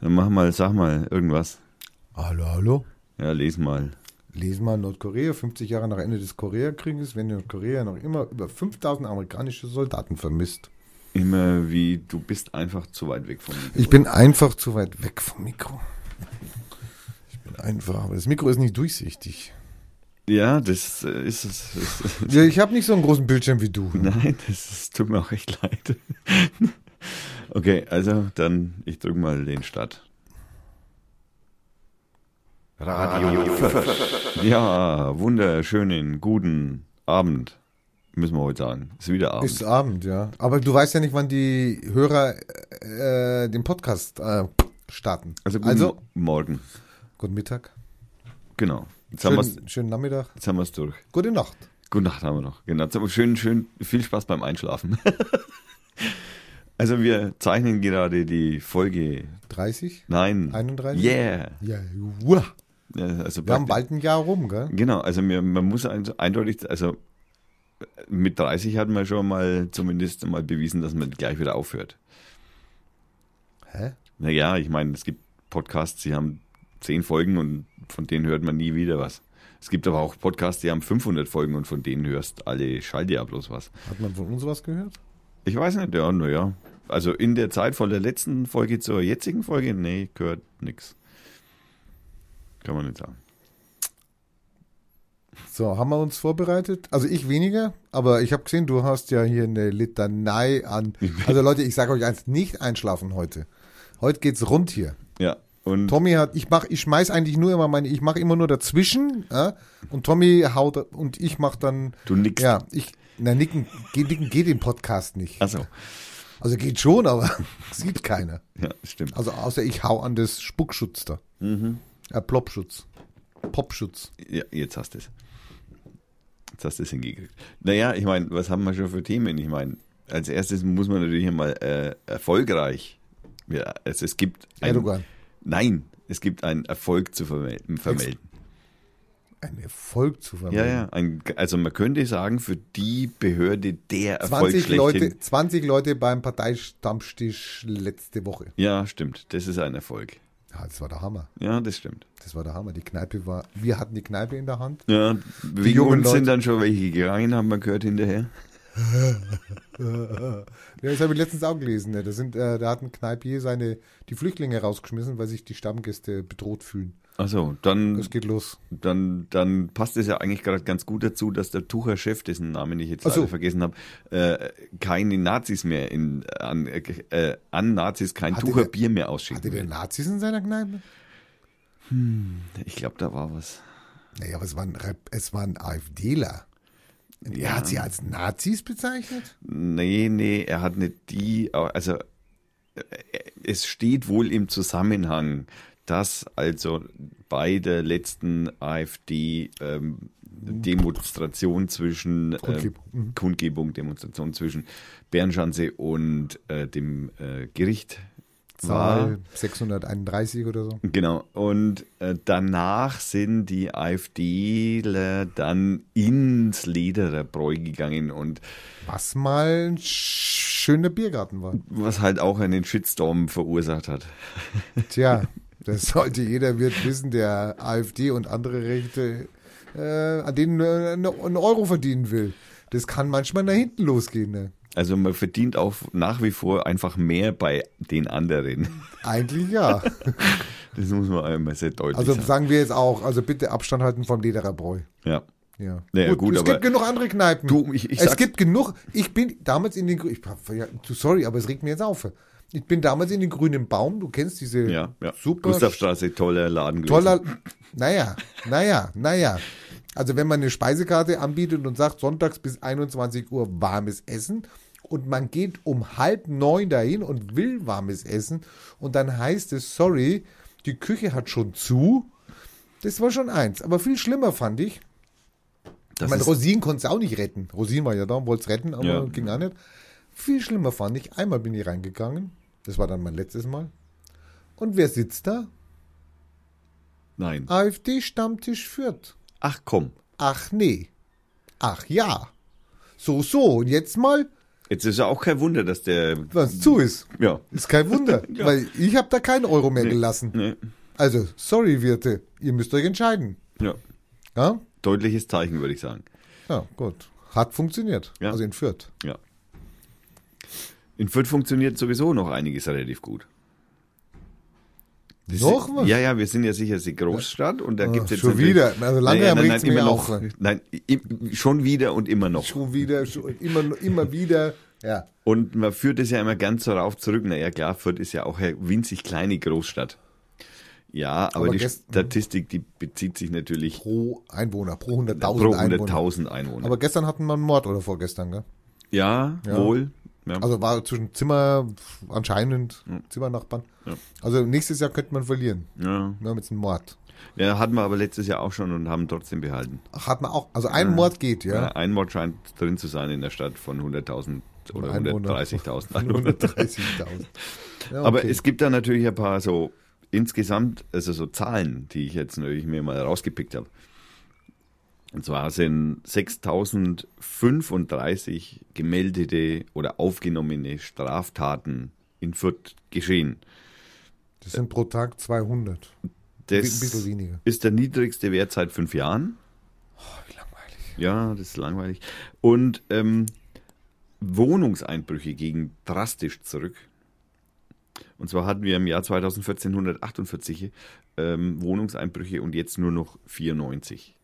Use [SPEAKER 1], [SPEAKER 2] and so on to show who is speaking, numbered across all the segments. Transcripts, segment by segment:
[SPEAKER 1] mach mal, sag mal irgendwas.
[SPEAKER 2] Hallo, hallo.
[SPEAKER 1] Ja, les mal.
[SPEAKER 2] Lesen wir Nordkorea, 50 Jahre nach Ende des Koreakrieges, werden in Nordkorea noch immer über 5000 amerikanische Soldaten vermisst.
[SPEAKER 1] Immer wie, du bist einfach zu weit weg von mir.
[SPEAKER 2] Ich bin einfach zu weit weg vom Mikro. Ich bin einfach, aber das Mikro ist nicht durchsichtig.
[SPEAKER 1] Ja, das äh, ist es. ist-
[SPEAKER 2] Ja, ich habe nicht so einen großen Bildschirm wie du.
[SPEAKER 1] Nein, das ist, tut mir auch echt leid. Okay, also dann, ich drücke mal den Start. Radio Ja, wunderschönen guten Abend, müssen wir heute sagen. Ist wieder Abend.
[SPEAKER 2] Ist Abend, ja. Aber du weißt ja nicht, wann die Hörer äh, den Podcast äh, starten.
[SPEAKER 1] also guten
[SPEAKER 2] also,
[SPEAKER 1] Morgen,
[SPEAKER 2] guten Mittag,
[SPEAKER 1] genau. Jetzt haben, wir's,
[SPEAKER 2] schönen, schönen Nachmittag,
[SPEAKER 1] jetzt haben wir's durch.
[SPEAKER 2] gute Nacht.
[SPEAKER 1] Gute Nacht haben wir noch. Genau. So, Schön, schön, viel Spaß beim Einschlafen. also wir zeichnen gerade die Folge.
[SPEAKER 2] 30,
[SPEAKER 1] Nein.
[SPEAKER 2] 31?
[SPEAKER 1] Yeah.
[SPEAKER 2] Ja, uah.
[SPEAKER 1] Ja, Also
[SPEAKER 2] wir haben
[SPEAKER 1] praktisch-
[SPEAKER 2] bald ein Jahr rum, gell?
[SPEAKER 1] Genau, also mir, man muss ein- eindeutig, also mit 30 hat man schon mal zumindest mal bewiesen, dass man gleich wieder aufhört.
[SPEAKER 2] Hä?
[SPEAKER 1] Naja, ich meine, es gibt Podcasts, die haben 10 Folgen und von denen hört man nie wieder was. Es gibt aber auch Podcasts, die haben 500 Folgen und von denen hörst alle Schaltjahr bloß was.
[SPEAKER 2] Hat man von uns was gehört?
[SPEAKER 1] Ich weiß nicht, ja, naja. Also in der Zeit von der letzten Folge zur jetzigen Folge, nee, gehört nix. Kann man nicht sagen.
[SPEAKER 2] So, haben wir uns vorbereitet? Also ich weniger, aber ich habe gesehen, du hast ja hier eine Litanei an. Also Leute, ich sage euch eins, nicht einschlafen heute. Heute geht's rund hier.
[SPEAKER 1] Ja, und
[SPEAKER 2] Tommy hat, ich mach, ich schmeiß eigentlich nur immer meine, ich mache immer nur dazwischen ja, und Tommy haut und ich mache dann,
[SPEAKER 1] du nix.
[SPEAKER 2] ja, ich, na nicken, geht, nicken geht im Podcast nicht.
[SPEAKER 1] Achso,
[SPEAKER 2] Also geht schon, aber sieht keiner.
[SPEAKER 1] ja, stimmt.
[SPEAKER 2] Also außer ich hau an das Spuckschutz da,
[SPEAKER 1] Mhm.
[SPEAKER 2] äh, Plopschutz, Popschutz.
[SPEAKER 1] Ja, jetzt hast du es. Jetzt hast du es hingekriegt. Naja, ich meine, was haben wir schon für Themen? Ich meine, als erstes muss man natürlich mal äh, erfolgreich. Ja, es, es gibt ein,
[SPEAKER 2] Erdogan.
[SPEAKER 1] Nein, es gibt einen Erfolg zu vermelden. vermelden.
[SPEAKER 2] Ein Erfolg zu vermelden.
[SPEAKER 1] Ja, ja. Ein, also man könnte sagen, für die Behörde der Erfolg
[SPEAKER 2] 20
[SPEAKER 1] schlechthin.
[SPEAKER 2] Leute, 20 Leute beim Parteistammtisch letzte Woche.
[SPEAKER 1] Ja, stimmt. Das ist ein Erfolg.
[SPEAKER 2] Ja, das war der Hammer.
[SPEAKER 1] Ja, das stimmt.
[SPEAKER 2] Das war der Hammer. Die Kneipe war, wir hatten die Kneipe in der Hand.
[SPEAKER 1] Ja, wegen
[SPEAKER 2] jungen
[SPEAKER 1] uns
[SPEAKER 2] Leute.
[SPEAKER 1] sind dann schon welche gegangen, haben wir gehört hinterher.
[SPEAKER 2] Ja, das habe ich letztens auch gelesen. Ne? Da, sind, äh, da hat ein Kneipier seine, die Flüchtlinge rausgeschmissen, weil sich die Stammgäste bedroht fühlen.
[SPEAKER 1] Achso, Also, dann
[SPEAKER 2] Es geht los.
[SPEAKER 1] dann, dann passt es ja eigentlich gerade ganz gut dazu, dass der Tucher-Chef, dessen Namen ich jetzt
[SPEAKER 2] Ach so.
[SPEAKER 1] leider vergessen habe, äh, keine Nazis mehr in, an, äh, an Nazis kein
[SPEAKER 2] Hatte der-
[SPEAKER 1] Tucher-Bier mehr
[SPEAKER 2] Hatte
[SPEAKER 1] ausschicken
[SPEAKER 2] der
[SPEAKER 1] will.
[SPEAKER 2] Nazis in seiner Kneipe?
[SPEAKER 1] Ich glaube, da war was.
[SPEAKER 2] Naja, aber es waren, Rep- es waren AfDler. Und Er hat sie als Nazis bezeichnet?
[SPEAKER 1] Nee, nee, er hat nicht die, also äh, es steht wohl im Zusammenhang, dass also bei der letzten AfD-Demonstration ähm, zwischen äh,
[SPEAKER 2] Kundgebung.
[SPEAKER 1] Kundgebung, Demonstration zwischen Bärenschanze und äh, dem äh, Gericht war.
[SPEAKER 2] Zahl 631 oder so.
[SPEAKER 1] Genau. Und äh, danach sind die AfDler dann ins Ledererbräu gegangen und
[SPEAKER 2] Was mal ein sch- schöner Biergarten war.
[SPEAKER 1] was halt auch einen Shitstorm verursacht hat.
[SPEAKER 2] Tja, das sollte jeder Wirt wissen, der AfD und andere Rechte, äh, an denen äh, einen Euro verdienen will. Das kann manchmal nach hinten losgehen. Ne?
[SPEAKER 1] Also man verdient auch nach wie vor einfach mehr bei den anderen.
[SPEAKER 2] Eigentlich ja.
[SPEAKER 1] Das muss man einmal sehr deutlich
[SPEAKER 2] Also
[SPEAKER 1] sagen.
[SPEAKER 2] sagen wir jetzt auch, also bitte Abstand halten vom Ledererbräu.
[SPEAKER 1] Ja.
[SPEAKER 2] Ja.
[SPEAKER 1] Naja, gut,
[SPEAKER 2] es
[SPEAKER 1] aber-
[SPEAKER 2] gibt genug andere Kneipen.
[SPEAKER 1] Du, ich- ich
[SPEAKER 2] es
[SPEAKER 1] sag's-
[SPEAKER 2] gibt genug. Ich bin damals in den Grünen. Ja, du, sorry, aber es regt mir jetzt auf. Ich bin damals in den grünen Baum. Du kennst diese
[SPEAKER 1] Ja, ja.
[SPEAKER 2] super
[SPEAKER 1] Gustavstraße, toller Laden gewesen.
[SPEAKER 2] toller. Naja, naja, naja. Also wenn man eine Speisekarte anbietet und sagt, sonntags bis 21 Uhr warmes Essen und man geht um halb neun dahin und will warmes Essen und dann heißt es, sorry, die Küche hat schon zu. Das war schon eins. Aber viel schlimmer fand ich,
[SPEAKER 1] Das
[SPEAKER 2] ich meine,
[SPEAKER 1] ist-
[SPEAKER 2] Rosinen konnte es auch nicht retten. Rosinen war ja da und wollte es retten, aber
[SPEAKER 1] Ja.
[SPEAKER 2] ging auch nicht. Viel schlimmer fand ich, einmal bin ich reingegangen, das war dann mein letztes Mal. Und wer sitzt da?
[SPEAKER 1] Nein.
[SPEAKER 2] AfD-Stammtisch Fürth.
[SPEAKER 1] Ach komm.
[SPEAKER 2] Ach nee. Ach ja. So, so. Und jetzt mal
[SPEAKER 1] Jetzt ist ja auch kein Wunder, dass der.
[SPEAKER 2] Was zu ist.
[SPEAKER 1] Ja.
[SPEAKER 2] Ist kein Wunder,
[SPEAKER 1] Ja.
[SPEAKER 2] weil ich habe da keinen Euro mehr gelassen.
[SPEAKER 1] Nee.
[SPEAKER 2] Also, sorry, Wirte, ihr müsst euch entscheiden.
[SPEAKER 1] ja.
[SPEAKER 2] Ja,
[SPEAKER 1] Deutliches Zeichen, würde ich sagen.
[SPEAKER 2] ja gut. Hat funktioniert.
[SPEAKER 1] Ja.
[SPEAKER 2] Also in Fürth.
[SPEAKER 1] Ja. In Fürth funktioniert sowieso noch einiges relativ gut. Das
[SPEAKER 2] Noch
[SPEAKER 1] ist,
[SPEAKER 2] was? Ah,
[SPEAKER 1] Ja, ja, wir sind ja sicher die Großstadt und da gibt es jetzt.
[SPEAKER 2] schon
[SPEAKER 1] natürlich-
[SPEAKER 2] wieder. Also langsam
[SPEAKER 1] nein,
[SPEAKER 2] regt's
[SPEAKER 1] nein,
[SPEAKER 2] mir
[SPEAKER 1] immer
[SPEAKER 2] auf,
[SPEAKER 1] noch.
[SPEAKER 2] ne?
[SPEAKER 1] Nein, im- schon wieder und immer noch.
[SPEAKER 2] Schon wieder, schon, immer, immer wieder. Ja.
[SPEAKER 1] Und man führt es ja immer ganz darauf zurück. Naja, klar, Fürth ist ja auch eine winzig kleine Großstadt. Ja, aber,
[SPEAKER 2] Aber
[SPEAKER 1] die
[SPEAKER 2] gest-
[SPEAKER 1] Statistik, die bezieht sich natürlich
[SPEAKER 2] Pro Einwohner, pro 100.000
[SPEAKER 1] pro
[SPEAKER 2] Einwohner.
[SPEAKER 1] 100.000 Einwohner.
[SPEAKER 2] Aber gestern hatten wir einen Mord oder vorgestern, gell?
[SPEAKER 1] ja,
[SPEAKER 2] Ja.
[SPEAKER 1] wohl. Ja.
[SPEAKER 2] Also war zwischen Zimmer, anscheinend Zimmernachbarn.
[SPEAKER 1] Ja.
[SPEAKER 2] Also nächstes Jahr könnte man verlieren.
[SPEAKER 1] ja.
[SPEAKER 2] Wir haben jetzt einen Mord.
[SPEAKER 1] ja, hatten wir aber letztes Jahr auch schon und haben trotzdem behalten.
[SPEAKER 2] Hat man auch, also ein Mord geht, ja.
[SPEAKER 1] Ja. Ein Mord scheint drin zu sein in der Stadt von 100.000 oder
[SPEAKER 2] Einwohner.
[SPEAKER 1] 130.000 Einwohner.
[SPEAKER 2] 130.000. Ja,
[SPEAKER 1] Aber
[SPEAKER 2] okay.
[SPEAKER 1] es gibt da natürlich ein paar so insgesamt, also so Zahlen, die ich jetzt natürlich mir mal rausgepickt habe. Und zwar sind 6.035 gemeldete oder aufgenommene Straftaten in Fürth geschehen.
[SPEAKER 2] das sind pro Tag 200. Ein bisschen
[SPEAKER 1] Das
[SPEAKER 2] weniger.
[SPEAKER 1] ist der niedrigste Wert seit fünf Jahren.
[SPEAKER 2] Oh, wie langweilig.
[SPEAKER 1] Ja, das ist langweilig. Und ähm, Wohnungseinbrüche gingen drastisch zurück. Und zwar hatten wir im Jahr 2014 148 ähm, Wohnungseinbrüche und jetzt nur noch 94.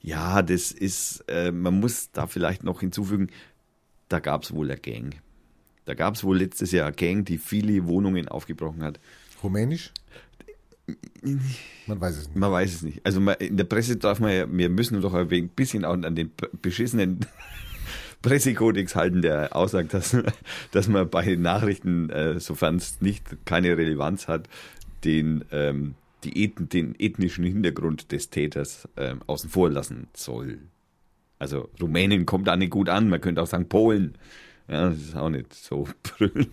[SPEAKER 1] Ja, das ist, äh, man muss da vielleicht noch hinzufügen, da gab es wohl eine Gang. Da gab es wohl letztes Jahr eine Gang, die viele Wohnungen aufgebrochen hat.
[SPEAKER 2] Rumänisch? Man weiß es nicht.
[SPEAKER 1] Man weiß es nicht. Also man, in der Presse darf man ja, wir müssen doch ein wenig- bisschen auch an den p- beschissenen Pressekodex halten, der aussagt, dass, dass man bei Nachrichten, äh, sofern es nicht keine Relevanz hat, den, ähm, die Eth den ethnischen Hintergrund des Täters ähm, außen vor lassen soll. Also Rumänien kommt da nicht gut an, man könnte auch sagen Polen. Ja, das ist auch nicht so brüll.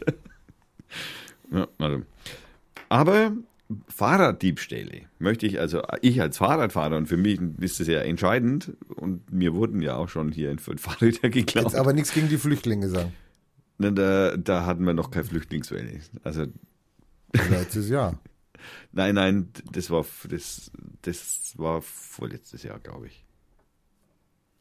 [SPEAKER 1] ja, also. Aber Fahrraddiebstähle möchte ich, also ich als Fahrradfahrer, und für mich ist das ja entscheidend, und mir wurden ja auch schon hier in Fürth Fahrräder geklaut.
[SPEAKER 2] Jetzt aber nichts gegen die Flüchtlinge sagen.
[SPEAKER 1] Na, da, da hatten wir noch keine Flüchtlingswelle. Also,
[SPEAKER 2] Letztes Jahr.
[SPEAKER 1] nein, nein, das war, f- das, das war vorletztes Jahr, glaube ich.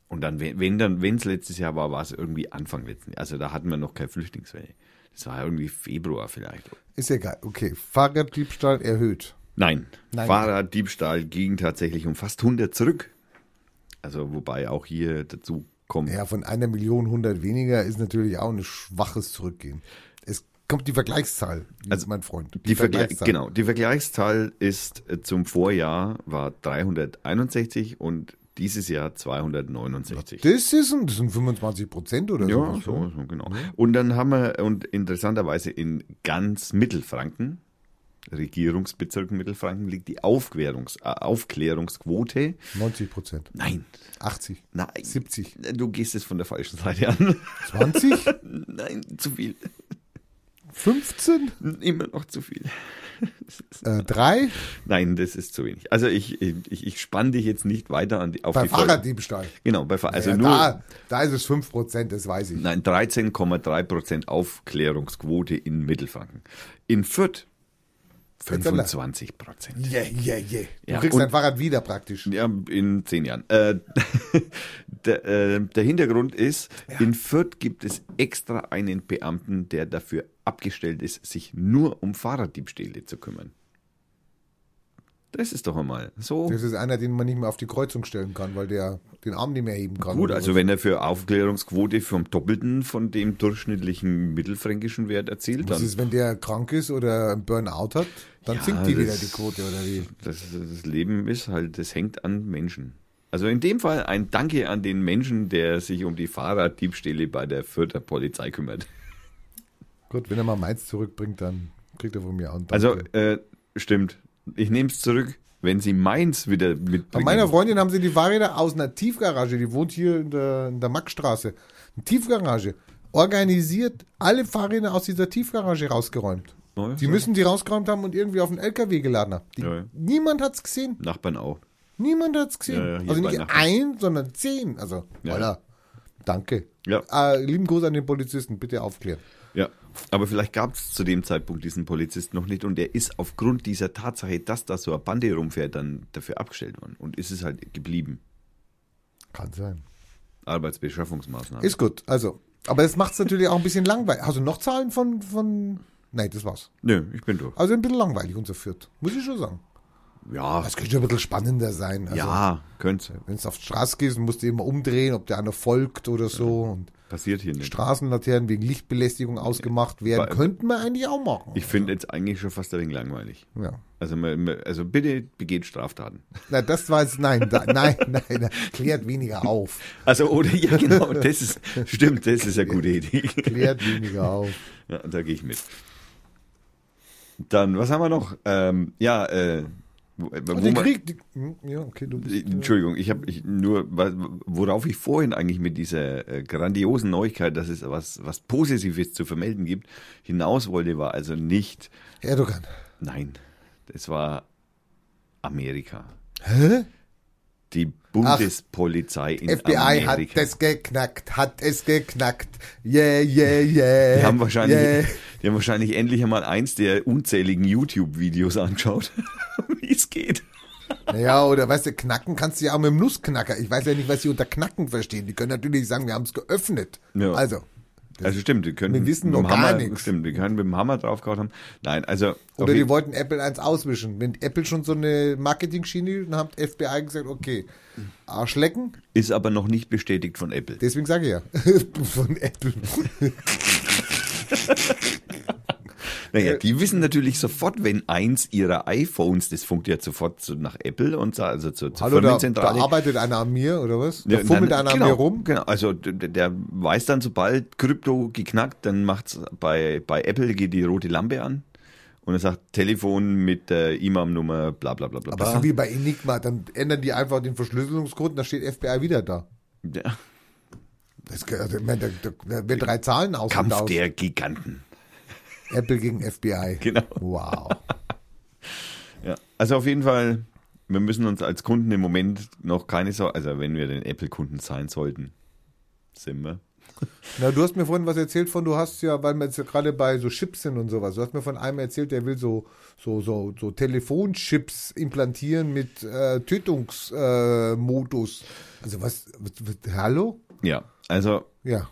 [SPEAKER 1] Und dann, wenn wenn dann, wenn es letztes Jahr war, war es irgendwie Anfang letzten Jahres. Also da hatten wir noch keine Flüchtlingswelle. Das war irgendwie Februar vielleicht.
[SPEAKER 2] Ist egal. Okay. Fahrraddiebstahl erhöht.
[SPEAKER 1] Nein.
[SPEAKER 2] Nein.
[SPEAKER 1] Fahrraddiebstahl ging tatsächlich um fast 100 zurück. Also, wobei auch hier dazu kommt.
[SPEAKER 2] Ja, von einer Million 100 weniger ist natürlich auch ein schwaches Zurückgehen. Es kommt die Vergleichszahl, also,
[SPEAKER 1] Also,
[SPEAKER 2] mein Freund.
[SPEAKER 1] Die Vergle genau, die Vergleichszahl ist äh, zum Vorjahr war 361 und dieses Jahr 269.
[SPEAKER 2] Das, ist ein, das sind 25 Prozent oder
[SPEAKER 1] Ja,
[SPEAKER 2] sowas, ne?
[SPEAKER 1] so, so genau. Und dann haben wir, und interessanterweise in ganz Mittelfranken, Regierungsbezirk Mittelfranken, liegt die Aufklärungs äh, Aufklärungsquote.
[SPEAKER 2] 90 Prozent.
[SPEAKER 1] Nein,
[SPEAKER 2] 80.
[SPEAKER 1] nein.
[SPEAKER 2] 70.
[SPEAKER 1] Du gehst es von der falschen Seite an.
[SPEAKER 2] 20?
[SPEAKER 1] nein, zu viel.
[SPEAKER 2] 15?
[SPEAKER 1] Immer noch zu viel.
[SPEAKER 2] Äh, 3?
[SPEAKER 1] Nein, das ist zu wenig. Also ich, ich, ich spann dich jetzt nicht weiter an die, auf
[SPEAKER 2] Bei
[SPEAKER 1] die Folge.
[SPEAKER 2] Fahrraddiebstahl.
[SPEAKER 1] Genau, bei Fahr also
[SPEAKER 2] ja,
[SPEAKER 1] nur
[SPEAKER 2] da, da ist es 5 Prozent, das weiß ich.
[SPEAKER 1] nein 13,3 Aufklärungsquote in Mittelfranken. In Fürth
[SPEAKER 2] Jetzt soll er.
[SPEAKER 1] 25 Prozent.
[SPEAKER 2] Yeah, yeah, yeah. Du
[SPEAKER 1] Ja,
[SPEAKER 2] kriegst
[SPEAKER 1] und-
[SPEAKER 2] dein Fahrrad wieder praktisch.
[SPEAKER 1] Ja, in zehn Jahren. Äh, der, äh, der Hintergrund ist, in Fürth gibt es extra einen Beamten, der dafür abgestellt ist, sich nur um Fahrraddiebstähle zu kümmern. Das ist doch einmal so.
[SPEAKER 2] Das ist einer, den man nicht mehr auf die Kreuzung stellen kann, weil der den Arm nicht mehr heben kann.
[SPEAKER 1] Gut,
[SPEAKER 2] oder
[SPEAKER 1] also
[SPEAKER 2] was.
[SPEAKER 1] wenn er für Aufklärungsquote vom Doppelten von dem durchschnittlichen mittelfränkischen Wert erzielt,
[SPEAKER 2] Das
[SPEAKER 1] dann
[SPEAKER 2] ist, wenn der krank ist oder einen Burnout hat, dann
[SPEAKER 1] Ja,
[SPEAKER 2] sinkt die wieder
[SPEAKER 1] das-
[SPEAKER 2] die Quote oder wie.
[SPEAKER 1] das, das Leben ist halt, das hängt an Menschen. Also in dem Fall ein Danke an den Menschen, der sich um die Fahrraddiebstähle bei der Fürther Polizei kümmert.
[SPEAKER 2] Gut, wenn er mal Mainz zurückbringt, dann kriegt er von mir auch einen
[SPEAKER 1] Also
[SPEAKER 2] Dank.
[SPEAKER 1] äh, stimmt, ich nehme es zurück, wenn sie Mainz wieder
[SPEAKER 2] Bei
[SPEAKER 1] mitbringen.
[SPEAKER 2] meiner Freundin haben sie die Fahrräder aus einer Tiefgarage, die wohnt hier in der, in der Mackstraße. Eine Tiefgarage. Organisiert alle Fahrräder aus dieser Tiefgarage rausgeräumt.
[SPEAKER 1] Ja,
[SPEAKER 2] Die müssen die rausgeräumt haben und irgendwie auf den LKW geladen haben. Die,
[SPEAKER 1] Ja, ja.
[SPEAKER 2] Niemand hat's gesehen.
[SPEAKER 1] Nachbarn auch.
[SPEAKER 2] Niemand hat's gesehen.
[SPEAKER 1] Ja, ja, hier
[SPEAKER 2] also
[SPEAKER 1] bei
[SPEAKER 2] nicht
[SPEAKER 1] Nachbarn.
[SPEAKER 2] ein, sondern zehn. Also,
[SPEAKER 1] Ja.
[SPEAKER 2] voilà. Danke.
[SPEAKER 1] Ja.
[SPEAKER 2] Äh, lieben Gruß an den Polizisten, bitte aufklären.
[SPEAKER 1] Ja, aber vielleicht gab es zu dem Zeitpunkt diesen Polizisten noch nicht und er ist aufgrund dieser Tatsache, dass da so eine Bande rumfährt, dann dafür abgestellt worden und ist es halt geblieben.
[SPEAKER 2] Kann sein.
[SPEAKER 1] Arbeitsbeschaffungsmaßnahmen.
[SPEAKER 2] Ist gut, also. Aber das macht es natürlich auch ein bisschen langweilig. Also noch Zahlen von, von. Nein, das war's.
[SPEAKER 1] Nö, ich bin durch.
[SPEAKER 2] Also ein bisschen langweilig unser Fürth. Muss ich schon sagen.
[SPEAKER 1] Ja,
[SPEAKER 2] Das könnte ein bisschen spannender sein. Also,
[SPEAKER 1] ja, könnte.
[SPEAKER 2] Wenn es auf die Straße gehst, musst du immer umdrehen, ob der einer folgt oder so. Und
[SPEAKER 1] Passiert hier nicht.
[SPEAKER 2] Straßenlaternen wegen Lichtbelästigung ausgemacht werden,
[SPEAKER 1] Bei-
[SPEAKER 2] könnten wir eigentlich auch machen.
[SPEAKER 1] Ich finde jetzt eigentlich schon fast ein wenig langweilig.
[SPEAKER 2] ja.
[SPEAKER 1] Also, man- man- also bitte begeht Straftaten.
[SPEAKER 2] Na, das war jetzt, nein, da, nein, nein, nein, klärt weniger auf.
[SPEAKER 1] Also oder ja genau, das ist stimmt, das ist eine gute Idee.
[SPEAKER 2] Klärt weniger auf.
[SPEAKER 1] Ja, da gehe ich mit. Dann, was haben wir noch? Ähm, ja, äh, wo, wo
[SPEAKER 2] Und den
[SPEAKER 1] man-
[SPEAKER 2] Krieg, die, hm, ja, okay, du bist, äh,
[SPEAKER 1] Entschuldigung, ich habe ich nur, wa- worauf ich vorhin eigentlich mit dieser äh, grandiosen Neuigkeit, dass es was, was Positives zu vermelden gibt, hinaus wollte, war also nicht,
[SPEAKER 2] Erdogan.
[SPEAKER 1] nein, es war Amerika.
[SPEAKER 2] Hä?
[SPEAKER 1] Die Bundespolizei in
[SPEAKER 2] FBI
[SPEAKER 1] Amerika.
[SPEAKER 2] hat es geknackt, hat es geknackt. Yeah, yeah, yeah.
[SPEAKER 1] die haben, wahrscheinlich,
[SPEAKER 2] Yeah.
[SPEAKER 1] die haben wahrscheinlich endlich einmal eins der unzähligen YouTube-Videos angeschaut, wie es geht.
[SPEAKER 2] Ja, oder weißt du, knacken kannst du ja auch mit dem Nussknacker. Ich weiß ja nicht, was sie unter Knacken verstehen. Die können natürlich sagen, wir haben es geöffnet.
[SPEAKER 1] Ja.
[SPEAKER 2] Also,
[SPEAKER 1] Also stimmt, die können
[SPEAKER 2] Wir wissen
[SPEAKER 1] mit dem
[SPEAKER 2] noch gar
[SPEAKER 1] Hammer,
[SPEAKER 2] nichts.
[SPEAKER 1] Stimmt, die können mit dem Hammer draufgehauen haben. Nein, also auf
[SPEAKER 2] Oder
[SPEAKER 1] jeden-
[SPEAKER 2] die wollten Apple eins auswischen. Wenn Apple schon so eine Marketing-Schiene dann hat FBI gesagt, okay, Arschlecken,
[SPEAKER 1] ist aber noch nicht bestätigt von Apple.
[SPEAKER 2] deswegen sage ich ja. Von Apple. äh,
[SPEAKER 1] Naja, die wissen natürlich sofort, wenn eins ihrer iPhones, das funkt ja sofort zu, nach Apple und zu, also zu, zur
[SPEAKER 2] Hallo, da, da
[SPEAKER 1] Firmenzentrale.
[SPEAKER 2] arbeitet einer an mir, oder was? Da
[SPEAKER 1] Ja,
[SPEAKER 2] fummelt
[SPEAKER 1] nein,
[SPEAKER 2] einer
[SPEAKER 1] genau,
[SPEAKER 2] an mir rum.
[SPEAKER 1] Genau, also d- d- der weiß dann, sobald Krypto geknackt, dann macht's bei, bei Apple geht die rote Lampe an und er sagt Telefon mit der IMAM-Nummer, bla bla bla bla.
[SPEAKER 2] Aber so wie bei Enigma, dann ändern die einfach den Verschlüsselungsgrund, da steht FBI wieder da.
[SPEAKER 1] der
[SPEAKER 2] Das, gehört- ich meine, da, da werden drei Zahlen
[SPEAKER 1] Kampf
[SPEAKER 2] ausgetauscht.
[SPEAKER 1] der Giganten.
[SPEAKER 2] Apple gegen FBI.
[SPEAKER 1] Genau.
[SPEAKER 2] Wow.
[SPEAKER 1] Ja. Also auf jeden Fall, wir müssen uns als Kunden im Moment noch keine Sorge, also wenn wir den Apple-Kunden sein sollten, sind wir.
[SPEAKER 2] Na, du hast mir vorhin was erzählt von, du hast ja, weil wir jetzt gerade bei so Chips sind und sowas, du hast mir von einem erzählt, der will so, so, so, so Telefonchips implantieren mit äh, Tötungsmodus. Äh, Modus. also was, was, was, hallo?
[SPEAKER 1] Ja, also
[SPEAKER 2] Ja.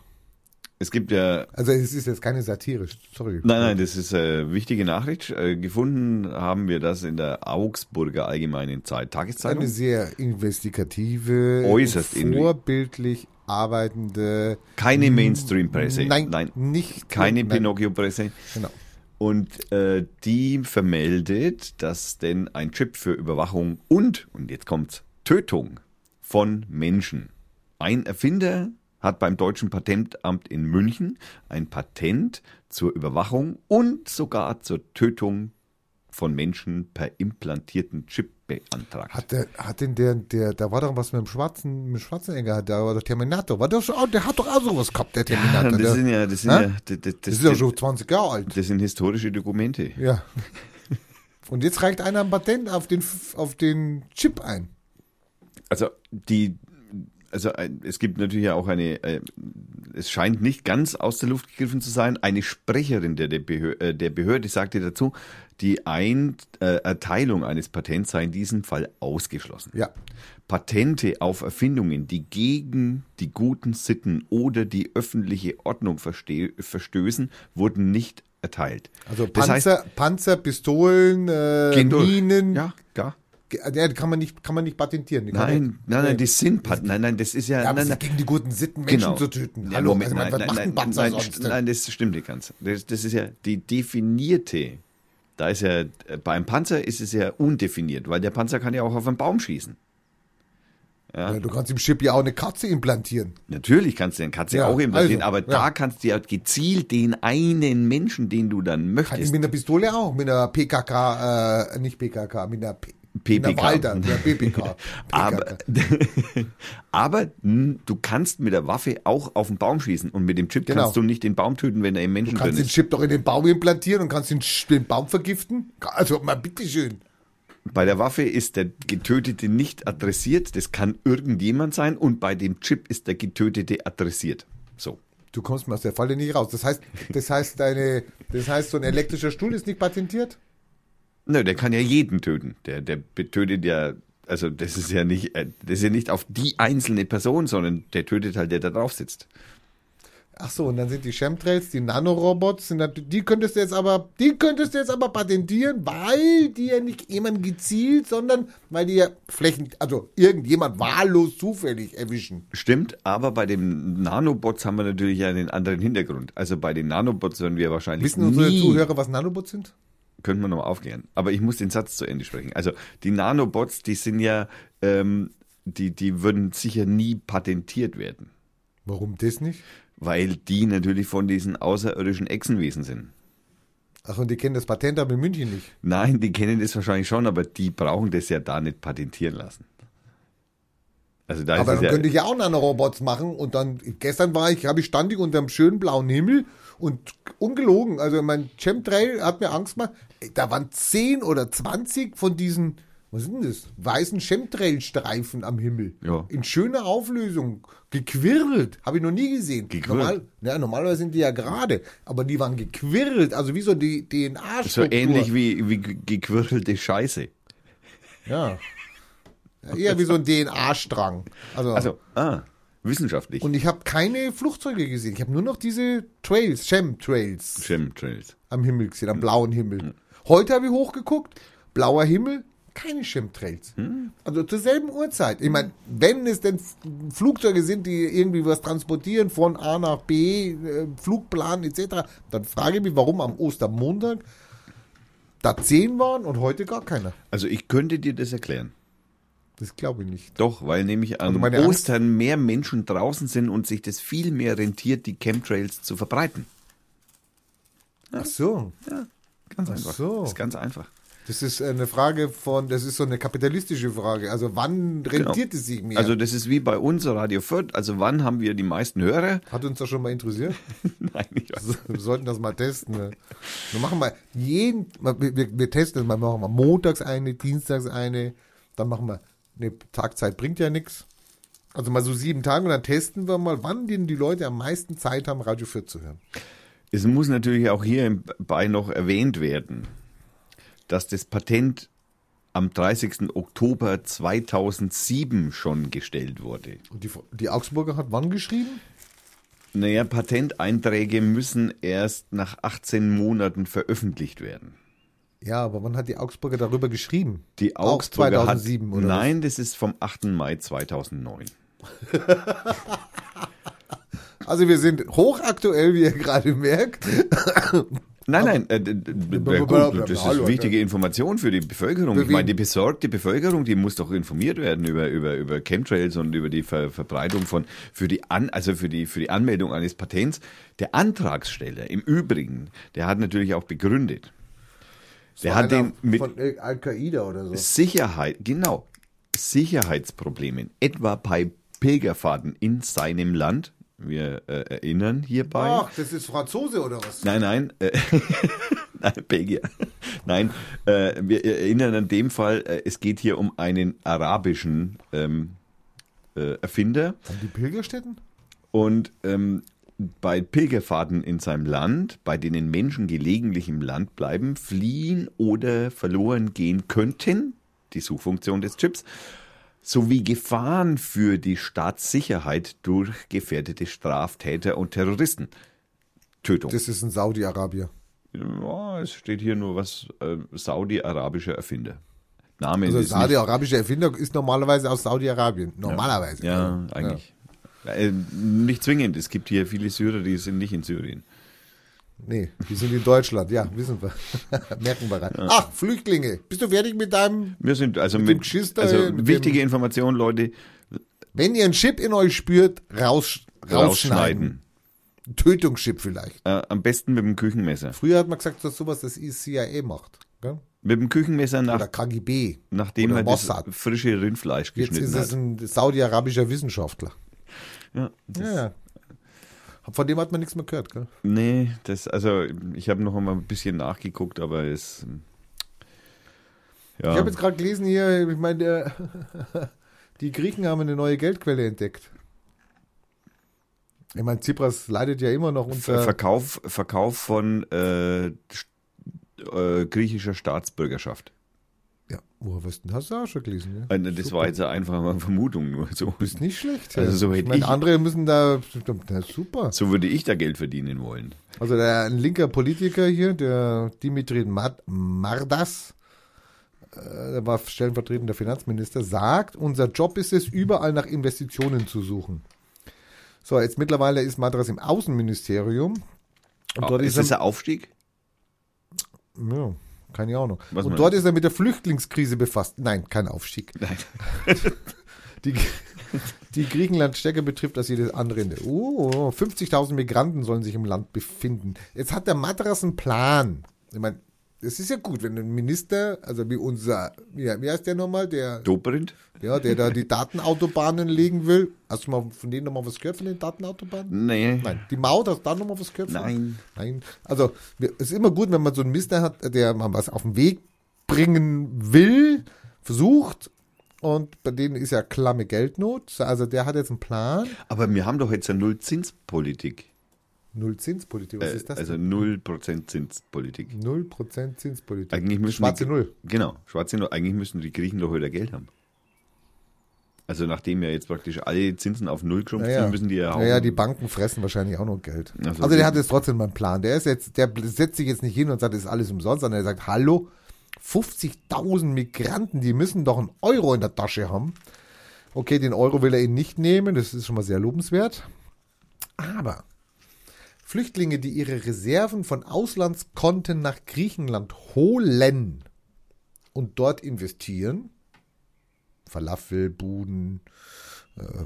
[SPEAKER 1] es gibt ja
[SPEAKER 2] Also es ist jetzt keine Satire, sorry.
[SPEAKER 1] Nein, nein, das ist eine wichtige Nachricht. Äh, gefunden haben wir das in der Augsburger Allgemeinen Zeit, Tageszeitung.
[SPEAKER 2] Eine sehr investigative,
[SPEAKER 1] Äußerst invi-
[SPEAKER 2] vorbildlich arbeitende,
[SPEAKER 1] Keine Mainstream-Presse.
[SPEAKER 2] Mm, nein, nicht
[SPEAKER 1] keine
[SPEAKER 2] nein,
[SPEAKER 1] Pinocchio-Presse.
[SPEAKER 2] Genau.
[SPEAKER 1] Und äh, die vermeldet, dass denn ein Chip für Überwachung und, und jetzt kommt's, Tötung von Menschen. Ein Erfinder hat beim Deutschen Patentamt in München ein Patent zur Überwachung und sogar zur Tötung von Menschen per implantierten Chip beantragt.
[SPEAKER 2] Hat, der, hat denn der, der, da war doch was mit dem Schwarzen, mit dem Schwarzenegger, hat- da war der Terminator, war doch schon, oh, der hat doch auch sowas gehabt, der
[SPEAKER 1] Ja,
[SPEAKER 2] Terminator.
[SPEAKER 1] das
[SPEAKER 2] der,
[SPEAKER 1] sind ja, das sind
[SPEAKER 2] Hä?
[SPEAKER 1] ja, das, das,
[SPEAKER 2] das
[SPEAKER 1] das,
[SPEAKER 2] ist ja
[SPEAKER 1] das,
[SPEAKER 2] schon 20 Jahre alt.
[SPEAKER 1] das sind historische Dokumente.
[SPEAKER 2] Ja. Und jetzt reicht einer ein Patent auf den, auf den Chip ein.
[SPEAKER 1] Also die, also ein- es gibt natürlich ja auch eine, äh, es scheint nicht ganz aus der Luft gegriffen zu sein. Eine Sprecherin der, der, Behör, äh, der Behörde sagte dazu, die Ein äh, Erteilung eines Patents sei in diesem Fall ausgeschlossen.
[SPEAKER 2] Ja.
[SPEAKER 1] Patente auf Erfindungen, die gegen die guten Sitten oder die öffentliche Ordnung verste verstößen, wurden nicht erteilt.
[SPEAKER 2] Also
[SPEAKER 1] Das heißt-
[SPEAKER 2] Panzer, Panzer, Pistolen, äh,
[SPEAKER 1] Gehen durch.
[SPEAKER 2] Minen.
[SPEAKER 1] Ja, ja.
[SPEAKER 2] Ge- Ja, die kann man nicht, kann man nicht patentieren. Die kann man-
[SPEAKER 1] Nein, nein, nein, die sind Pat Nein, nein, das ist ja.
[SPEAKER 2] Ja,
[SPEAKER 1] nein,
[SPEAKER 2] aber es
[SPEAKER 1] nein,
[SPEAKER 2] ist gegen die guten Sitten, Menschen zu töten.
[SPEAKER 1] Genau. Ja,
[SPEAKER 2] Hallo,
[SPEAKER 1] Moment,
[SPEAKER 2] also, man,
[SPEAKER 1] nein,
[SPEAKER 2] was
[SPEAKER 1] nein,
[SPEAKER 2] macht
[SPEAKER 1] nein,
[SPEAKER 2] ein Panzer
[SPEAKER 1] nein,
[SPEAKER 2] sonst?
[SPEAKER 1] nein, das stimmt nicht ganz. Das, das ist ja die definierte. Da ist ja, äh, beim Panzer ist es ja undefiniert, weil der Panzer kann ja auch auf einen Baum schießen.
[SPEAKER 2] Ja, du kannst im Chip ja auch eine Katze implantieren.
[SPEAKER 1] Natürlich kannst du den Katze
[SPEAKER 2] Ja,
[SPEAKER 1] auch implantieren,
[SPEAKER 2] also,
[SPEAKER 1] aber
[SPEAKER 2] ja.
[SPEAKER 1] da kannst du ja gezielt den einen Menschen, den du dann
[SPEAKER 2] Kann ich
[SPEAKER 1] möchtest.
[SPEAKER 2] mit einer Pistole auch, mit einer PKK, äh, nicht PKK, mit einer P
[SPEAKER 1] PPK.
[SPEAKER 2] Mit einer Walter, mit einer PPK.
[SPEAKER 1] Aber,
[SPEAKER 2] PKK.
[SPEAKER 1] aber n, du kannst mit der Waffe auch auf den Baum schießen und mit dem Chip
[SPEAKER 2] Genau.
[SPEAKER 1] kannst du nicht den Baum töten, wenn er im Menschen
[SPEAKER 2] du
[SPEAKER 1] drin
[SPEAKER 2] kannst den
[SPEAKER 1] ist.
[SPEAKER 2] Chip doch in den Baum implantieren und kannst den, Sch- den Baum vergiften. Also mal bitteschön.
[SPEAKER 1] Bei der Waffe ist der Getötete nicht adressiert, das kann irgendjemand sein, und bei dem Chip ist der Getötete adressiert. So.
[SPEAKER 2] Du kommst mir aus der Falle nicht raus. Das heißt, das heißt, deine, das heißt, so ein elektrischer Stuhl ist nicht patentiert?
[SPEAKER 1] Nö, Ne, der kann ja jeden töten. Der, der tötet ja, also das ist ja nicht, äh, das ist ja nicht auf die einzelne Person, sondern der tötet halt, der da drauf sitzt.
[SPEAKER 2] Ach so, und dann sind die Chemtrails, die Nanorobots, sind natürlich, die könntest du jetzt aber, die könntest du jetzt aber patentieren, weil die ja nicht jemand gezielt, sondern weil die ja Flächen, also irgendjemand wahllos zufällig erwischen.
[SPEAKER 1] Stimmt, aber bei den Nanobots haben wir natürlich einen anderen Hintergrund. Also bei den Nanobots werden wir wahrscheinlich
[SPEAKER 2] Wissen unsere
[SPEAKER 1] nie
[SPEAKER 2] Zuhörer, was Nanobots sind?
[SPEAKER 1] können wir nochmal aufklären. Aber ich muss den Satz zu Ende sprechen. Also die Nanobots, die sind ja, ähm, die, die würden sicher nie patentiert werden,
[SPEAKER 2] Warum das nicht?
[SPEAKER 1] weil die natürlich von diesen außerirdischen Echsenwesen sind.
[SPEAKER 2] Ach, und die kennen das Patent aber in München nicht.
[SPEAKER 1] Nein, die kennen das wahrscheinlich schon, aber die brauchen das ja da nicht patentieren lassen. Also da
[SPEAKER 2] Aber
[SPEAKER 1] ist
[SPEAKER 2] dann
[SPEAKER 1] es ja,
[SPEAKER 2] könnte ich ja auch Nanorobots machen und dann, gestern war ich, habe ich standig unterm schönen blauen Himmel und ungelogen, also mein Chemtrail hat mir Angst gemacht, Ey, da waren 10 oder 20 von diesen, was sind das, weißen Chemtrail-Streifen am Himmel.
[SPEAKER 1] Ja.
[SPEAKER 2] In schöner Auflösung, gequirlt, habe ich noch nie gesehen.
[SPEAKER 1] Gequirlt?
[SPEAKER 2] ja, normalerweise sind die ja gerade, aber die waren gequirlt, also wie so die
[SPEAKER 1] so
[SPEAKER 2] DNA-Struktur.
[SPEAKER 1] ähnlich wie, wie ge- gequirlte Scheiße.
[SPEAKER 2] Ja. Ja, Eher wie so ein DNA-Strang.
[SPEAKER 1] Also, ah, wissenschaftlich.
[SPEAKER 2] Und ich habe keine Flugzeuge gesehen. Ich habe nur noch diese Trails, Chemtrails
[SPEAKER 1] Chemtrails.
[SPEAKER 2] am Himmel gesehen, am blauen Himmel. Heute habe ich hochgeguckt, blauer Himmel, keine Chemtrails. Also zur selben Uhrzeit. Ich meine, wenn es denn F- Flugzeuge sind, die irgendwie was transportieren von A nach B, äh, Flugplan etc., dann frage ich mich, warum am Ostermontag da zehn waren und heute gar keiner.
[SPEAKER 1] Also ich könnte dir das erklären.
[SPEAKER 2] Das glaube ich nicht.
[SPEAKER 1] Doch, weil nämlich am
[SPEAKER 2] Also meine Angst-
[SPEAKER 1] Ostern mehr Menschen draußen sind und sich das viel mehr rentiert, die Chemtrails zu verbreiten.
[SPEAKER 2] Ach so.
[SPEAKER 1] Ganz
[SPEAKER 2] Ach
[SPEAKER 1] einfach.
[SPEAKER 2] so.
[SPEAKER 1] Ist ganz einfach.
[SPEAKER 2] Das ist äh, eine Frage von, das ist so eine kapitalistische Frage. Also wann rentiert es sich mehr?
[SPEAKER 1] Also das ist wie bei uns Radio Fürth. Also wann haben wir die meisten Hörer?
[SPEAKER 2] Hat uns das schon mal interessiert?
[SPEAKER 1] Nein, ich weiß.
[SPEAKER 2] Wir sollten das mal testen. Ne? Wir machen mal jeden, wir, wir, wir testen das mal. Wir machen mal montags eine, dienstags eine, dann machen wir, ne, Tagzeit bringt ja nichts. Also mal so sieben Tage und dann testen wir mal, wann denn die Leute am meisten Zeit haben, Radio 4 zu hören.
[SPEAKER 1] Es muss natürlich auch hierbei noch erwähnt werden, dass das Patent am 30. Oktober 2007 schon gestellt wurde.
[SPEAKER 2] Und die, die Augsburger hat wann geschrieben?
[SPEAKER 1] Naja, Patenteinträge müssen erst nach 18 Monaten veröffentlicht werden.
[SPEAKER 2] Ja, aber wann hat die Augsburger darüber geschrieben?
[SPEAKER 1] Die
[SPEAKER 2] Auch
[SPEAKER 1] Augsburger
[SPEAKER 2] 2007
[SPEAKER 1] hat,
[SPEAKER 2] oder was?
[SPEAKER 1] Nein, das ist vom 8. Mai 2009.
[SPEAKER 2] Also wir sind hochaktuell, wie ihr gerade merkt.
[SPEAKER 1] Nein, nein, äh, d- d- d- ja, gut, das ist wichtige Information für die Bevölkerung. Ich meine, die besorgte Bevölkerung, die muss doch informiert werden über, über, über Chemtrails und über die Ver Verbreitung von, für die An also für die, für die Anmeldung eines Patents. Der Antragsteller im Übrigen, der hat natürlich auch begründet. Der hat
[SPEAKER 2] Einer
[SPEAKER 1] den mit
[SPEAKER 2] von äh, Al-Qaida oder so.
[SPEAKER 1] Sicherheit, genau, Sicherheitsproblemen, etwa bei Pilgerfahrten in seinem Land, wir äh, erinnern hierbei.
[SPEAKER 2] Ach, das ist Franzose oder was?
[SPEAKER 1] Nein, nein. Äh, nein, Belgier. Nein, äh, wir erinnern an dem Fall, äh, es geht hier um einen arabischen ähm, äh, Erfinder.
[SPEAKER 2] Die Pilgerstätten?
[SPEAKER 1] Und ähm, bei Pilgerfahrten in seinem Land, bei denen Menschen gelegentlich im Land bleiben, fliehen oder verloren gehen könnten, die Suchfunktion des Chips, sowie Gefahren für die Staatssicherheit durch gefährdete Straftäter und Terroristen. Tötung.
[SPEAKER 2] Das ist in Saudi-Arabier.
[SPEAKER 1] Ja, es steht hier nur was äh, saudi-arabischer Erfinder. Name
[SPEAKER 2] Also
[SPEAKER 1] ist
[SPEAKER 2] saudi-arabische Erfinder ist normalerweise aus Saudi-Arabien. Normalerweise.
[SPEAKER 1] nicht, ja eigentlich Äh, nicht zwingend. Es gibt hier viele Syrer, die sind nicht in Syrien.
[SPEAKER 2] Nee, die sind in Deutschland. Ja, wissen wir. Merken wir rein. Ach, Flüchtlinge. Bist du fertig mit deinem...
[SPEAKER 1] Wir sind also
[SPEAKER 2] dem
[SPEAKER 1] mit,
[SPEAKER 2] Geschiss da
[SPEAKER 1] also
[SPEAKER 2] hier, mit
[SPEAKER 1] wichtige Information, Leute,
[SPEAKER 2] Wenn ihr einen Chip in euch spürt, raus, rausschneiden.
[SPEAKER 1] rausschneiden.
[SPEAKER 2] Tötungschip vielleicht.
[SPEAKER 1] Äh, am besten mit dem Küchenmesser.
[SPEAKER 2] Früher hat man gesagt, dass sowas das E CIA macht. Gell?
[SPEAKER 1] Mit dem Küchenmesser
[SPEAKER 2] Oder
[SPEAKER 1] nach,
[SPEAKER 2] KGB.
[SPEAKER 1] nachdem
[SPEAKER 2] oder
[SPEAKER 1] er das
[SPEAKER 2] Mossad.
[SPEAKER 1] frische Rindfleisch
[SPEAKER 2] Jetzt
[SPEAKER 1] geschnitten
[SPEAKER 2] ist es
[SPEAKER 1] hat.
[SPEAKER 2] ein saudi-arabischer Wissenschaftler.
[SPEAKER 1] Ja, das,
[SPEAKER 2] Ja, ja. Von dem hat man nichts mehr gehört, gell?
[SPEAKER 1] Nee, das also ich habe noch einmal ein bisschen nachgeguckt, aber es Ja.
[SPEAKER 2] Ich habe jetzt gerade gelesen hier, ich meine, der- die Griechen haben eine neue Geldquelle entdeckt. Ich meine, Tsipras leidet ja immer noch
[SPEAKER 1] Ver
[SPEAKER 2] unter.
[SPEAKER 1] Verkauf, Verkauf von äh, st- äh, griechischer Staatsbürgerschaft.
[SPEAKER 2] Ja, woher wirst du denn? Hast du auch schon gelesen? Ne?
[SPEAKER 1] Äh, Das war jetzt einfach mal Vermutung nur so.
[SPEAKER 2] Ist nicht schlecht.
[SPEAKER 1] Also
[SPEAKER 2] ja.
[SPEAKER 1] so hätte
[SPEAKER 2] ich meine,
[SPEAKER 1] ich-
[SPEAKER 2] andere müssen da. Na, super.
[SPEAKER 1] So würde ich da Geld verdienen wollen.
[SPEAKER 2] Also der ein linker Politiker hier, der Dimitri Mad- Mardas, äh, der war stellvertretender Finanzminister, sagt, unser Job ist es, überall nach Investitionen zu suchen. So, jetzt mittlerweile ist Madras im Außenministerium. Und dort
[SPEAKER 1] Ah, ist
[SPEAKER 2] ist,
[SPEAKER 1] das
[SPEAKER 2] er,
[SPEAKER 1] ein Aufstieg?
[SPEAKER 2] ja, keine Ahnung.
[SPEAKER 1] Was
[SPEAKER 2] und
[SPEAKER 1] meinst
[SPEAKER 2] dort ist er mit der Flüchtlingskrise befasst. Nein, kein Aufstieg.
[SPEAKER 1] Nein.
[SPEAKER 2] Die, die Griechenland stärker betrifft als jedes andere in der EU. 50.000 Migranten sollen sich im Land befinden. Jetzt hat der Madras einen Plan. Ich meine, es ist ja gut, wenn ein Minister, also wie unser, wie, wie heißt der nochmal, der,
[SPEAKER 1] Dobrindt?
[SPEAKER 2] ja, der da die Datenautobahnen legen will. Hast du mal von denen nochmal was gehört, von den Datenautobahnen?
[SPEAKER 1] Nee.
[SPEAKER 2] Nein. Die Maut, hast du da nochmal was gehört? von-
[SPEAKER 1] Nein.
[SPEAKER 2] Nein. Also, wir- es ist immer gut, wenn man so einen Mister hat, der mal was auf den Weg bringen will, versucht. Und bei denen ist ja klamme Geldnot. Also, der hat jetzt einen Plan.
[SPEAKER 1] Aber wir haben doch jetzt eine Null-Zins-Politik.
[SPEAKER 2] Null Zinspolitik. Was
[SPEAKER 1] Äh,
[SPEAKER 2] ist das?
[SPEAKER 1] also 0% Zinspolitik.
[SPEAKER 2] Null Prozent Zinspolitik.
[SPEAKER 1] Eigentlich müssen
[SPEAKER 2] Schwarze
[SPEAKER 1] die,
[SPEAKER 2] Null.
[SPEAKER 1] Genau, schwarze Null. Eigentlich müssen die Griechen doch wieder Geld haben. Also nachdem ja jetzt praktisch alle Zinsen auf Null geschrumpft
[SPEAKER 2] Naja.
[SPEAKER 1] sind, müssen die ja auch.
[SPEAKER 2] Naja, die Banken fressen wahrscheinlich auch noch Geld.
[SPEAKER 1] Ach so,
[SPEAKER 2] also
[SPEAKER 1] okay.
[SPEAKER 2] der hat jetzt trotzdem mal einen Plan. Der ist jetzt, der setzt sich jetzt nicht hin und sagt, das ist alles umsonst, sondern er sagt, hallo, 50.000 Migranten, die müssen doch einen Euro in der Tasche haben. Okay, den Euro will er ihnen nicht nehmen, das ist schon mal sehr lobenswert. Aber Flüchtlinge, die ihre Reserven von Auslandskonten nach Griechenland holen und dort investieren, Falafelbuden, äh,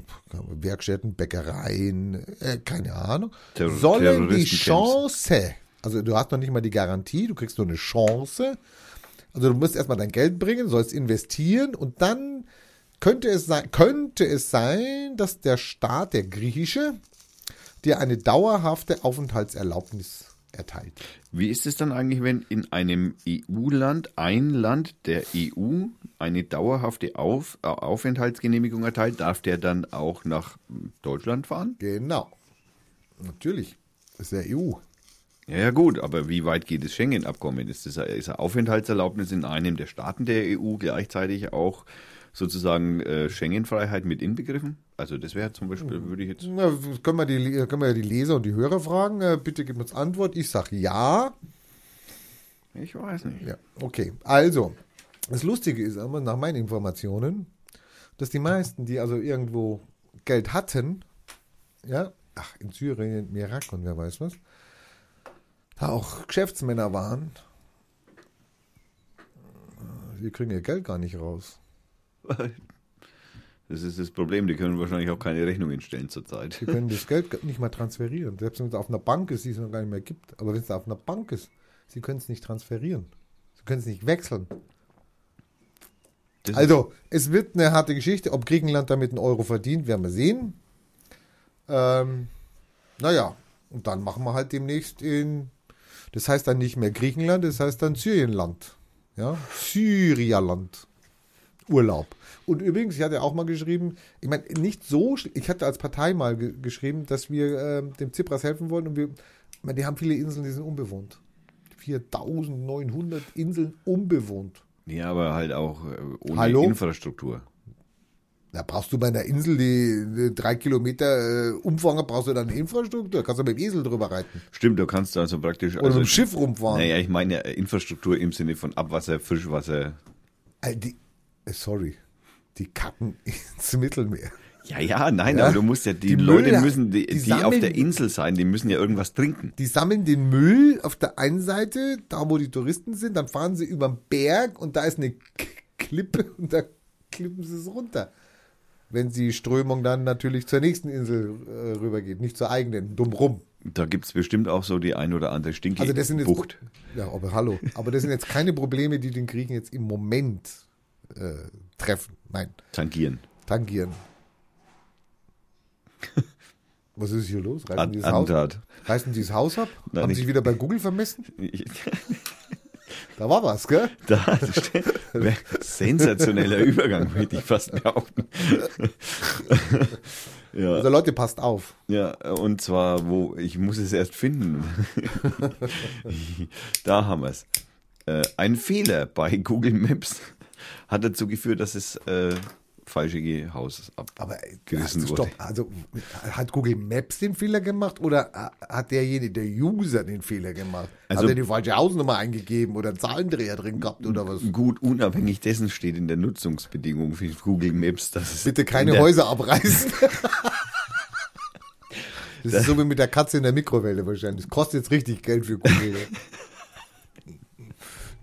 [SPEAKER 2] Werkstätten, Bäckereien, äh, keine Ahnung,
[SPEAKER 1] Terror-
[SPEAKER 2] sollen die
[SPEAKER 1] Terroristencamps.
[SPEAKER 2] Chance, also du hast noch nicht mal die Garantie, du kriegst nur eine Chance, also du musst erstmal dein Geld bringen, sollst investieren und dann könnte es sein, könnte es sein, dass der Staat, der griechische, dir eine dauerhafte Aufenthaltserlaubnis erteilt.
[SPEAKER 1] Wie ist es dann eigentlich, wenn in einem EU-Land ein Land der EU eine dauerhafte Auf, äh, Aufenthaltsgenehmigung erteilt? Darf der dann auch nach hm, Deutschland fahren?
[SPEAKER 2] Genau. Natürlich. Das ist ja E EU.
[SPEAKER 1] Ja, ja, gut, aber wie weit geht das Schengen-Abkommen? Ist das ist eine Aufenthaltserlaubnis in einem der Staaten der EU gleichzeitig auch sozusagen äh, Schengen-Freiheit mit inbegriffen? Also, das wäre zum Beispiel,
[SPEAKER 2] Mhm.
[SPEAKER 1] würde ich jetzt.
[SPEAKER 2] Na, können, wir die, äh, können wir die Leser und die Hörer fragen? Äh, Bitte gib uns Antwort. Ich sage ja.
[SPEAKER 1] Ich weiß nicht.
[SPEAKER 2] Ja, okay. Also, das Lustige ist aber, nach meinen Informationen, dass die meisten, die also irgendwo Geld hatten, ja, ach, in Syrien, im Irak und wer weiß was, da auch Geschäftsmänner waren, die kriegen ihr Geld gar nicht raus.
[SPEAKER 1] Das ist das Problem. Die können wahrscheinlich auch keine Rechnungen stellen zurzeit.
[SPEAKER 2] Die können das Geld nicht mal transferieren. Selbst wenn es auf einer Bank ist, die es noch gar nicht mehr gibt. Aber wenn es auf einer Bank ist, sie können es nicht transferieren. Sie können es nicht wechseln.
[SPEAKER 1] Das
[SPEAKER 2] Also, es wird eine harte Geschichte. Ob Griechenland damit einen Euro verdient, werden wir sehen. Ähm, naja, und dann machen wir halt demnächst in. Das heißt dann nicht mehr Griechenland, das heißt dann Syrienland. Ja, Syrialand. Urlaub. Und übrigens, ich hatte auch mal geschrieben, ich meine, nicht so, schl- ich hatte als Partei mal ge geschrieben, dass wir ähm, dem Tsipras helfen wollen und wir, ich meine, die haben viele Inseln, die sind unbewohnt. 4900 Inseln unbewohnt.
[SPEAKER 1] ja, aber halt auch äh, ohne
[SPEAKER 2] Hallo?
[SPEAKER 1] Infrastruktur.
[SPEAKER 2] Da brauchst du bei einer Insel, die äh, drei Kilometer äh, Umfang hat, brauchst du dann eine Infrastruktur. Kannst du mit dem Esel drüber reiten.
[SPEAKER 1] Stimmt, da kannst du also praktisch.
[SPEAKER 2] Oder
[SPEAKER 1] also,
[SPEAKER 2] mit dem Schiff rumfahren.
[SPEAKER 1] Naja, ich meine äh, Infrastruktur im Sinne von Abwasser, Fischwasser.
[SPEAKER 2] Äh, die, äh, sorry. Die kacken ins Mittelmeer.
[SPEAKER 1] Ja, ja, nein,
[SPEAKER 2] Ja.
[SPEAKER 1] aber du musst ja, die,
[SPEAKER 2] Die
[SPEAKER 1] Leute
[SPEAKER 2] Müll-
[SPEAKER 1] müssen, die,
[SPEAKER 2] die
[SPEAKER 1] die, auf
[SPEAKER 2] sammeln-
[SPEAKER 1] der Insel sein, die müssen ja irgendwas trinken.
[SPEAKER 2] Die sammeln den Müll auf der einen Seite, da wo die Touristen sind, dann fahren sie über den Berg und da ist eine K Klippe und da klippen sie es runter. Wenn die Strömung dann natürlich zur nächsten Insel äh, rübergeht, nicht zur eigenen, dumm rum.
[SPEAKER 1] Da gibt's bestimmt auch so die ein oder andere stinkige
[SPEAKER 2] Also das sind jetzt
[SPEAKER 1] Bucht.
[SPEAKER 2] Ja, aber hallo. Aber das sind jetzt keine Probleme, die den Griechen jetzt im Moment äh, treffen. Nein,
[SPEAKER 1] Tangieren.
[SPEAKER 2] tangieren. Was ist hier los? Reißen
[SPEAKER 1] An
[SPEAKER 2] die das Also Haus,
[SPEAKER 1] Antat.
[SPEAKER 2] reißen die das Haus ab?
[SPEAKER 1] Nein,
[SPEAKER 2] Haben
[SPEAKER 1] ich-
[SPEAKER 2] sie wieder bei Google vermessen?
[SPEAKER 1] Ich-
[SPEAKER 2] Da war was, gell?
[SPEAKER 1] Da steht, wär- sensationeller Übergang, würde ich fast behaupten. ja,
[SPEAKER 2] Also Leute, passt auf.
[SPEAKER 1] ja, und zwar, wo, ich muss es erst finden. da haben wir es. Äh, ein Fehler bei Google Maps hat dazu geführt, dass es äh, falsche Haus ab.
[SPEAKER 2] Aber äh,
[SPEAKER 1] Gerissen
[SPEAKER 2] also,
[SPEAKER 1] wurde.
[SPEAKER 2] stopp. Also hat Google Maps den Fehler gemacht oder äh, hat derjenige, der User, den Fehler gemacht?
[SPEAKER 1] Also-
[SPEAKER 2] hat er die falsche Hausnummer eingegeben oder einen Zahlendreher drin gehabt oder was?
[SPEAKER 1] Gut, unabhängig dessen steht in der Nutzungsbedingung für Google Maps, dass es
[SPEAKER 2] Bitte
[SPEAKER 1] in
[SPEAKER 2] keine
[SPEAKER 1] der,
[SPEAKER 2] Häuser abreißen. Das ist so wie mit der Katze in der Mikrowelle wahrscheinlich. Das kostet jetzt richtig Geld für Google.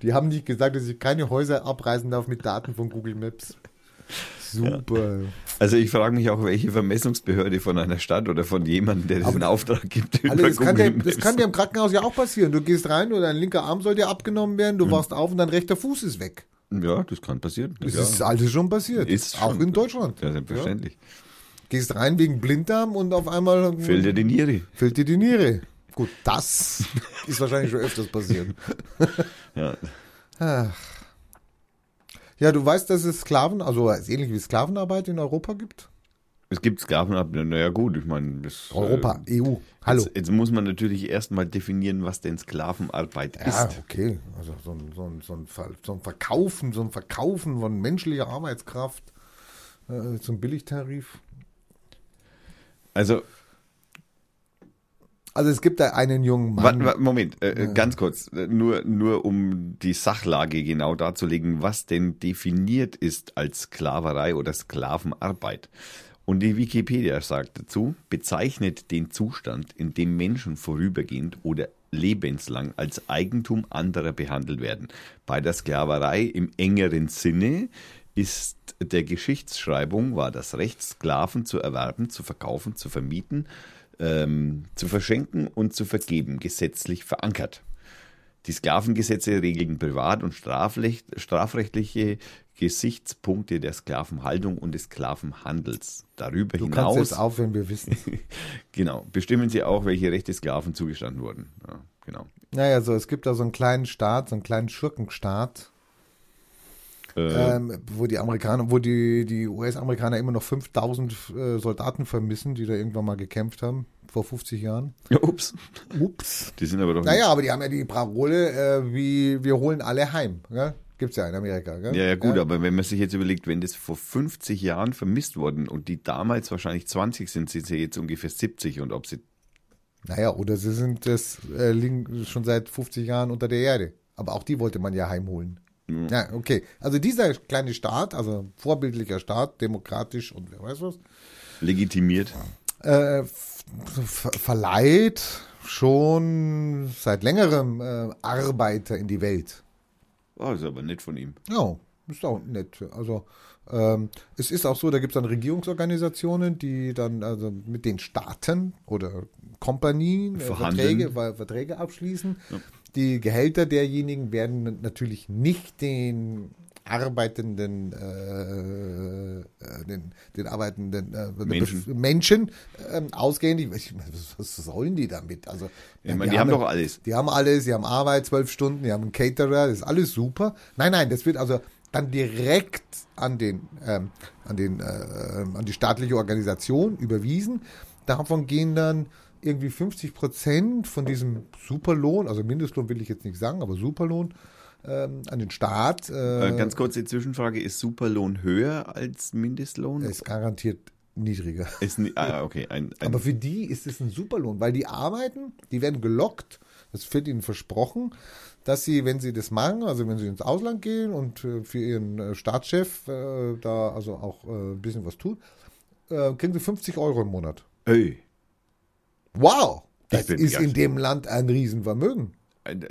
[SPEAKER 2] Die haben nicht gesagt, dass ich keine Häuser abreißen darf mit Daten von Google Maps. Super.
[SPEAKER 1] Also ich frage mich auch, welche Vermessungsbehörde von einer Stadt oder von jemandem, der diesen Auftrag gibt,
[SPEAKER 2] Alter, Also das, kann dir, das
[SPEAKER 1] Maps.
[SPEAKER 2] kann dir im Krankenhaus ja auch passieren. Du gehst rein und dein linker Arm soll dir abgenommen werden,
[SPEAKER 1] Hm.
[SPEAKER 2] du wachst auf und dein rechter Fuß ist weg.
[SPEAKER 1] Ja, das kann passieren.
[SPEAKER 2] Das
[SPEAKER 1] ja.
[SPEAKER 2] ist alles schon passiert.
[SPEAKER 1] Ist
[SPEAKER 2] auch
[SPEAKER 1] schon.
[SPEAKER 2] in Deutschland.
[SPEAKER 1] ja, selbstverständlich.
[SPEAKER 2] Gehst rein wegen Blinddarm und auf einmal
[SPEAKER 1] Fällt dir die Niere.
[SPEAKER 2] fehlt dir die Niere. Gut, das ist wahrscheinlich schon öfters passiert.
[SPEAKER 1] Ja.
[SPEAKER 2] Ja, du weißt, dass es Sklaven, also es ähnlich wie Sklavenarbeit in Europa gibt?
[SPEAKER 1] Es gibt Sklavenarbeit. Naja gut, ich meine, das,
[SPEAKER 2] Europa,
[SPEAKER 1] Äh,
[SPEAKER 2] EU. Hallo.
[SPEAKER 1] Jetzt, jetzt muss man natürlich erstmal definieren, was denn Sklavenarbeit
[SPEAKER 2] Ja,
[SPEAKER 1] ist.
[SPEAKER 2] okay. Also so ein, so, ein, so, ein Ver, so ein Verkaufen, so ein Verkaufen von menschlicher Arbeitskraft äh, zum Billigtarif.
[SPEAKER 1] Also,
[SPEAKER 2] Also es gibt da einen jungen Mann.
[SPEAKER 1] warte, warte, Moment, äh, äh, ganz kurz, äh, nur, nur um die Sachlage genau darzulegen, was denn definiert ist als Sklaverei oder Sklavenarbeit. Und die Wikipedia sagt dazu, bezeichnet den Zustand, in dem Menschen vorübergehend oder lebenslang als Eigentum anderer behandelt werden. Bei der Sklaverei im engeren Sinne ist der Geschichtsschreibung war das Recht, Sklaven zu erwerben, zu verkaufen, zu vermieten, ähm, zu verschenken und zu vergeben, gesetzlich verankert. Die Sklavengesetze regeln privat- und strafrecht, strafrechtliche Gesichtspunkte der Sklavenhaltung und des Sklavenhandels. Darüber
[SPEAKER 2] du kannst
[SPEAKER 1] hinaus
[SPEAKER 2] jetzt auf, wenn wir wissen.
[SPEAKER 1] genau, bestimmen sie auch, welche Rechte Sklaven zugestanden wurden. Ja, genau.
[SPEAKER 2] Naja, so, es gibt da so einen kleinen Staat, so einen kleinen Schurkenstaat,
[SPEAKER 1] Äh,
[SPEAKER 2] ähm, wo die Amerikaner, wo die, die US-Amerikaner immer noch 5000 äh, Soldaten vermissen, die da irgendwann mal gekämpft haben, vor 50
[SPEAKER 1] Mhm.
[SPEAKER 2] Jahren.
[SPEAKER 1] ups,
[SPEAKER 2] Ups.
[SPEAKER 1] die sind aber doch.
[SPEAKER 2] Naja, aber die haben ja die Parole, äh, wie wir holen alle heim. Gell? Gibt's ja in Amerika. Gell?
[SPEAKER 1] Ja, ja, gut, aber wenn man sich jetzt überlegt, wenn das vor 50 Jahren vermisst worden und die damals wahrscheinlich 20 sind, sind sie jetzt ungefähr 70 und ob sie.
[SPEAKER 2] Naja, oder sie sind das äh, liegen schon seit 50 Jahren unter der Erde. Aber auch die wollte man ja heimholen. Ja, okay. Also dieser kleine Staat, also vorbildlicher Staat, demokratisch und wer weiß was,
[SPEAKER 1] legitimiert.
[SPEAKER 2] äh, f- ver- verleiht schon seit längerem äh, Arbeiter in die Welt.
[SPEAKER 1] Oh, ist aber nett von ihm.
[SPEAKER 2] Ja, ist auch nett. Also ähm, es ist auch so, da gibt es dann Regierungsorganisationen, die dann also mit den Staaten oder Kompanien äh,
[SPEAKER 1] Verhandeln.
[SPEAKER 2] Verträge, Ver- Verträge abschließen. Die Gehälter derjenigen werden natürlich nicht den arbeitenden äh, äh, den, den arbeitenden äh,
[SPEAKER 1] Menschen.
[SPEAKER 2] Menschen ähm, ausgehend. Ich, weiß nicht, was, was sollen die damit? Also
[SPEAKER 1] Ich meine, die haben doch alles.
[SPEAKER 2] die haben alles, die haben Arbeit, zwölf Stunden, die haben einen Caterer, das ist alles super. Nein, nein, das wird also dann direkt an den, ähm, an den, äh, ähm, an die staatliche Organisation überwiesen. Davon gehen dann irgendwie 50 Prozent von diesem Superlohn, also Mindestlohn will ich jetzt nicht sagen, aber Superlohn ähm, an den Staat. Äh,
[SPEAKER 1] Äh, ganz kurze Zwischenfrage: Ist Superlohn höher als Mindestlohn?
[SPEAKER 2] ist garantiert niedriger.
[SPEAKER 1] Ist ni- ah, okay. Ein, ein,
[SPEAKER 2] Aber für die ist es ein Superlohn, weil die arbeiten, die werden gelockt, das wird ihnen versprochen, dass sie, wenn sie das machen, also wenn sie ins Ausland gehen und äh, für ihren äh, Staatschef äh, da also auch äh, ein bisschen was tun, äh, kriegen sie 50 Euro im Monat.
[SPEAKER 1] Ey,
[SPEAKER 2] Wow! Das
[SPEAKER 1] bin
[SPEAKER 2] ist in
[SPEAKER 1] begeistert.
[SPEAKER 2] dem Land ein Riesenvermögen.
[SPEAKER 1] ein,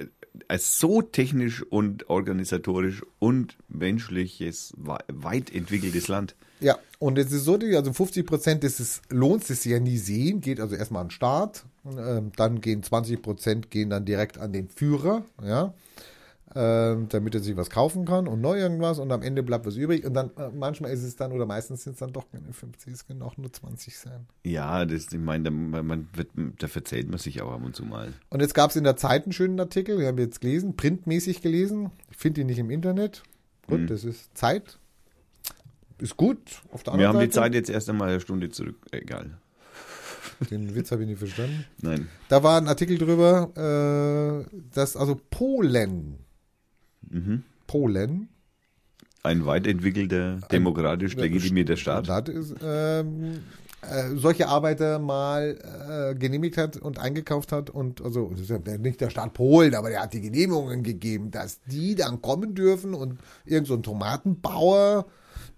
[SPEAKER 1] ein so technisch und organisatorisch und menschliches, wei- weit entwickeltes Land.
[SPEAKER 2] Ja, und es ist so, die- also 50 Prozent des Lohns, das sie ja nie sehen, geht also erstmal an den Staat, ähm, dann gehen 20 Prozent gehen dann direkt an den Führer, ja. ähm, damit er sich was kaufen kann und noch irgendwas und am Ende bleibt was übrig und dann äh, manchmal ist es dann oder meistens sind es dann doch keine 50, es können auch nur 20 sein.
[SPEAKER 1] Ja, das, ich meine, da, man wird, da verzählt man sich auch ab und zu mal.
[SPEAKER 2] Und jetzt gab es in der Zeit einen schönen Artikel, wir haben jetzt gelesen, printmäßig gelesen. Ich finde ihn nicht im Internet.
[SPEAKER 1] Mhm.
[SPEAKER 2] Gut, das ist Zeit. Ist gut. Auf der
[SPEAKER 1] Wir
[SPEAKER 2] anderen
[SPEAKER 1] haben die
[SPEAKER 2] Seite,
[SPEAKER 1] Zeit jetzt erst einmal eine Stunde zurück. Egal.
[SPEAKER 2] Den Witz habe ich nicht verstanden.
[SPEAKER 1] Nein.
[SPEAKER 2] Da war ein Artikel drüber, äh, dass also Polen, Polen,
[SPEAKER 1] Ein weit entwickelter, demokratisch legitimierter Staat.
[SPEAKER 2] ist, ähm, äh, solche Arbeiter mal äh, genehmigt hat und eingekauft hat und also das ist ja nicht der Staat Polen, aber der hat die Genehmigungen gegeben, dass die dann kommen dürfen und irgend so ein Tomatenbauer,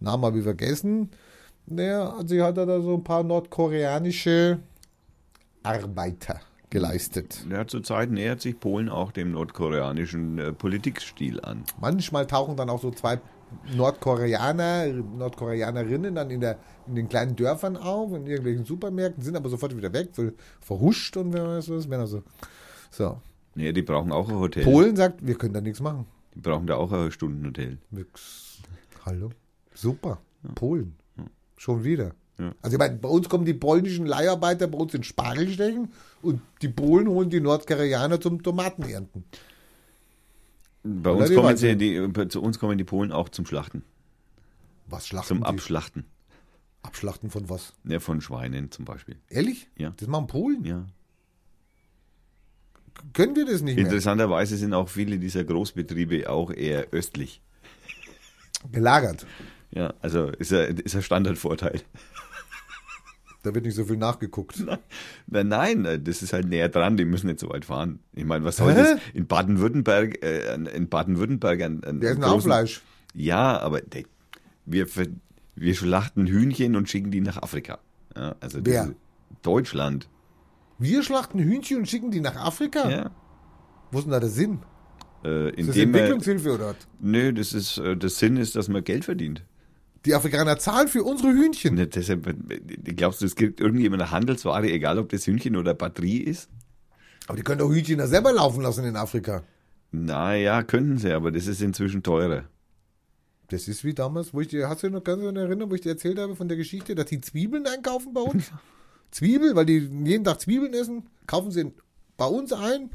[SPEAKER 2] Namen habe ich vergessen, der hat sich hat da so ein paar nordkoreanische Arbeiter geleistet.
[SPEAKER 1] Ja, zurzeit nähert sich Polen auch dem nordkoreanischen äh, Politikstil an.
[SPEAKER 2] Manchmal tauchen dann auch so zwei Nordkoreaner, Nordkoreanerinnen dann in, der, in den kleinen Dörfern auf, in irgendwelchen Supermärkten, sind aber sofort wieder weg, ver- verhuscht und wer weiß was. Wenn also. So.
[SPEAKER 1] Nee, die brauchen auch ein Hotel.
[SPEAKER 2] Polen sagt, wir können da nichts machen.
[SPEAKER 1] Die brauchen da auch ein Stundenhotel.
[SPEAKER 2] Nix. Hallo? Super. Polen. Schon wieder.
[SPEAKER 1] Ja.
[SPEAKER 2] Also ich meine, bei uns kommen die polnischen Leiharbeiter bei uns in Spargel stechen und die Polen holen die Nordkoreaner zum Tomatenernten.
[SPEAKER 1] Bei
[SPEAKER 2] Oder
[SPEAKER 1] uns
[SPEAKER 2] die
[SPEAKER 1] kommen
[SPEAKER 2] Weißen.
[SPEAKER 1] sie, die, äh, zu uns kommen die Polen auch zum Schlachten.
[SPEAKER 2] Was schlachten
[SPEAKER 1] Zum
[SPEAKER 2] die?
[SPEAKER 1] Abschlachten.
[SPEAKER 2] Abschlachten von was?
[SPEAKER 1] Ne, von Schweinen zum Beispiel.
[SPEAKER 2] Ehrlich?
[SPEAKER 1] Ja.
[SPEAKER 2] Das machen Polen?
[SPEAKER 1] Ja.
[SPEAKER 2] Können wir das nicht mehr?
[SPEAKER 1] Interessanterweise sind auch viele dieser Großbetriebe auch eher östlich.
[SPEAKER 2] Gelagert.
[SPEAKER 1] Ja, also ist ein, ist ein Standardvorteil.
[SPEAKER 2] Da wird nicht so viel nachgeguckt.
[SPEAKER 1] Na, nein, äh, das ist halt näher dran, die müssen nicht so weit fahren. Ich meine, was soll
[SPEAKER 2] Hä?
[SPEAKER 1] das? In Baden-Württemberg, äh, ein- in Baden-Württemberg ein, ein
[SPEAKER 2] Der ist ein
[SPEAKER 1] großen-
[SPEAKER 2] Hauptfleisch.
[SPEAKER 1] Ja, aber der, wir, ver- wir schlachten Hühnchen und schicken die nach Afrika. Ja, also das
[SPEAKER 2] Wer?
[SPEAKER 1] ist Deutschland.
[SPEAKER 2] Wir schlachten Hühnchen und schicken die nach Afrika?
[SPEAKER 1] Ja.
[SPEAKER 2] Wo ist denn da der Sinn?
[SPEAKER 1] Äh, indem
[SPEAKER 2] Ah. Ist das
[SPEAKER 1] man-
[SPEAKER 2] Entwicklungshilfe oder was?
[SPEAKER 1] Nö, das ist äh, der Sinn ist, dass man Geld verdient.
[SPEAKER 2] Die Afrikaner zahlen für unsere Hühnchen.
[SPEAKER 1] Ne, deshalb, äh, glaubst du, es gibt irgendjemand eine Handelsware, egal ob das Hühnchen oder Batterie ist?
[SPEAKER 2] Aber die können doch Hühnchen da selber laufen lassen in Afrika.
[SPEAKER 1] Naja, könnten sie, aber das ist inzwischen teurer.
[SPEAKER 2] Das ist wie damals, wo ich dir, hast du noch ganz in Erinnerung, wo ich dir erzählt habe von der Geschichte, dass die Zwiebeln einkaufen bei uns? Zwiebel, weil die jeden Tag Zwiebeln essen, kaufen sie bei uns ein.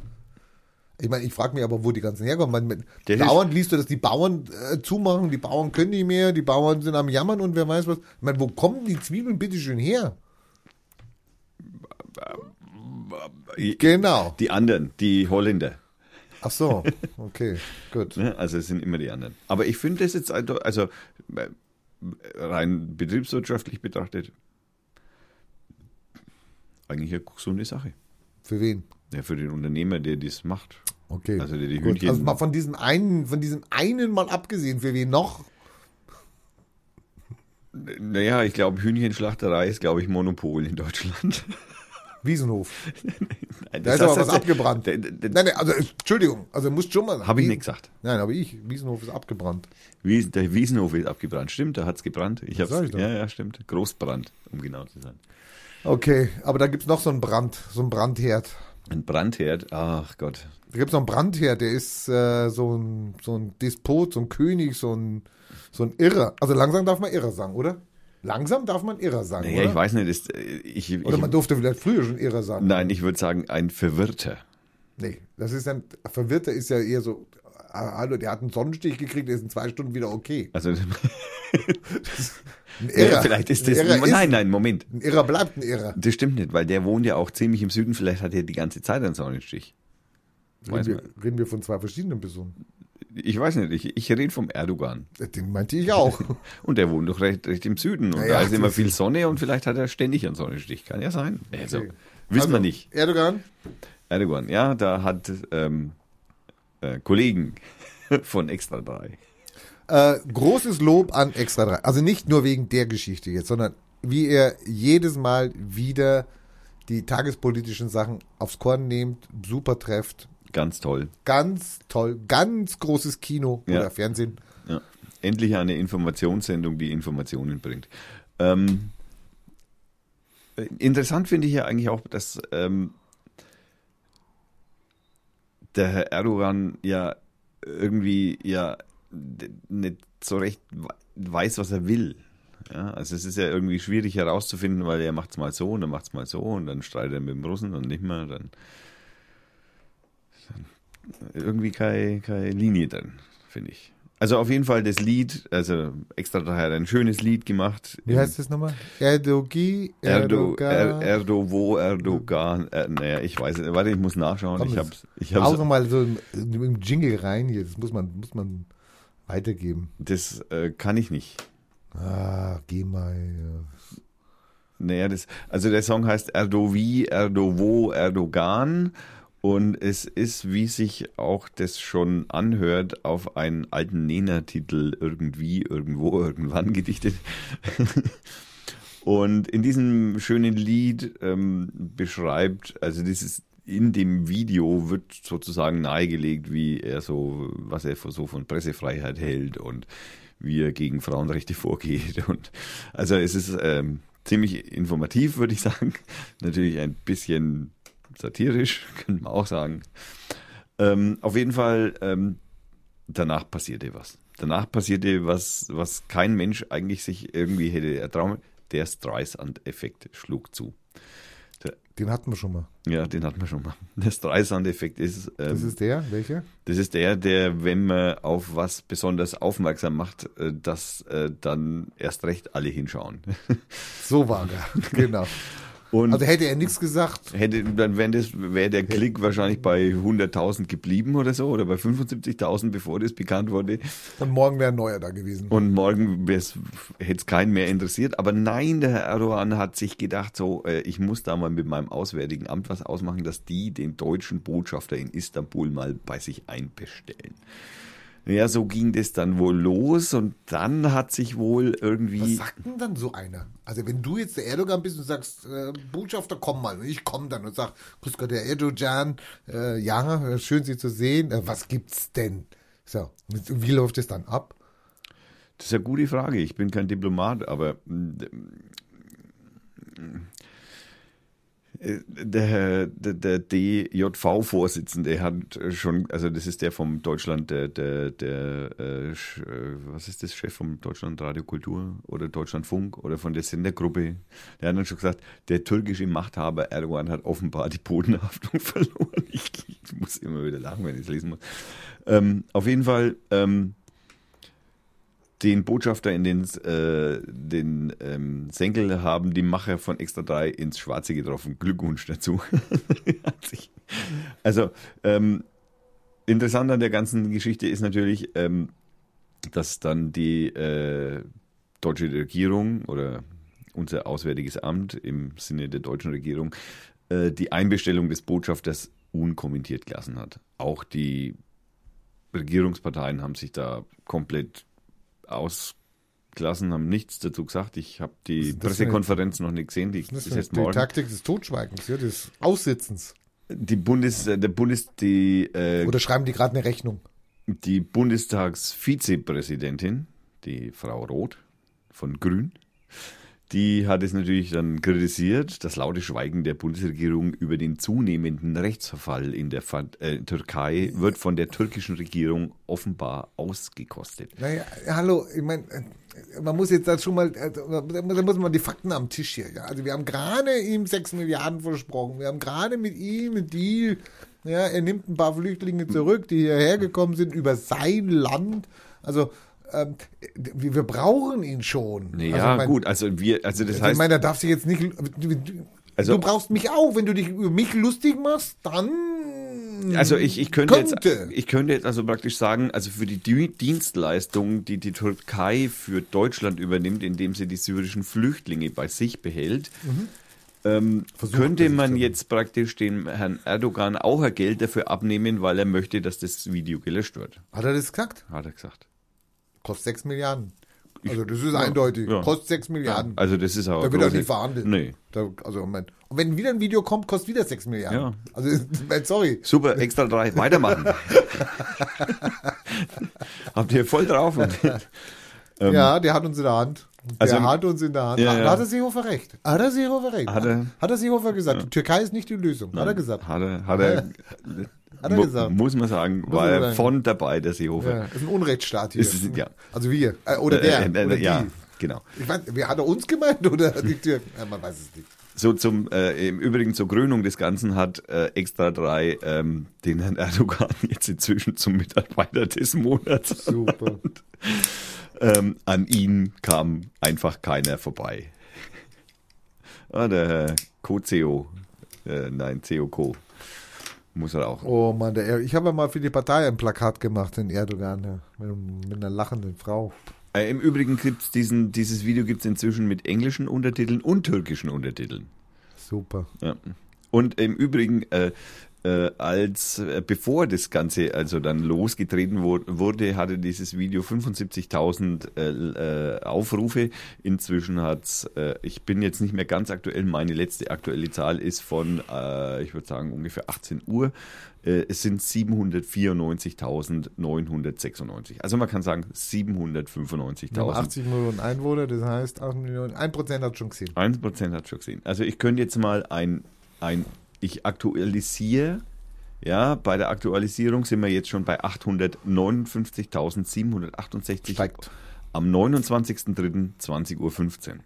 [SPEAKER 2] Ich meine, ich frage mich aber, wo die ganzen herkommen. Weil mit
[SPEAKER 1] Das
[SPEAKER 2] Bauern liest du, dass die Bauern äh, zumachen, die Bauern können nicht mehr, die Bauern sind am Jammern und wer weiß was. Ich meine, wo kommen die Zwiebeln bitte schön her? Genau.
[SPEAKER 1] Die anderen, die Holländer.
[SPEAKER 2] Ach so, okay, gut.
[SPEAKER 1] Ne? Also es sind immer die anderen. Aber ich finde das jetzt, also also, äh, rein betriebswirtschaftlich betrachtet, eigentlich eine gesunde Sache.
[SPEAKER 2] Für wen?
[SPEAKER 1] Ja, für den Unternehmer, der das macht.
[SPEAKER 2] Okay.
[SPEAKER 1] Also die- die
[SPEAKER 2] gut.
[SPEAKER 1] Hühnchen-
[SPEAKER 2] Also mal von diesem einen, von diesem einen mal abgesehen, für wen noch?
[SPEAKER 1] N- Naja, ich glaube, Hühnchenschlachterei ist, glaube ich, Monopol in Deutschland.
[SPEAKER 2] Wiesenhof.
[SPEAKER 1] Nein,
[SPEAKER 2] Da
[SPEAKER 1] das
[SPEAKER 2] ist aber
[SPEAKER 1] hast
[SPEAKER 2] was
[SPEAKER 1] du-
[SPEAKER 2] abgebrannt.
[SPEAKER 1] Da- da- da-
[SPEAKER 2] Nein, nein, also Entschuldigung, also muss schon mal.
[SPEAKER 1] Hab ich nicht gesagt.
[SPEAKER 2] Nein, aber ich, Wiesenhof ist abgebrannt.
[SPEAKER 1] Wies- Der Wiesenhof ist abgebrannt. Stimmt, da hat es gebrannt. Ich
[SPEAKER 2] Das
[SPEAKER 1] hab's,
[SPEAKER 2] sag ich doch.
[SPEAKER 1] ja, ja, stimmt. Großbrand, um genau zu sein.
[SPEAKER 2] Okay, aber da gibt's noch so einen Brand, so einen Brandherd.
[SPEAKER 1] Ein Brandherd, ach Gott.
[SPEAKER 2] Da gibt's noch einen Brandherd, der ist äh, so, ein, so ein Despot, so ein König, so ein, so ein Irrer. Also langsam darf man Irrer sagen, oder? Langsam darf man Irrer sagen,
[SPEAKER 1] Naja,
[SPEAKER 2] oder?
[SPEAKER 1] ich weiß nicht, ist, äh, ich, ich,
[SPEAKER 2] oder man durfte vielleicht früher schon Irrer sagen.
[SPEAKER 1] nein, ich würde sagen, ein Verwirrter.
[SPEAKER 2] Nee, das ist dann, Verwirrter ist ja eher so, ah, hallo, der hat einen Sonnenstich gekriegt, der ist in zwei Stunden wieder okay.
[SPEAKER 1] Also,
[SPEAKER 2] Ein
[SPEAKER 1] ja, vielleicht ist das,
[SPEAKER 2] ein Irrer,
[SPEAKER 1] nein, nein, Moment.
[SPEAKER 2] Ist, ein Irrer bleibt ein Irrer.
[SPEAKER 1] Das stimmt nicht, weil der wohnt ja auch ziemlich im Süden, vielleicht hat er die ganze Zeit einen Sonnenstich. Weiß
[SPEAKER 2] Reden wir, reden wir von zwei verschiedenen Personen. Äh,
[SPEAKER 1] Ich weiß nicht, ich, ich rede vom Erdogan.
[SPEAKER 2] Den meinte ich auch.
[SPEAKER 1] Und der wohnt doch recht, recht im Süden. Und
[SPEAKER 2] Naja,
[SPEAKER 1] da ist immer
[SPEAKER 2] das-
[SPEAKER 1] viel Sonne und vielleicht hat er ständig einen Sonnenstich. Kann ja sein. Also,
[SPEAKER 2] Okay.
[SPEAKER 1] wissen
[SPEAKER 2] Also,
[SPEAKER 1] wir nicht.
[SPEAKER 2] Erdogan,
[SPEAKER 1] Erdogan, ja, da hat ähm, äh, Kollegen von Extra 3.
[SPEAKER 2] äh, großes Lob an Extra 3. Also nicht nur wegen der Geschichte jetzt, sondern wie er jedes Mal wieder die tagespolitischen Sachen aufs Korn nimmt, super trefft.
[SPEAKER 1] Ganz toll.
[SPEAKER 2] Ganz toll, ganz großes Kino
[SPEAKER 1] Ja.
[SPEAKER 2] oder Fernsehen.
[SPEAKER 1] Ja. Endlich eine Informationssendung, die Informationen bringt. Ähm, interessant finde ich ja eigentlich auch, dass ähm, der Herr Erdogan ja irgendwie ja d- nicht so recht we- weiß, was er will. Ja, also es ist ja irgendwie schwierig herauszufinden, weil er macht's mal so und dann macht's mal so und dann streitet er mit dem Russen und nicht mehr. Dann, dann irgendwie keine, keine Linie dann, finde ich. Also auf jeden Fall das Lied, also extra daher hat er ein schönes Lied gemacht.
[SPEAKER 2] Wie heißt das nochmal? Erdogi,
[SPEAKER 1] Mhm. Erdo,
[SPEAKER 2] Erdogan.
[SPEAKER 1] er, Erdo, wo Erdogan, er, naja, ich weiß es. Warte, ich muss nachschauen.
[SPEAKER 2] Komm,
[SPEAKER 1] ich
[SPEAKER 2] das-
[SPEAKER 1] hab's, ich
[SPEAKER 2] Auch
[SPEAKER 1] hab's,
[SPEAKER 2] nochmal so im, im Jingle rein hier. Das muss man, muss man weitergeben.
[SPEAKER 1] das äh, kann ich nicht.
[SPEAKER 2] Ah, geh mal.
[SPEAKER 1] Naja, das, also der Song heißt Erdovi, Erdovo, Erdogan. Und es ist, wie sich auch das schon anhört, auf einen alten Nena-Titel irgendwie, irgendwo, irgendwann gedichtet. Und in diesem schönen Lied ähm, beschreibt, also dieses in dem Video wird sozusagen nahegelegt, wie er so, was er so von Pressefreiheit hält und wie er gegen Frauenrechte vorgeht. Und also es ist ähm, ziemlich informativ, würde ich sagen. Natürlich ein bisschen satirisch, könnte man auch sagen. Ähm, auf jeden Fall, ähm, danach passierte was. Danach passierte was, was kein Mensch eigentlich sich irgendwie hätte ertraut. Der Streisand-Effekt schlug zu.
[SPEAKER 2] Den hatten wir schon mal.
[SPEAKER 1] Ja, den hatten wir schon mal. Der Streisand-Effekt ist, ähm,
[SPEAKER 2] Das ist der, welcher?
[SPEAKER 1] das ist der, der, wenn man auf was besonders aufmerksam macht, äh, dass äh, dann erst recht alle hinschauen.
[SPEAKER 2] So war er. genau.
[SPEAKER 1] Und
[SPEAKER 2] Also hätte er nichts gesagt,
[SPEAKER 1] Hätte, dann wäre das, wäre der Klick wahrscheinlich bei 100.000 geblieben oder so oder bei 75.000, bevor das bekannt wurde.
[SPEAKER 2] und morgen wäre ein neuer da gewesen.
[SPEAKER 1] Und morgen hätte es keinen mehr interessiert. Aber nein, der Herr Erdogan hat sich gedacht, so, äh, ich muss da mal mit meinem Auswärtigen Amt was ausmachen, dass die den deutschen Botschafter in Istanbul mal bei sich einbestellen. Ja, so ging das dann wohl los und dann hat sich wohl
[SPEAKER 2] Was
[SPEAKER 1] irgendwie.
[SPEAKER 2] sagt denn dann so einer? Also wenn du jetzt der Erdogan bist und sagst, äh, Botschafter, komm mal. Und ich komm dann und sag, grüß Gott, Herr Erdogan. Äh, ja, schön, Sie zu sehen. Äh, was gibt's denn? So, und wie läuft es dann ab?
[SPEAKER 1] Das ist eine gute Frage. Ich bin kein Diplomat, aber mm, äh, der, der, der DJV-Vorsitzende hat schon, also das ist der vom Deutschland, der, der, der äh, Sch- äh, was ist das, Chef vom Deutschland Radio Kultur oder Deutschlandfunk oder von der Sendergruppe, der hat dann schon gesagt, der türkische Machthaber Erdogan hat offenbar die Bodenhaftung verloren. Ich, ich muss immer wieder lachen, wenn ich es lesen muss. Ähm, auf jeden Fall, ähm, den Botschafter in den, äh, den ähm, Senkel haben die Macher von Extra 3 ins Schwarze getroffen. Glückwunsch dazu. Hat sich- also, ähm, interessant an der ganzen Geschichte ist natürlich, ähm, dass dann die äh, deutsche Regierung oder unser Auswärtiges Amt im Sinne der deutschen Regierung äh, die Einbestellung des Botschafters unkommentiert gelassen hat. Auch die Regierungsparteien haben sich da komplett ausgelassen, haben nichts dazu gesagt. Ich habe die
[SPEAKER 2] Was ist das für eine-
[SPEAKER 1] Pressekonferenz noch nicht gesehen. Die
[SPEAKER 2] Das
[SPEAKER 1] ist
[SPEAKER 2] ist
[SPEAKER 1] jetzt
[SPEAKER 2] die
[SPEAKER 1] morgen.
[SPEAKER 2] Taktik des Totschweigens, ja, des Aussitzens.
[SPEAKER 1] Die Bundes, äh, der Bundes, die, äh,
[SPEAKER 2] Oder schreiben die gerade eine Rechnung?
[SPEAKER 1] die Bundestagsvizepräsidentin, die Frau Roth von Grün, die hat es natürlich dann kritisiert, das laute Schweigen der Bundesregierung über den zunehmenden Rechtsverfall in der Fa- äh, Türkei wird von der türkischen Regierung offenbar ausgekostet.
[SPEAKER 2] Naja, hallo, ich meine, man muss jetzt das schon mal, äh, da muss- da muss man die Fakten am Tisch hier. Ja? Also wir haben gerade ihm 6 Milliarden versprochen, wir haben gerade mit ihm einen Deal, ja, er nimmt ein paar Flüchtlinge zurück, die hierher gekommen sind, über sein Land. Also ähm, wir wir brauchen ihn schon.
[SPEAKER 1] Ja,
[SPEAKER 2] also, ich mein,
[SPEAKER 1] gut, also wir, also das
[SPEAKER 2] ich
[SPEAKER 1] heißt,
[SPEAKER 2] meine, da darfst du jetzt nicht.
[SPEAKER 1] Also-
[SPEAKER 2] du brauchst mich auch. Wenn du dich über mich lustig machst, dann.
[SPEAKER 1] Also ich, ich könnte,
[SPEAKER 2] Könnte.
[SPEAKER 1] Jetzt, ich könnte jetzt also praktisch sagen, also für die Di- Dienstleistungen, die die Türkei für Deutschland übernimmt, indem sie die syrischen Flüchtlinge bei sich behält, ähm,
[SPEAKER 2] Mhm. Versucht bei
[SPEAKER 1] könnte
[SPEAKER 2] sich
[SPEAKER 1] man
[SPEAKER 2] zu-
[SPEAKER 1] jetzt praktisch dem Herrn Erdogan auch ein Geld dafür abnehmen, weil er möchte, dass das Video gelöscht wird,
[SPEAKER 2] Hat er das gesagt?
[SPEAKER 1] hat er gesagt.
[SPEAKER 2] Kostet 6 Milliarden. Also das ist eindeutig.
[SPEAKER 1] ja.
[SPEAKER 2] Kostet 6 Milliarden.
[SPEAKER 1] Also das ist auch
[SPEAKER 2] da
[SPEAKER 1] ein
[SPEAKER 2] wird auch
[SPEAKER 1] großes-
[SPEAKER 2] nicht verhandelt.
[SPEAKER 1] Nee.
[SPEAKER 2] Da, also Moment. Und wenn wieder ein Video kommt, kostet wieder 6 Milliarden.
[SPEAKER 1] Ja.
[SPEAKER 2] Also ich mein, sorry.
[SPEAKER 1] Super, extra drei, weitermachen. Habt ihr voll drauf. Ähm,
[SPEAKER 2] ja, der hat uns in der Hand. Der
[SPEAKER 1] also-
[SPEAKER 2] hat uns in der Hand.
[SPEAKER 1] Ja,
[SPEAKER 2] hat,
[SPEAKER 1] ja.
[SPEAKER 2] hat er Seehofer recht? Hat er Seehofer recht?
[SPEAKER 1] Hat er-
[SPEAKER 2] hat er Seehofer gesagt? Die Türkei ist nicht die Lösung. Hat er gesagt?
[SPEAKER 1] Hat er, hat er
[SPEAKER 2] Hat er
[SPEAKER 1] Mu-
[SPEAKER 2] gesagt.
[SPEAKER 1] Muss man sagen,
[SPEAKER 2] man
[SPEAKER 1] war er
[SPEAKER 2] sagen.
[SPEAKER 1] von dabei, der Seehofer.
[SPEAKER 2] Ja, ist ein Unrechtsstaat hier.
[SPEAKER 1] Ist- ja.
[SPEAKER 2] Also wir. Äh, oder
[SPEAKER 1] Äh,
[SPEAKER 2] der.
[SPEAKER 1] äh, äh,
[SPEAKER 2] oder
[SPEAKER 1] ja,
[SPEAKER 2] die.
[SPEAKER 1] genau.
[SPEAKER 2] Ich weiß, wer hat er uns gemeint oder die Türken? Ja, man weiß es nicht.
[SPEAKER 1] So zum, äh, im Übrigen zur Krönung des Ganzen hat äh, Extra 3 ähm, den Herrn Erdogan jetzt inzwischen zum Mitarbeiter des Monats.
[SPEAKER 2] Super.
[SPEAKER 1] Ähm, an ihn kam einfach keiner vorbei. Ah, der Herr Co-CEO, äh, nein, CO-Co, muss er auch.
[SPEAKER 2] Oh Mann, der er ich habe ja mal für die Partei ein Plakat gemacht, den Erdogan, ja, mit, mit einer lachenden Frau.
[SPEAKER 1] Äh, Im Übrigen gibt's diesen, dieses Video gibt's inzwischen mit englischen Untertiteln und türkischen Untertiteln.
[SPEAKER 2] Super.
[SPEAKER 1] Ja. Und im Übrigen, äh, äh, als äh, bevor das Ganze also dann losgetreten wur- wurde, hatte dieses Video 75.000 äh, äh, Aufrufe. Inzwischen hat's, äh, ich bin jetzt nicht mehr ganz aktuell, meine letzte aktuelle Zahl ist von, äh, ich würde sagen, ungefähr 18 Uhr. Äh, es sind 794.996. Also man kann sagen 795.000.
[SPEAKER 2] 80 Millionen Einwohner, das heißt 8 Millionen. 1% hat schon gesehen.
[SPEAKER 1] 1% hat schon gesehen. Also ich könnte jetzt mal ein, ein ich aktualisiere, ja, bei der Aktualisierung sind wir jetzt schon bei 859.768
[SPEAKER 2] Steigt.
[SPEAKER 1] am 29.03.20.15 Uhr.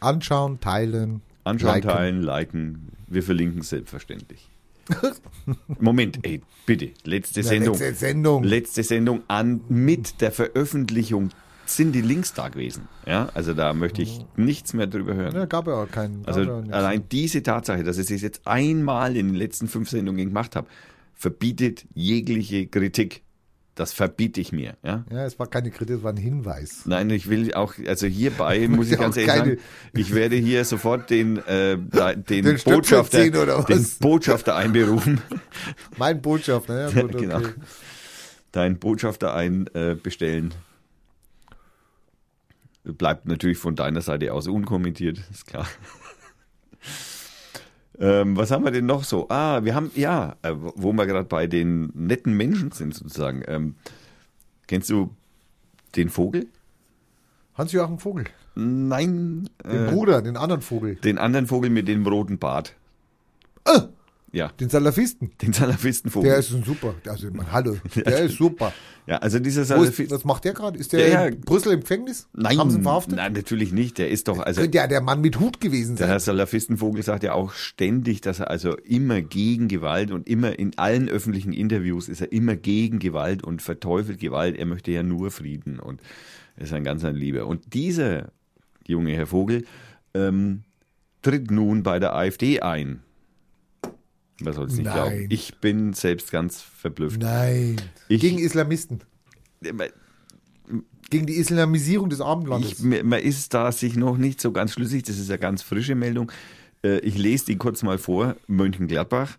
[SPEAKER 2] Anschauen, teilen.
[SPEAKER 1] Anschauen,
[SPEAKER 2] liken.
[SPEAKER 1] teilen, liken. Wir verlinken selbstverständlich. Moment, ey, bitte. Letzte
[SPEAKER 2] Ja,
[SPEAKER 1] Sendung.
[SPEAKER 2] letzte Sendung.
[SPEAKER 1] Letzte Sendung an mit der Veröffentlichung sind die Links da gewesen. Ja, also da möchte ich nichts mehr drüber hören.
[SPEAKER 2] Ja, gab ja auch keinen. gab ja auch
[SPEAKER 1] Also
[SPEAKER 2] nichts.
[SPEAKER 1] allein diese Tatsache, dass ich es jetzt einmal in den letzten fünf Sendungen gemacht habe, verbietet jegliche Kritik. Das verbiete ich mir. Ja?
[SPEAKER 2] Ja, es war keine Kritik, es war ein Hinweis.
[SPEAKER 1] Nein, ich will auch, also hierbei muss ich
[SPEAKER 2] möchte
[SPEAKER 1] ganz
[SPEAKER 2] auch
[SPEAKER 1] ehrlich
[SPEAKER 2] keine-
[SPEAKER 1] sagen, ich werde hier sofort den, äh, da- den,
[SPEAKER 2] Den Stöpsel
[SPEAKER 1] Botschafter,
[SPEAKER 2] ziehen oder
[SPEAKER 1] den
[SPEAKER 2] was?
[SPEAKER 1] Botschafter einberufen.
[SPEAKER 2] Mein Botschafter, ja gut, okay.
[SPEAKER 1] Genau. Deinen Botschafter einbestellen. Äh, bestellen. Bleibt natürlich von deiner Seite aus unkommentiert, ist klar. ähm, was haben wir denn noch so? Ah, wir haben, ja, äh, wo wir gerade bei den netten Menschen sind sozusagen. Ähm, kennst du den Vogel?
[SPEAKER 2] Hans-Joachim Vogel,
[SPEAKER 1] Nein.
[SPEAKER 2] den
[SPEAKER 1] äh,
[SPEAKER 2] Bruder, den anderen Vogel,
[SPEAKER 1] den anderen Vogel mit dem roten Bart.
[SPEAKER 2] Ah!
[SPEAKER 1] Ja,
[SPEAKER 2] den Salafisten.
[SPEAKER 1] den Salafistenvogel.
[SPEAKER 2] Der ist ein super, also man, hallo, der ist super.
[SPEAKER 1] ja, also dieser
[SPEAKER 2] Wo ist,
[SPEAKER 1] Salafist.
[SPEAKER 2] was macht der gerade? Ist
[SPEAKER 1] Ja, ja.
[SPEAKER 2] der in Brüssel im Gefängnis?
[SPEAKER 1] Nein,
[SPEAKER 2] Haben sie ihn verhaftet?
[SPEAKER 1] nein, natürlich nicht. Der ist doch, also
[SPEAKER 2] Könnte ja der Mann mit Hut gewesen
[SPEAKER 1] Der
[SPEAKER 2] sein.
[SPEAKER 1] Herr Salafistenvogel sagt ja auch ständig, dass er also immer gegen Gewalt und immer in allen öffentlichen Interviews ist er immer gegen Gewalt und verteufelt Gewalt. Er möchte ja nur Frieden und er ist ein ganz ein Lieber. Und dieser junge Herr Vogel ähm, tritt nun bei der AfD ein. Man soll es nicht
[SPEAKER 2] Nein.
[SPEAKER 1] glauben. Ich bin selbst ganz verblüfft.
[SPEAKER 2] Nein.
[SPEAKER 1] Ich-
[SPEAKER 2] Gegen Islamisten. Gegen die Islamisierung des
[SPEAKER 1] Ich,
[SPEAKER 2] Abendlandes.
[SPEAKER 1] mir- man ist da sich noch nicht so ganz schlüssig. Das ist eine ganz frische Meldung. Äh, Ich lese die kurz mal vor. Mönchengladbach.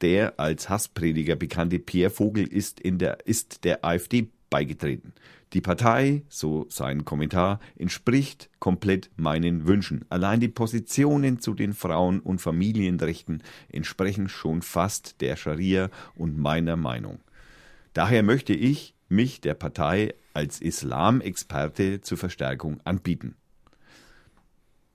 [SPEAKER 1] Der als Hassprediger bekannte Pierre Vogel ist, in der, ist der AfD beigetreten. Die Partei, so sein Kommentar, entspricht komplett meinen Wünschen. Allein die Positionen zu den Frauen- und Familienrechten entsprechen schon fast der Scharia und meiner Meinung. Daher möchte ich mich der Partei als Islamexperte zur Verstärkung anbieten.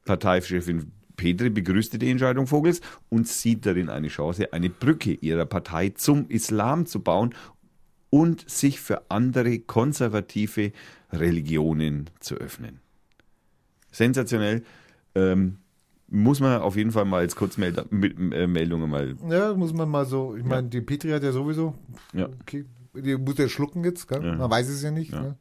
[SPEAKER 1] Parteichefin Petri begrüßte die Entscheidung Vogels und sieht darin eine Chance, eine Brücke ihrer Partei zum Islam zu bauen und sich für andere konservative Religionen zu öffnen. Sensationell. Ähm, muss man auf jeden Fall mal als Kurzmeldungen äh, mal.
[SPEAKER 2] ja, muss man mal so. Ich meine, die Petri hat ja sowieso.
[SPEAKER 1] Ja.
[SPEAKER 2] Okay, die muss ja schlucken jetzt, gell?
[SPEAKER 1] Ja.
[SPEAKER 2] man weiß es ja nicht.
[SPEAKER 1] Ja.
[SPEAKER 2] Ne?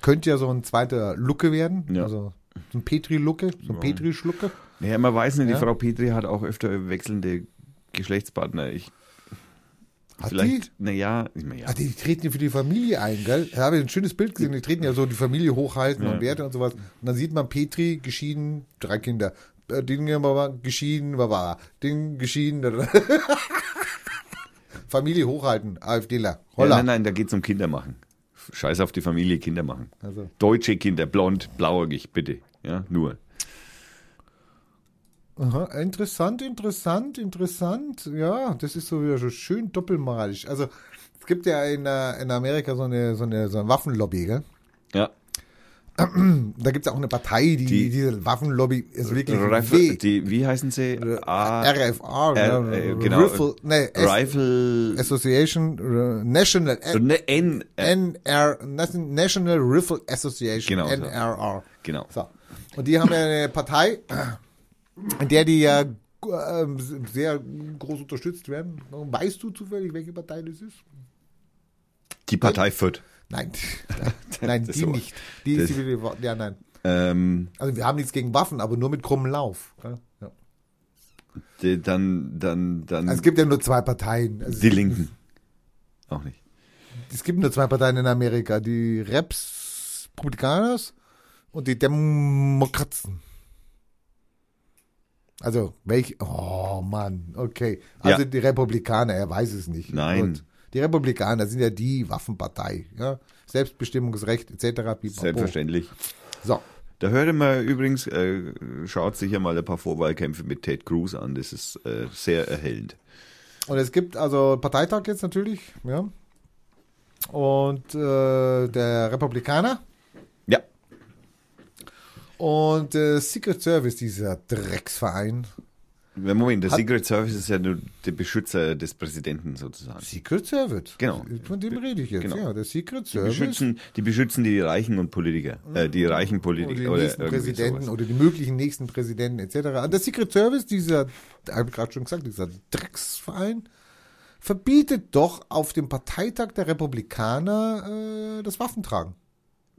[SPEAKER 2] Könnte ja so ein zweiter Lucke werden.
[SPEAKER 1] Ja.
[SPEAKER 2] Also so ein Petri-Lucke, so ein Petri-Schlucke.
[SPEAKER 1] Naja, man weiß nicht,
[SPEAKER 2] Ja.
[SPEAKER 1] die Frau Petri hat auch öfter wechselnde Geschlechtspartner. Ich,
[SPEAKER 2] Hat die?
[SPEAKER 1] vielleicht, naja, naja.
[SPEAKER 2] Ah, die treten ja für die Familie ein, gell? Da habe ich ein schönes Bild gesehen. Die treten ja so die Familie hochhalten
[SPEAKER 1] Ja.
[SPEAKER 2] und Werte und sowas. Und dann sieht man Petri, geschieden, drei Kinder. Äh, Den Baba, geschieden, Baba. Den geschieden. da, da. Familie hochhalten, AfDler.
[SPEAKER 1] Ja,
[SPEAKER 2] Holla.
[SPEAKER 1] nein, nein, da geht es um Kinder machen. Scheiß auf die Familie, Kinder machen.
[SPEAKER 2] Also,
[SPEAKER 1] Deutsche Kinder, blond, blauäugig, bitte. Ja, nur.
[SPEAKER 2] aha, interessant, interessant, interessant. Ja, das ist so wieder so schön doppelmoralisch. Also, es gibt ja in, äh, in Amerika so eine, so eine, so eine Waffenlobby, gell?
[SPEAKER 1] Ja,
[SPEAKER 2] da gibt es auch eine Partei, die,
[SPEAKER 1] Die-
[SPEAKER 2] diese Waffenlobby ist wirklich
[SPEAKER 1] Rifle-
[SPEAKER 2] weh.
[SPEAKER 1] die, wie heißen sie? Ah,
[SPEAKER 2] RFR,
[SPEAKER 1] R-
[SPEAKER 2] ne?
[SPEAKER 1] äh, genau.
[SPEAKER 2] Rifle, nee, S
[SPEAKER 1] Rifle.
[SPEAKER 2] Association, äh, National, äh,
[SPEAKER 1] Ne, N. Äh,
[SPEAKER 2] NR, National Rifle Association,
[SPEAKER 1] Genau, so.
[SPEAKER 2] NRR.
[SPEAKER 1] genau.
[SPEAKER 2] So. Und die haben ja eine Partei, in der die ja äh, sehr groß unterstützt werden. Weißt du zufällig, welche Partei das ist?
[SPEAKER 1] Die Partei Fürth.
[SPEAKER 2] Nein. nein,
[SPEAKER 1] Das
[SPEAKER 2] die
[SPEAKER 1] ist so-
[SPEAKER 2] nicht. Die ist
[SPEAKER 1] das-
[SPEAKER 2] die, die- ja, nein.
[SPEAKER 1] Ähm,
[SPEAKER 2] Also wir haben nichts gegen Waffen, aber nur mit krummem Lauf. gell?
[SPEAKER 1] Hm.
[SPEAKER 2] Ja.
[SPEAKER 1] die, dann, dann, dann.
[SPEAKER 2] Also es gibt ja nur zwei Parteien. Also
[SPEAKER 1] die Linken. Auch nicht.
[SPEAKER 2] Es gibt nur zwei Parteien in Amerika, die Reps Republikaners und die Demokraten. Also, welche? Oh Mann, okay. Also
[SPEAKER 1] Ja.
[SPEAKER 2] die Republikaner, er weiß es nicht.
[SPEAKER 1] Nein.
[SPEAKER 2] Die Republikaner sind ja die Waffenpartei. Ja? Selbstbestimmungsrecht etc. pipapo.
[SPEAKER 1] Selbstverständlich.
[SPEAKER 2] So,
[SPEAKER 1] Da hörte man übrigens, äh, schaut sich ja mal ein paar Vorwahlkämpfe mit Ted Cruz an. Das ist äh, sehr erhellend.
[SPEAKER 2] und es gibt also Parteitag jetzt natürlich. Ja? Und äh, der Republikaner
[SPEAKER 1] Ja.
[SPEAKER 2] und äh, Secret Service, dieser Drecksverein.
[SPEAKER 1] Moment, der
[SPEAKER 2] Hat-
[SPEAKER 1] Secret Service ist ja nur der Beschützer des Präsidenten sozusagen.
[SPEAKER 2] Secret Service.
[SPEAKER 1] Genau.
[SPEAKER 2] Von dem rede ich jetzt.
[SPEAKER 1] Genau.
[SPEAKER 2] Ja, der Secret
[SPEAKER 1] Die
[SPEAKER 2] Service.
[SPEAKER 1] beschützen, die beschützen die Reichen und Politiker. Äh, die reichen
[SPEAKER 2] Hm. oder die
[SPEAKER 1] Politiker. Oder
[SPEAKER 2] nächsten
[SPEAKER 1] irgendwie
[SPEAKER 2] Präsidenten
[SPEAKER 1] sowas.
[SPEAKER 2] oder die möglichen nächsten Präsidenten etc. Und der Secret Service, dieser, habe ich gerade schon gesagt, dieser Drecksverein, verbietet doch auf dem Parteitag der Republikaner äh, das Waffentragen.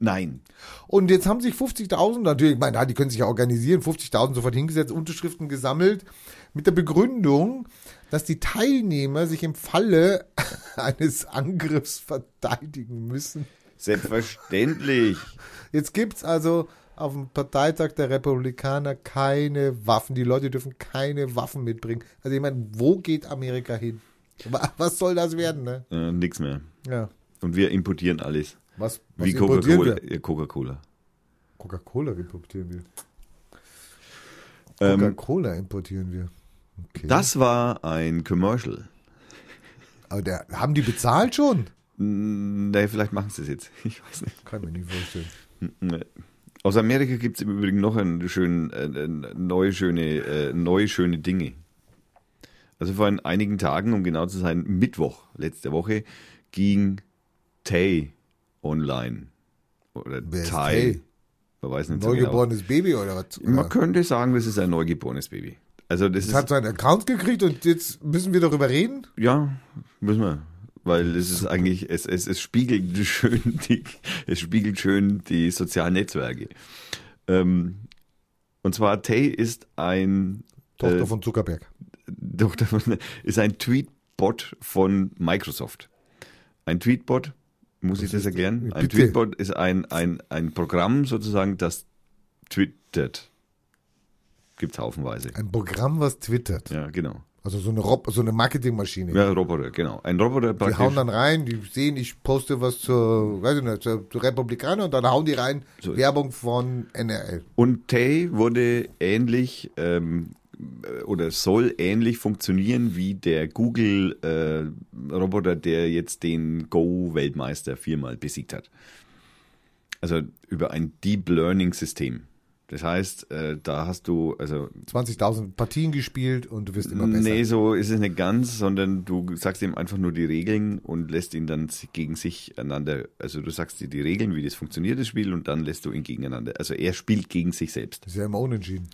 [SPEAKER 1] Nein.
[SPEAKER 2] Und jetzt haben sich 50.000, natürlich, ich meine, ja, die können sich ja organisieren, 50.000 sofort hingesetzt, Unterschriften gesammelt, mit der Begründung, dass die Teilnehmer sich im Falle eines Angriffs verteidigen müssen.
[SPEAKER 1] Selbstverständlich.
[SPEAKER 2] Jetzt gibt's also auf dem Parteitag der Republikaner keine Waffen. Die Leute dürfen keine Waffen mitbringen. Also ich meine, wo geht Amerika hin? Wa- Was soll das werden, ne?
[SPEAKER 1] äh, nix mehr.
[SPEAKER 2] Ja.
[SPEAKER 1] Und wir importieren alles.
[SPEAKER 2] Was, was
[SPEAKER 1] Wie
[SPEAKER 2] importieren
[SPEAKER 1] Coca-Cola.
[SPEAKER 2] wir?
[SPEAKER 1] Ja, Coca-Cola.
[SPEAKER 2] Coca-Cola importieren wir.
[SPEAKER 1] Ähm,
[SPEAKER 2] Coca-Cola importieren wir. Okay.
[SPEAKER 1] das war ein Commercial.
[SPEAKER 2] Aber der, haben die bezahlt schon?
[SPEAKER 1] Hm, Nee, vielleicht machen sie es jetzt. Ich weiß nicht.
[SPEAKER 2] Kann ich mir nicht vorstellen.
[SPEAKER 1] Nee. Aus Amerika gibt es im Übrigen noch einen schönen, äh, äh, neue, schöne, äh, neue schöne Dinge. Also vor ein- einigen Tagen, um genau zu sein, Mittwoch letzte Woche, ging Tay online. Oder
[SPEAKER 2] Wer ist
[SPEAKER 1] Tay.
[SPEAKER 2] Tay?
[SPEAKER 1] Man weiß nicht so genau.
[SPEAKER 2] Neugeborenes Baby oder was?
[SPEAKER 1] Man
[SPEAKER 2] Oder?
[SPEAKER 1] könnte sagen, das ist ein neugeborenes Baby. Also das
[SPEAKER 2] Das
[SPEAKER 1] ist,
[SPEAKER 2] hat seinen Account gekriegt und jetzt müssen wir darüber reden?
[SPEAKER 1] ja, müssen wir. Weil es ist eigentlich, es, es, es spiegelt schön die, es spiegelt schön die sozialen Netzwerke. Ähm, und zwar Tay ist ein
[SPEAKER 2] Tochter
[SPEAKER 1] Äh,
[SPEAKER 2] von Zuckerberg.
[SPEAKER 1] doch, davon- ist ein Tweetbot von Microsoft. Ein Tweetbot, muss ich das erklären? Ein
[SPEAKER 2] Bitte.
[SPEAKER 1] Tweetbot ist ein, ein, ein Programm sozusagen, das twittert. Gibt's haufenweise.
[SPEAKER 2] Ein Programm, was twittert.
[SPEAKER 1] Ja, genau.
[SPEAKER 2] Also so eine, Rob so eine Marketingmaschine.
[SPEAKER 1] Ja, Roboter, genau. Ein Roboter
[SPEAKER 2] die hauen
[SPEAKER 1] praktisch.
[SPEAKER 2] dann rein, die sehen, ich poste was zur, weiß ich nicht, zur, zur Republikaner und dann hauen die rein
[SPEAKER 1] So.
[SPEAKER 2] Werbung von NRL.
[SPEAKER 1] Und Tay wurde ähnlich ähm, äh, oder soll ähnlich funktionieren wie der Google-Roboter, der jetzt den Go-Weltmeister viermal besiegt hat. Also über ein Deep Learning-System. Das heißt, äh, da hast du, also
[SPEAKER 2] 20.000 Partien gespielt und du wirst immer besser.
[SPEAKER 1] Nee, so ist es nicht ganz, sondern du sagst ihm einfach nur die Regeln und lässt ihn dann si- gegen sich einander, also du sagst dir die Regeln, wie das funktioniert, das Spiel, und dann lässt du ihn gegeneinander. Also er spielt gegen sich selbst.
[SPEAKER 2] Das ist ja immer unentschieden.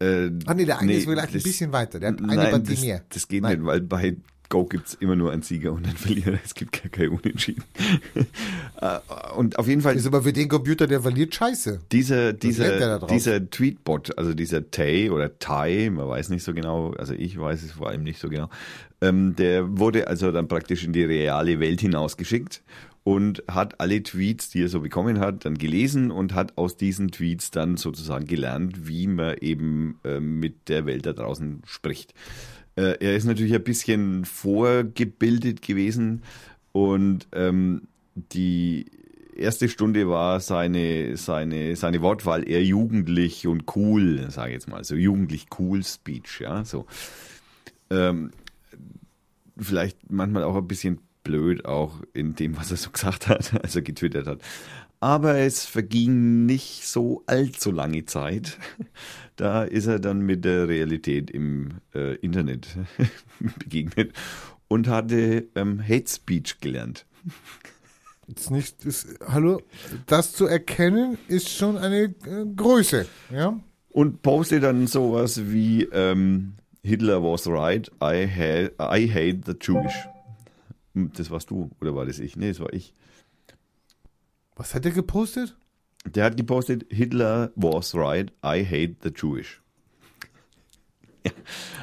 [SPEAKER 1] Äh,
[SPEAKER 2] Ah nee, der eine ist vielleicht ein
[SPEAKER 1] das-
[SPEAKER 2] bisschen weiter. Der hat eine
[SPEAKER 1] nein,
[SPEAKER 2] Partie
[SPEAKER 1] das,
[SPEAKER 2] mehr.
[SPEAKER 1] das geht
[SPEAKER 2] Nein.
[SPEAKER 1] nicht, weil bei Go gibt es immer nur einen Sieger und einen Verlierer. Es gibt gar kein Unentschieden. Äh, und auf jeden Fall
[SPEAKER 2] Ist aber für den Computer, der verliert, scheiße.
[SPEAKER 1] dieser,
[SPEAKER 2] lernt er da
[SPEAKER 1] dieser,
[SPEAKER 2] drauf.
[SPEAKER 1] dieser Tweetbot, also dieser Tay oder Tai, man weiß nicht so genau, also ich weiß es vor allem nicht so genau, ähm, der wurde also dann praktisch in die reale Welt hinausgeschickt und hat alle Tweets, die er so bekommen hat, dann gelesen und hat aus diesen Tweets dann sozusagen gelernt, wie man eben ähm, mit der Welt da draußen spricht. Äh, er ist natürlich ein bisschen vorgebildet gewesen und ähm, die erste Stunde war seine, seine, seine Wortwahl eher jugendlich und cool, sage ich jetzt mal, so jugendlich cool Speech, ja, so. Ähm, vielleicht manchmal auch ein bisschen blöd, auch in dem, was er so gesagt hat, also getwittert hat. Aber es verging nicht so allzu lange Zeit. Da ist er dann mit der Realität im äh, Internet begegnet und hatte ähm, Hate Speech gelernt.
[SPEAKER 2] Ist nicht, ist, hallo, das zu erkennen ist schon eine äh, Größe. Ja?
[SPEAKER 1] Und poste dann sowas wie ähm, Hitler was right, I, ha I hate the Jewish. Hm, Das warst du, oder war das ich? Nee, das war ich.
[SPEAKER 2] Was hat er gepostet?
[SPEAKER 1] Der hat gepostet, Hitler was right, I hate the Jewish.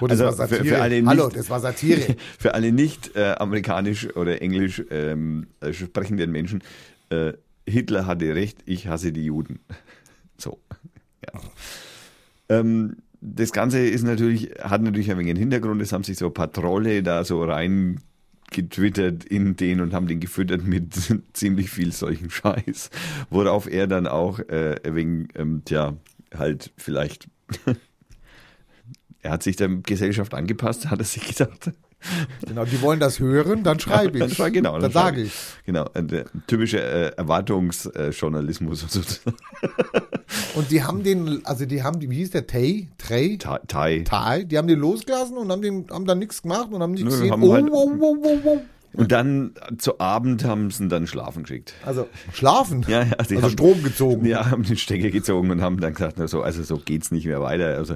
[SPEAKER 2] Oh, das
[SPEAKER 1] Also,
[SPEAKER 2] war
[SPEAKER 1] für-
[SPEAKER 2] Satire.
[SPEAKER 1] für alle
[SPEAKER 2] hallo,
[SPEAKER 1] nicht-
[SPEAKER 2] das war Satire.
[SPEAKER 1] Für alle nicht äh, amerikanisch oder englisch ähm, äh, sprechenden Menschen, äh, Hitler hatte recht, ich hasse die Juden. So. Ja. Ähm, das Ganze ist natürlich, hat natürlich ein wenig einen Hintergrund, es haben sich so ein paar Trolle da so rein getwittert in den und haben den gefüttert mit ziemlich viel solchen Scheiß, worauf er dann auch äh, wegen, ähm, tja, halt vielleicht, er hat sich der Gesellschaft angepasst, hat er sich gedacht,
[SPEAKER 2] genau, die wollen das hören, dann schreibe ich.
[SPEAKER 1] Dann schrei- genau, dann
[SPEAKER 2] dann
[SPEAKER 1] schreib
[SPEAKER 2] sage ich.
[SPEAKER 1] Genau, äh, der typische äh, Erwartungsjournalismus äh, sozusagen.
[SPEAKER 2] Und die haben den, also die haben, die- wie hieß der, Tay? Trey?
[SPEAKER 1] Thai. Thai.
[SPEAKER 2] Tal? Die haben den losgelassen und haben, den, haben dann nichts gemacht und haben nichts
[SPEAKER 1] Nö,
[SPEAKER 2] gesehen.
[SPEAKER 1] haben
[SPEAKER 2] oh,
[SPEAKER 1] halt-
[SPEAKER 2] oh, oh, oh, oh.
[SPEAKER 1] Und dann äh, zu Abend haben sie ihn dann schlafen geschickt.
[SPEAKER 2] Also schlafen.
[SPEAKER 1] Ja, ja, die
[SPEAKER 2] also
[SPEAKER 1] haben-
[SPEAKER 2] Strom gezogen.
[SPEAKER 1] Ja, haben den Stecker gezogen und haben dann gesagt, na so, also so geht's nicht mehr weiter. Also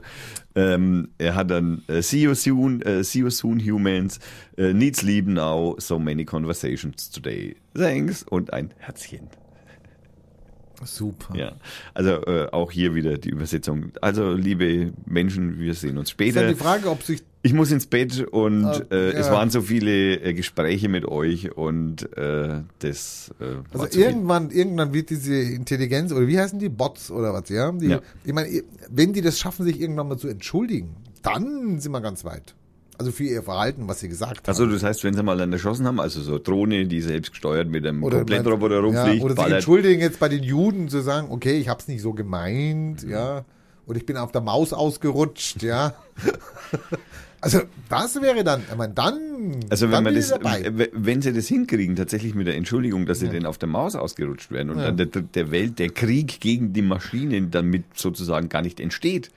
[SPEAKER 1] ähm, er hat dann äh, See you soon, äh, see you soon, humans. Äh, need sleep now. So many conversations today. Thanks und ein Herzchen.
[SPEAKER 2] Super.
[SPEAKER 1] Ja, also äh, auch hier wieder die Übersetzung. Also liebe Menschen, wir sehen uns
[SPEAKER 2] Ist dann
[SPEAKER 1] später.
[SPEAKER 2] die Frage, ob sich
[SPEAKER 1] Ich muss ins Bett und
[SPEAKER 2] Ah,
[SPEAKER 1] äh, es
[SPEAKER 2] ja.
[SPEAKER 1] waren so viele äh, Gespräche mit euch und äh, das äh,
[SPEAKER 2] Also
[SPEAKER 1] war zu viel.
[SPEAKER 2] irgendwann, irgendwann wird diese Intelligenz, oder wie heißen die? Bots oder was, ja? Die,
[SPEAKER 1] Ja.
[SPEAKER 2] Ich meine, wenn die das schaffen, sich irgendwann mal zu entschuldigen, dann sind wir ganz weit. Also für ihr Verhalten, was sie gesagt haben.
[SPEAKER 1] Also das heißt, wenn sie mal dann erschossen haben, also so Drohne, die selbst gesteuert mit einem
[SPEAKER 2] Oder
[SPEAKER 1] Komplettroboter rumfliegt,
[SPEAKER 2] ja, oder sich
[SPEAKER 1] ballert.
[SPEAKER 2] entschuldigen jetzt bei den Juden zu sagen, okay, ich hab's nicht so gemeint,
[SPEAKER 1] Mhm.
[SPEAKER 2] ja. Oder ich bin auf der Maus ausgerutscht, ja. also das wäre dann, ich meine, dann,
[SPEAKER 1] Also wenn
[SPEAKER 2] dann
[SPEAKER 1] man
[SPEAKER 2] bin
[SPEAKER 1] das,
[SPEAKER 2] ich dabei.
[SPEAKER 1] w- wenn sie das hinkriegen, tatsächlich mit der Entschuldigung, dass sie denn auf der Maus ausgerutscht werden und
[SPEAKER 2] Ja.
[SPEAKER 1] dann der, der Welt, der Krieg gegen die Maschinen damit sozusagen gar nicht entsteht,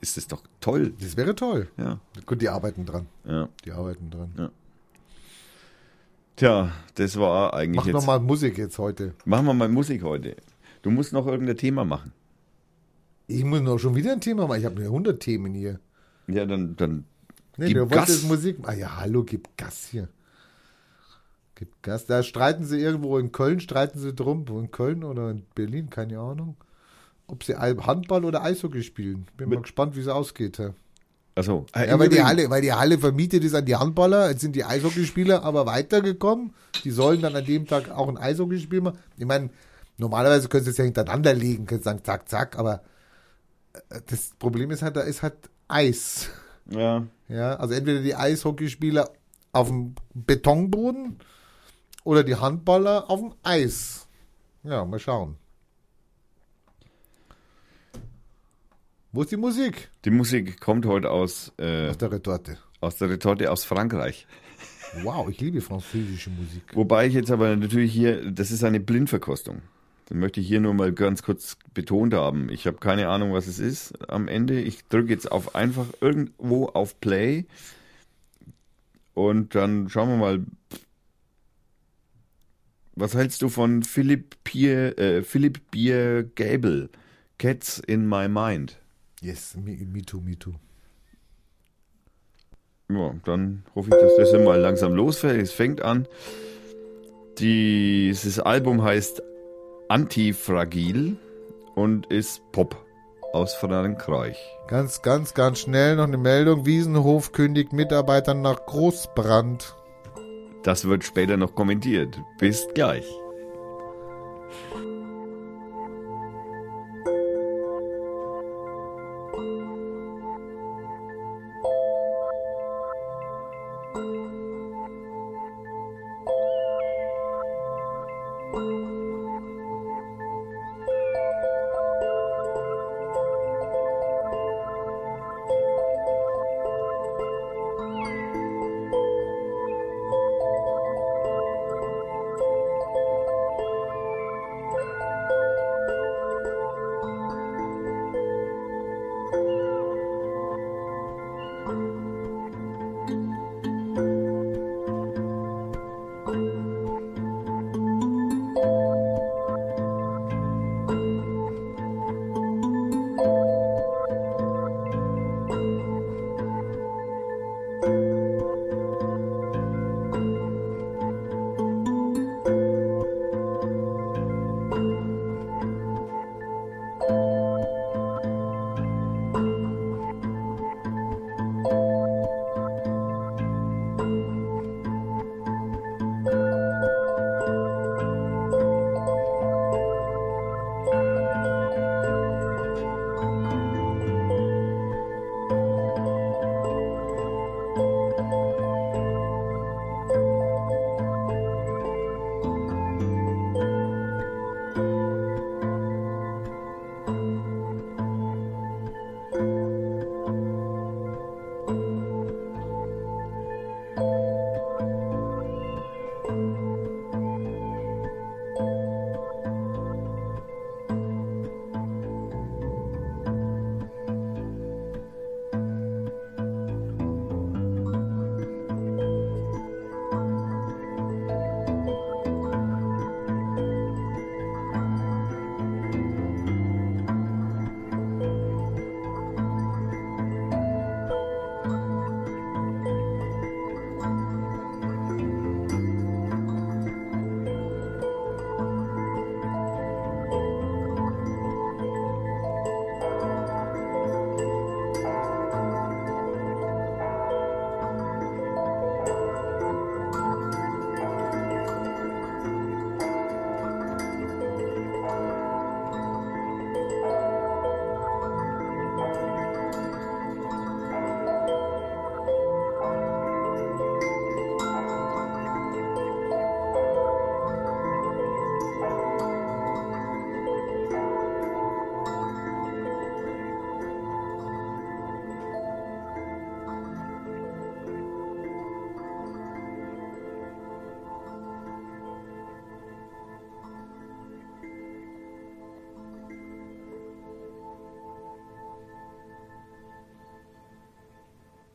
[SPEAKER 1] ist das doch toll.
[SPEAKER 2] Das wäre toll.
[SPEAKER 1] Ja,
[SPEAKER 2] Gut, die arbeiten dran.
[SPEAKER 1] ja.
[SPEAKER 2] Die arbeiten dran.
[SPEAKER 1] Tja, das war eigentlich
[SPEAKER 2] Mach
[SPEAKER 1] jetzt.
[SPEAKER 2] nochmal Musik jetzt heute.
[SPEAKER 1] Machen wir mal Musik heute. Du musst noch irgendein Thema machen.
[SPEAKER 2] Ich muss noch schon wieder ein Thema machen. Ich habe nur 100 Themen hier.
[SPEAKER 1] Ja, dann, dann
[SPEAKER 2] Nee,
[SPEAKER 1] Gib
[SPEAKER 2] du
[SPEAKER 1] Gas.
[SPEAKER 2] wolltest Musik. Ah ja, hallo, gib Gas hier. Gib Gas. Da streiten sie irgendwo in Köln, streiten sie drum. Wo In Köln oder in Berlin, keine Ahnung. Ob sie Handball oder Eishockey spielen. Bin mal gespannt, wie es ausgeht. Ja,
[SPEAKER 1] Achso.
[SPEAKER 2] ja weil, die Halle, weil die Halle vermietet ist an die Handballer. Jetzt sind die Eishockeyspieler aber weitergekommen. Die sollen dann an dem Tag auch ein Eishockeyspiel machen. Ich meine, normalerweise könntest du es ja hintereinander legen, könntest sagen, zack, zack. Aber äh, das Problem ist halt, da ist halt Eis.
[SPEAKER 1] Ja.
[SPEAKER 2] Ja, also entweder die Eishockeyspieler auf dem Betonboden oder die Handballer auf dem Eis. Ja, mal schauen. Wo ist die Musik?
[SPEAKER 1] Die Musik kommt heute aus, äh,
[SPEAKER 2] Auf der Retorte.
[SPEAKER 1] aus der Retorte aus Frankreich.
[SPEAKER 2] Wow, ich liebe französische Musik.
[SPEAKER 1] Wobei ich jetzt aber natürlich hier, das ist eine Blindverkostung. Das möchte ich hier nur mal ganz kurz betont haben. Ich habe keine Ahnung, was es ist am Ende. Ich drücke jetzt auf einfach irgendwo auf Play und dann schauen wir mal. Was hältst du von Philipp Pier, äh, Philipp Bier Gable? Cats in my mind.
[SPEAKER 2] Yes, me, me too, me too.
[SPEAKER 1] Ja, dann hoffe ich, dass das hier mal langsam losfällt. Es fängt an. Dieses Album heißt Antifragil und ist Pop aus Frankreich.
[SPEAKER 2] Ganz, ganz, ganz schnell noch eine Meldung. Wiesenhof kündigt Mitarbeitern nach Großbrand.
[SPEAKER 1] Das wird später noch kommentiert. Bis gleich.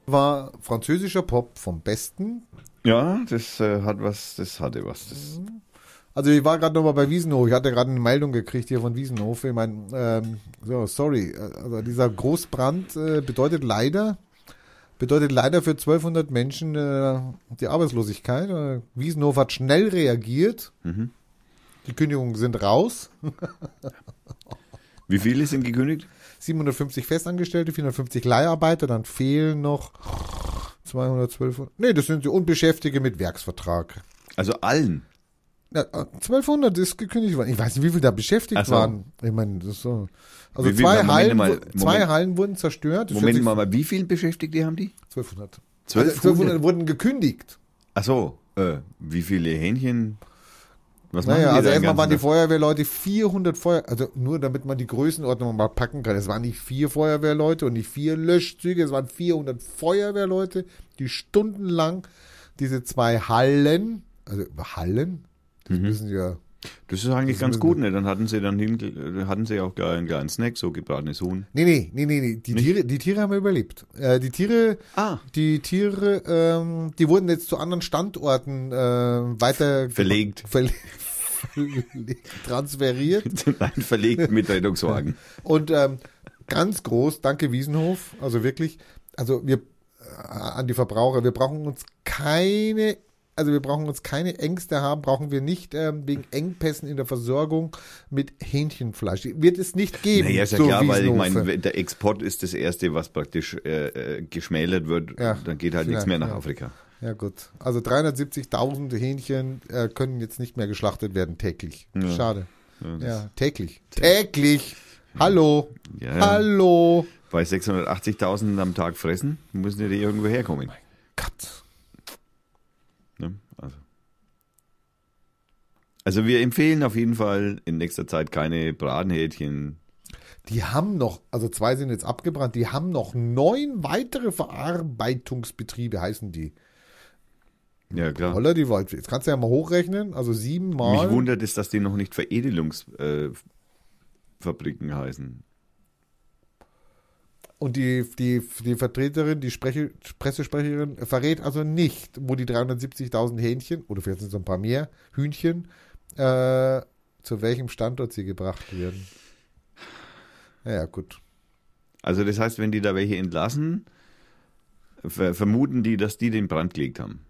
[SPEAKER 2] war französischer Pop vom Besten.
[SPEAKER 1] Ja, das äh, hat was, das hatte was. Das,
[SPEAKER 2] Also ich war gerade nochmal bei Wiesenhof. Ich hatte gerade eine Meldung gekriegt hier von Wiesenhof. Ich meine, ähm, so, sorry, also dieser Großbrand äh, bedeutet leider bedeutet leider für 1200 Menschen äh, die Arbeitslosigkeit. Äh, Wiesenhof hat schnell reagiert. Die Kündigungen sind raus.
[SPEAKER 1] wie viele sind gekündigt?
[SPEAKER 2] 750 Festangestellte, 450 Leiharbeiter, dann fehlen noch 212. Nee, das sind die Unbeschäftigte mit Werksvertrag.
[SPEAKER 1] Also allen.
[SPEAKER 2] Ja, äh, 1200 ist gekündigt worden. Ich weiß nicht, wie viele da beschäftigt
[SPEAKER 1] Ach so.
[SPEAKER 2] waren. Ich meine, das ist so. Also
[SPEAKER 1] Wie viel-
[SPEAKER 2] zwei,
[SPEAKER 1] Moment
[SPEAKER 2] Hallen,
[SPEAKER 1] mal,
[SPEAKER 2] wu- zwei
[SPEAKER 1] Moment.
[SPEAKER 2] Hallen wurden zerstört. Das
[SPEAKER 1] Moment
[SPEAKER 2] hört
[SPEAKER 1] mal, mal, wie viele Beschäftigte haben die?
[SPEAKER 2] sich- 1200.
[SPEAKER 1] 1200?
[SPEAKER 2] 1200. Also 1200 wurden gekündigt.
[SPEAKER 1] Ach so, äh, wie viele Hähnchen? Was
[SPEAKER 2] Naja,
[SPEAKER 1] machen die
[SPEAKER 2] also
[SPEAKER 1] da den
[SPEAKER 2] erstmal waren die
[SPEAKER 1] ganzen Tag?
[SPEAKER 2] Feuerwehrleute 400 Feuer, also nur damit man die Größenordnung mal packen kann. Es waren nicht vier Feuerwehrleute und nicht vier Löschzüge, es waren 400 Feuerwehrleute, die stundenlang diese zwei Hallen, also Hallen, das
[SPEAKER 1] Mhm.
[SPEAKER 2] müssen ja,
[SPEAKER 1] Das ist eigentlich ganz gut, ne? Dann hatten sie dann hin, äh, hatten sie auch gar einen kleinen Snack, so gebratenes Huhn.
[SPEAKER 2] nee, nee, nee, nee, nee, die Tiere, die Tiere haben überlebt. Äh, die Tiere,
[SPEAKER 1] Ah.
[SPEAKER 2] die Tiere, ähm, die wurden jetzt zu anderen Standorten äh, weiter
[SPEAKER 1] Verlegt.
[SPEAKER 2] verle verlegt, transferiert.
[SPEAKER 1] Nein, verlegt mit Rettungswagen.
[SPEAKER 2] Und ähm, ganz groß, danke Wiesenhof, also wirklich, also wir äh, an die Verbraucher, wir brauchen uns keine, also wir brauchen uns keine Ängste haben, brauchen wir nicht ähm, wegen Engpässen in der Versorgung mit Hähnchenfleisch. Wird es nicht geben.
[SPEAKER 1] Naja, ist ja
[SPEAKER 2] so
[SPEAKER 1] klar, weil ich
[SPEAKER 2] Wiesenhofe.
[SPEAKER 1] meine, der Export ist das Erste, was praktisch äh, äh, geschmälert wird.
[SPEAKER 2] Ja,
[SPEAKER 1] dann geht halt nichts
[SPEAKER 2] vielleicht,
[SPEAKER 1] mehr nach
[SPEAKER 2] ja.
[SPEAKER 1] Afrika.
[SPEAKER 2] Ja gut, also 370.000 Hähnchen äh, können jetzt nicht mehr geschlachtet werden täglich. Schade. Ja, täglich. Täglich. Hallo.
[SPEAKER 1] Ja, ja.
[SPEAKER 2] Hallo.
[SPEAKER 1] Bei 680.000 am Tag fressen, müssen die irgendwo herkommen.
[SPEAKER 2] Gott.
[SPEAKER 1] Ne? Also. also wir empfehlen auf jeden Fall in nächster Zeit keine Bratenhähnchen.
[SPEAKER 2] Die haben noch, also zwei sind jetzt abgebrannt, die haben noch neun weitere Verarbeitungsbetriebe, heißen die.
[SPEAKER 1] Ja, klar.
[SPEAKER 2] Holla die Waldfee. Jetzt kannst du ja mal hochrechnen, also sieben mal.
[SPEAKER 1] Mich wundert es, dass die noch nicht Veredelungsfabriken äh, Fabriken heißen.
[SPEAKER 2] Und die, die, die Vertreterin, die Spreche, Pressesprecherin äh, verrät also nicht, wo die 370.000 Hähnchen, oder vielleicht sind es noch ein paar mehr, Hühnchen, äh, zu welchem Standort sie gebracht werden. Naja, gut.
[SPEAKER 1] Also das heißt, wenn die da welche entlassen, ver vermuten die, dass die den Brand gelegt haben.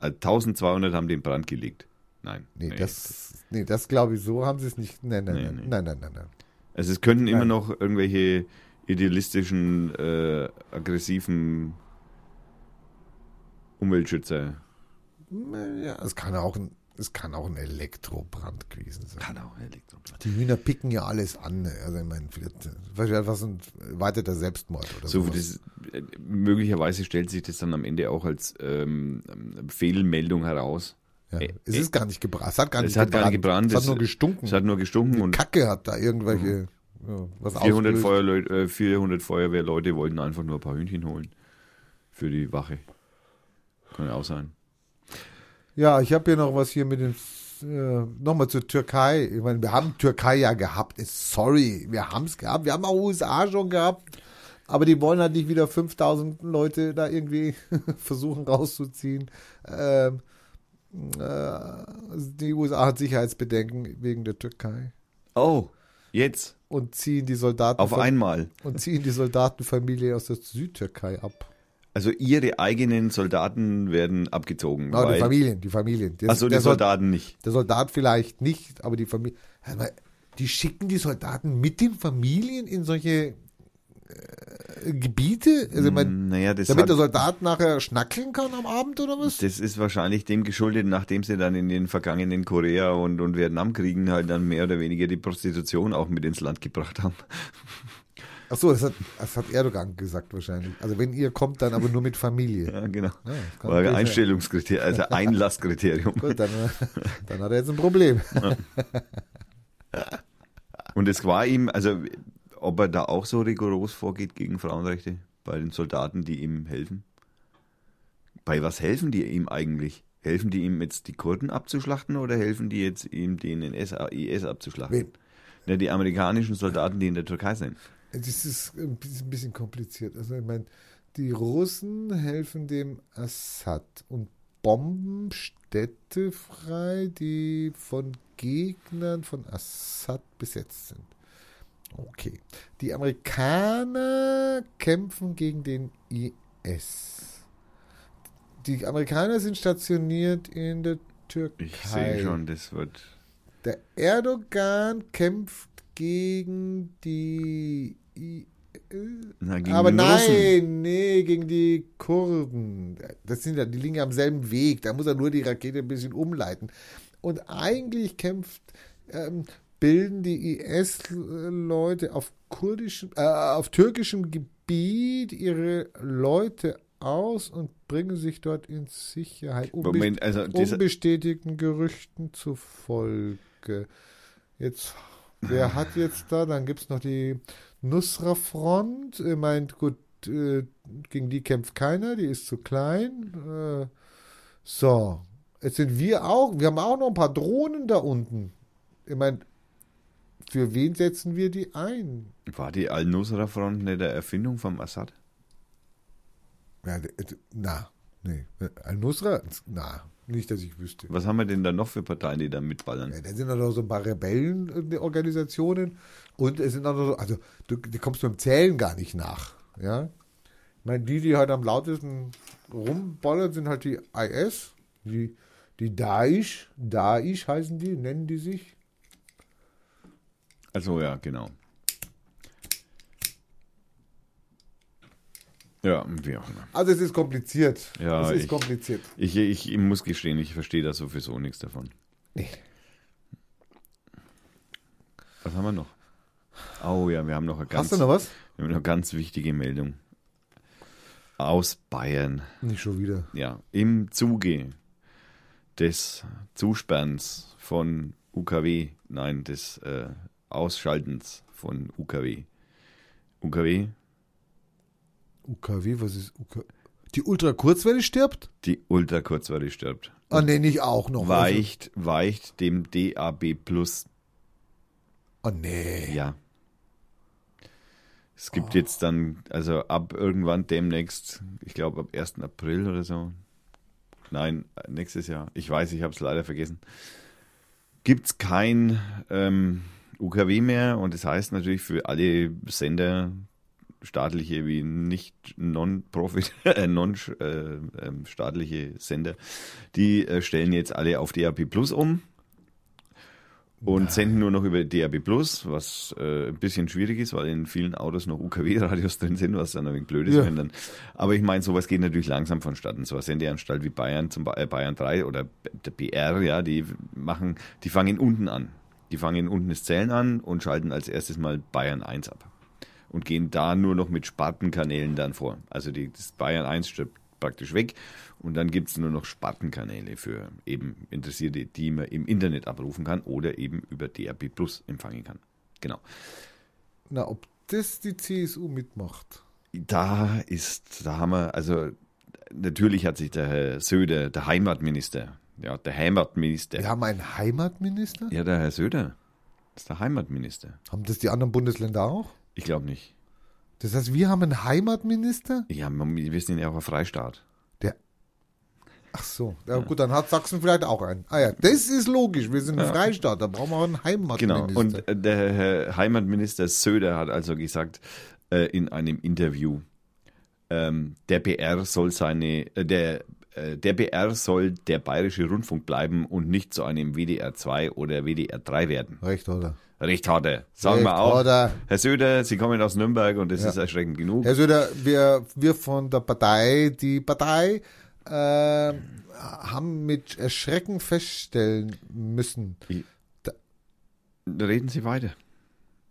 [SPEAKER 1] Also 1200 haben den Brand gelegt. Nein.
[SPEAKER 2] Nee, das, nee, das glaube ich, so haben sie es nicht. Nein, nein,
[SPEAKER 1] Nee,
[SPEAKER 2] nein,
[SPEAKER 1] nee.
[SPEAKER 2] nein, nein, nein, nein.
[SPEAKER 1] Also es könnten immer noch irgendwelche idealistischen, äh, aggressiven Umweltschützer.
[SPEAKER 2] Ja, es kann auch ein, es kann auch ein Elektrobrand gewesen sein.
[SPEAKER 1] Kann auch Elektrobrand.
[SPEAKER 2] Die Hühner picken ja alles an. ne? Also ich meine, vielleicht, vielleicht was ein weiterer Selbstmord oder
[SPEAKER 1] So,
[SPEAKER 2] sowas.
[SPEAKER 1] das, äh, möglicherweise stellt sich das dann am Ende auch als ähm, Fehlmeldung heraus.
[SPEAKER 2] ja.
[SPEAKER 1] äh,
[SPEAKER 2] Es ist gar nicht gebrannt. Es hat gar
[SPEAKER 1] Es
[SPEAKER 2] nicht
[SPEAKER 1] hat gar nicht gebrannt.
[SPEAKER 2] Es hat nur gestunken.
[SPEAKER 1] Es hat nur Mhm. gestunken und
[SPEAKER 2] Kacke hat da irgendwelche ja, was
[SPEAKER 1] 400,
[SPEAKER 2] ausgelöst.
[SPEAKER 1] Feuerleut, äh, 400 Feuerwehrleute wollten einfach nur ein paar Hühnchen holen für die Wache. Kann ja auch sein.
[SPEAKER 2] Ja, ich habe hier noch was hier mit den äh, nochmal zur Türkei. Ich meine, wir haben Türkei ja gehabt. Äh, Sorry, wir haben es gehabt. Wir haben auch USA schon gehabt. Aber die wollen halt nicht wieder 5000 Leute da irgendwie versuchen rauszuziehen. Ähm, äh, die USA hat Sicherheitsbedenken wegen der Türkei
[SPEAKER 1] Oh, jetzt,
[SPEAKER 2] und ziehen die Soldaten
[SPEAKER 1] auf
[SPEAKER 2] von-
[SPEAKER 1] einmal.
[SPEAKER 2] und ziehen die Soldatenfamilie aus der Südtürkei ab.
[SPEAKER 1] Also ihre eigenen Soldaten werden abgezogen.
[SPEAKER 2] Na, die
[SPEAKER 1] weil-
[SPEAKER 2] Familien, die Familien. Der-
[SPEAKER 1] also die
[SPEAKER 2] der Soldat-
[SPEAKER 1] Soldaten nicht.
[SPEAKER 2] Der Soldat vielleicht nicht, aber die Familie. Hör mal, Die schicken die Soldaten mit den Familien in solche äh, Gebiete, also ich mein,
[SPEAKER 1] Naja, Hm, das,
[SPEAKER 2] damit
[SPEAKER 1] hat,
[SPEAKER 2] der Soldat nachher schnackeln kann am Abend oder was?
[SPEAKER 1] das ist wahrscheinlich dem geschuldet, nachdem sie dann in den vergangenen Korea- und, und Vietnamkriegen halt dann mehr oder weniger die Prostitution auch mit ins Land gebracht haben.
[SPEAKER 2] Ach so, das hat, das hat Erdogan gesagt wahrscheinlich. Also wenn ihr kommt, dann aber nur mit Familie.
[SPEAKER 1] Ja, genau.
[SPEAKER 2] das kann
[SPEAKER 1] War ein
[SPEAKER 2] natürlich sein.
[SPEAKER 1] Einstellungskriterium, also Einlasskriterium.
[SPEAKER 2] Gut, dann, äh, dann hat er jetzt ein Problem.
[SPEAKER 1] Und es war ihm, also ob er da auch so rigoros vorgeht gegen Frauenrechte bei den Soldaten, die ihm helfen? Bei was helfen die ihm eigentlich? Helfen die ihm jetzt die Kurden abzuschlachten oder helfen die jetzt ihm den NS IS abzuschlachten?
[SPEAKER 2] Wen?
[SPEAKER 1] Na, die amerikanischen Soldaten, die in der Türkei sind.
[SPEAKER 2] Das ist ein bisschen- ein bisschen kompliziert. Also ich meine, Die Russen helfen dem Assad und bomben Städte frei, die von Gegnern von Assad besetzt sind. Okay. Die Amerikaner kämpfen gegen den IS. Die Amerikaner sind stationiert in der Türkei.
[SPEAKER 1] Ich sehe schon, das wird.
[SPEAKER 2] Der Erdogan kämpft gegen die I
[SPEAKER 1] Na, gegen
[SPEAKER 2] aber
[SPEAKER 1] den
[SPEAKER 2] nein,
[SPEAKER 1] Russen.
[SPEAKER 2] nee, gegen die Kurden. Das sind ja, die liegen ja am selben Weg. Da muss er nur die Rakete ein bisschen umleiten. Und eigentlich kämpft, ähm, bilden die IS-Leute auf kurdischem, äh, auf türkischem Gebiet ihre Leute aus und bringen sich dort in Sicherheit. Unbe
[SPEAKER 1] Moment, also dieser,
[SPEAKER 2] unbestätigten Gerüchten zufolge. Jetzt, wer hat jetzt da? Dann gibt es noch die Nusra-Front. Äh, Meint, gut, äh, gegen die kämpft keiner, die ist zu klein. Äh, so, jetzt sind wir auch, wir haben auch noch ein paar Drohnen da unten. Ich meine, für wen setzen wir die ein?
[SPEAKER 1] war die Al-Nusra-Front nicht eine Erfindung vom Assad?
[SPEAKER 2] Ja, d- d- na, nee. Al-Nusra? Na, nicht, dass ich wüsste.
[SPEAKER 1] Was haben wir denn da noch für Parteien, die da mitballern?
[SPEAKER 2] Ja, Ne, da sind dann noch so ein paar Rebellenorganisationen und es sind dann noch so, also du, du kommst mit dem Zählen gar nicht nach. Ja? Ich meine, die, die halt am lautesten rumbollern, sind halt die IS, die, die Daesh, Daesh heißen die, nennen die sich.
[SPEAKER 1] Also ja, genau. Ja, wie auch immer.
[SPEAKER 2] Also es ist kompliziert.
[SPEAKER 1] Ja,
[SPEAKER 2] es ist
[SPEAKER 1] ich-
[SPEAKER 2] kompliziert.
[SPEAKER 1] Ich, ich, ich muss gestehen, ich verstehe da sowieso nichts davon.
[SPEAKER 2] Nee.
[SPEAKER 1] Was haben wir noch? Oh ja, wir haben noch eine ganz,
[SPEAKER 2] Hast du noch was?
[SPEAKER 1] wir haben noch eine ganz wichtige Meldung. Aus Bayern.
[SPEAKER 2] Nicht schon wieder.
[SPEAKER 1] ja, im Zuge des Zusperrens von UKW, nein, des äh, Ausschaltens von UKW. UKW,
[SPEAKER 2] UKW, was ist UKW? Die Ultrakurzwelle stirbt?
[SPEAKER 1] die Ultrakurzwelle stirbt,
[SPEAKER 2] Ah, nee, nicht auch noch. Also,
[SPEAKER 1] weicht, weicht dem DAB Plus,
[SPEAKER 2] Ah, nee.
[SPEAKER 1] ja. Es gibt jetzt dann, also ab irgendwann demnächst, ich glaube ab 1. April oder so, nein, nächstes Jahr, ich weiß, ich habe es leider vergessen, gibt es kein ähm, UKW mehr und das heißt natürlich für alle Sender, staatliche wie nicht non-profit, äh, non-staatliche Sender, die äh, stellen jetzt alle auf DAB Plus um und senden nur noch über DAB Plus, was äh, ein bisschen schwierig ist, weil in vielen Autos noch UKW-Radios drin sind, was dann ein wenig blöd ist.
[SPEAKER 2] Ja.
[SPEAKER 1] Wenn dann, aber ich meine, sowas geht natürlich langsam vonstatten. So eine Sendeanstalt wie Bayern, zum Ba- äh, Bayern 3 oder B- der BR, ja, die machen, die fangen unten an. Die fangen unten das Zählen an und schalten als erstes mal Bayern 1 ab und gehen da nur noch mit Spartenkanälen dann vor. Also die, das Bayern 1 stirbt praktisch weg und dann gibt es nur noch Spartenkanäle für eben Interessierte, die man im Internet abrufen kann oder eben über DRB Plus empfangen kann. Genau.
[SPEAKER 2] Na, ob das die CSU mitmacht.
[SPEAKER 1] Da ist, da haben wir, also natürlich hat sich der Herr Söder, der Heimatminister, ja, der Heimatminister,
[SPEAKER 2] Wir haben einen Heimatminister?
[SPEAKER 1] ja der Herr Söder ist der Heimatminister.
[SPEAKER 2] Haben das die anderen Bundesländer auch?
[SPEAKER 1] Ich glaube nicht.
[SPEAKER 2] Das heißt, wir haben einen Heimatminister?
[SPEAKER 1] Ja, man- wir sind ja auch ein Freistaat.
[SPEAKER 2] Der. Ach so. Ja, gut, dann hat Sachsen vielleicht auch einen. Ah ja, das ist logisch. Wir sind ein Freistaat, da brauchen wir auch einen
[SPEAKER 1] Genau.
[SPEAKER 2] Heimatminister.
[SPEAKER 1] Und äh, der Herr Heimatminister Söder hat also gesagt äh, in einem Interview, ähm, der BR soll seine, äh, der, äh, der BR soll der bayerische Rundfunk bleiben und nicht zu einem WDR 2 oder WDR 3 werden.
[SPEAKER 2] Recht, oder?
[SPEAKER 1] Recht hat er. Sagen wir
[SPEAKER 2] Recht
[SPEAKER 1] auch.
[SPEAKER 2] hat er.
[SPEAKER 1] Herr Söder, Sie kommen aus Nürnberg und das ist erschreckend genug.
[SPEAKER 2] Herr Söder, wir, wir von der Partei, die Partei, äh, haben mit Erschrecken feststellen müssen.
[SPEAKER 1] Reden Sie weiter.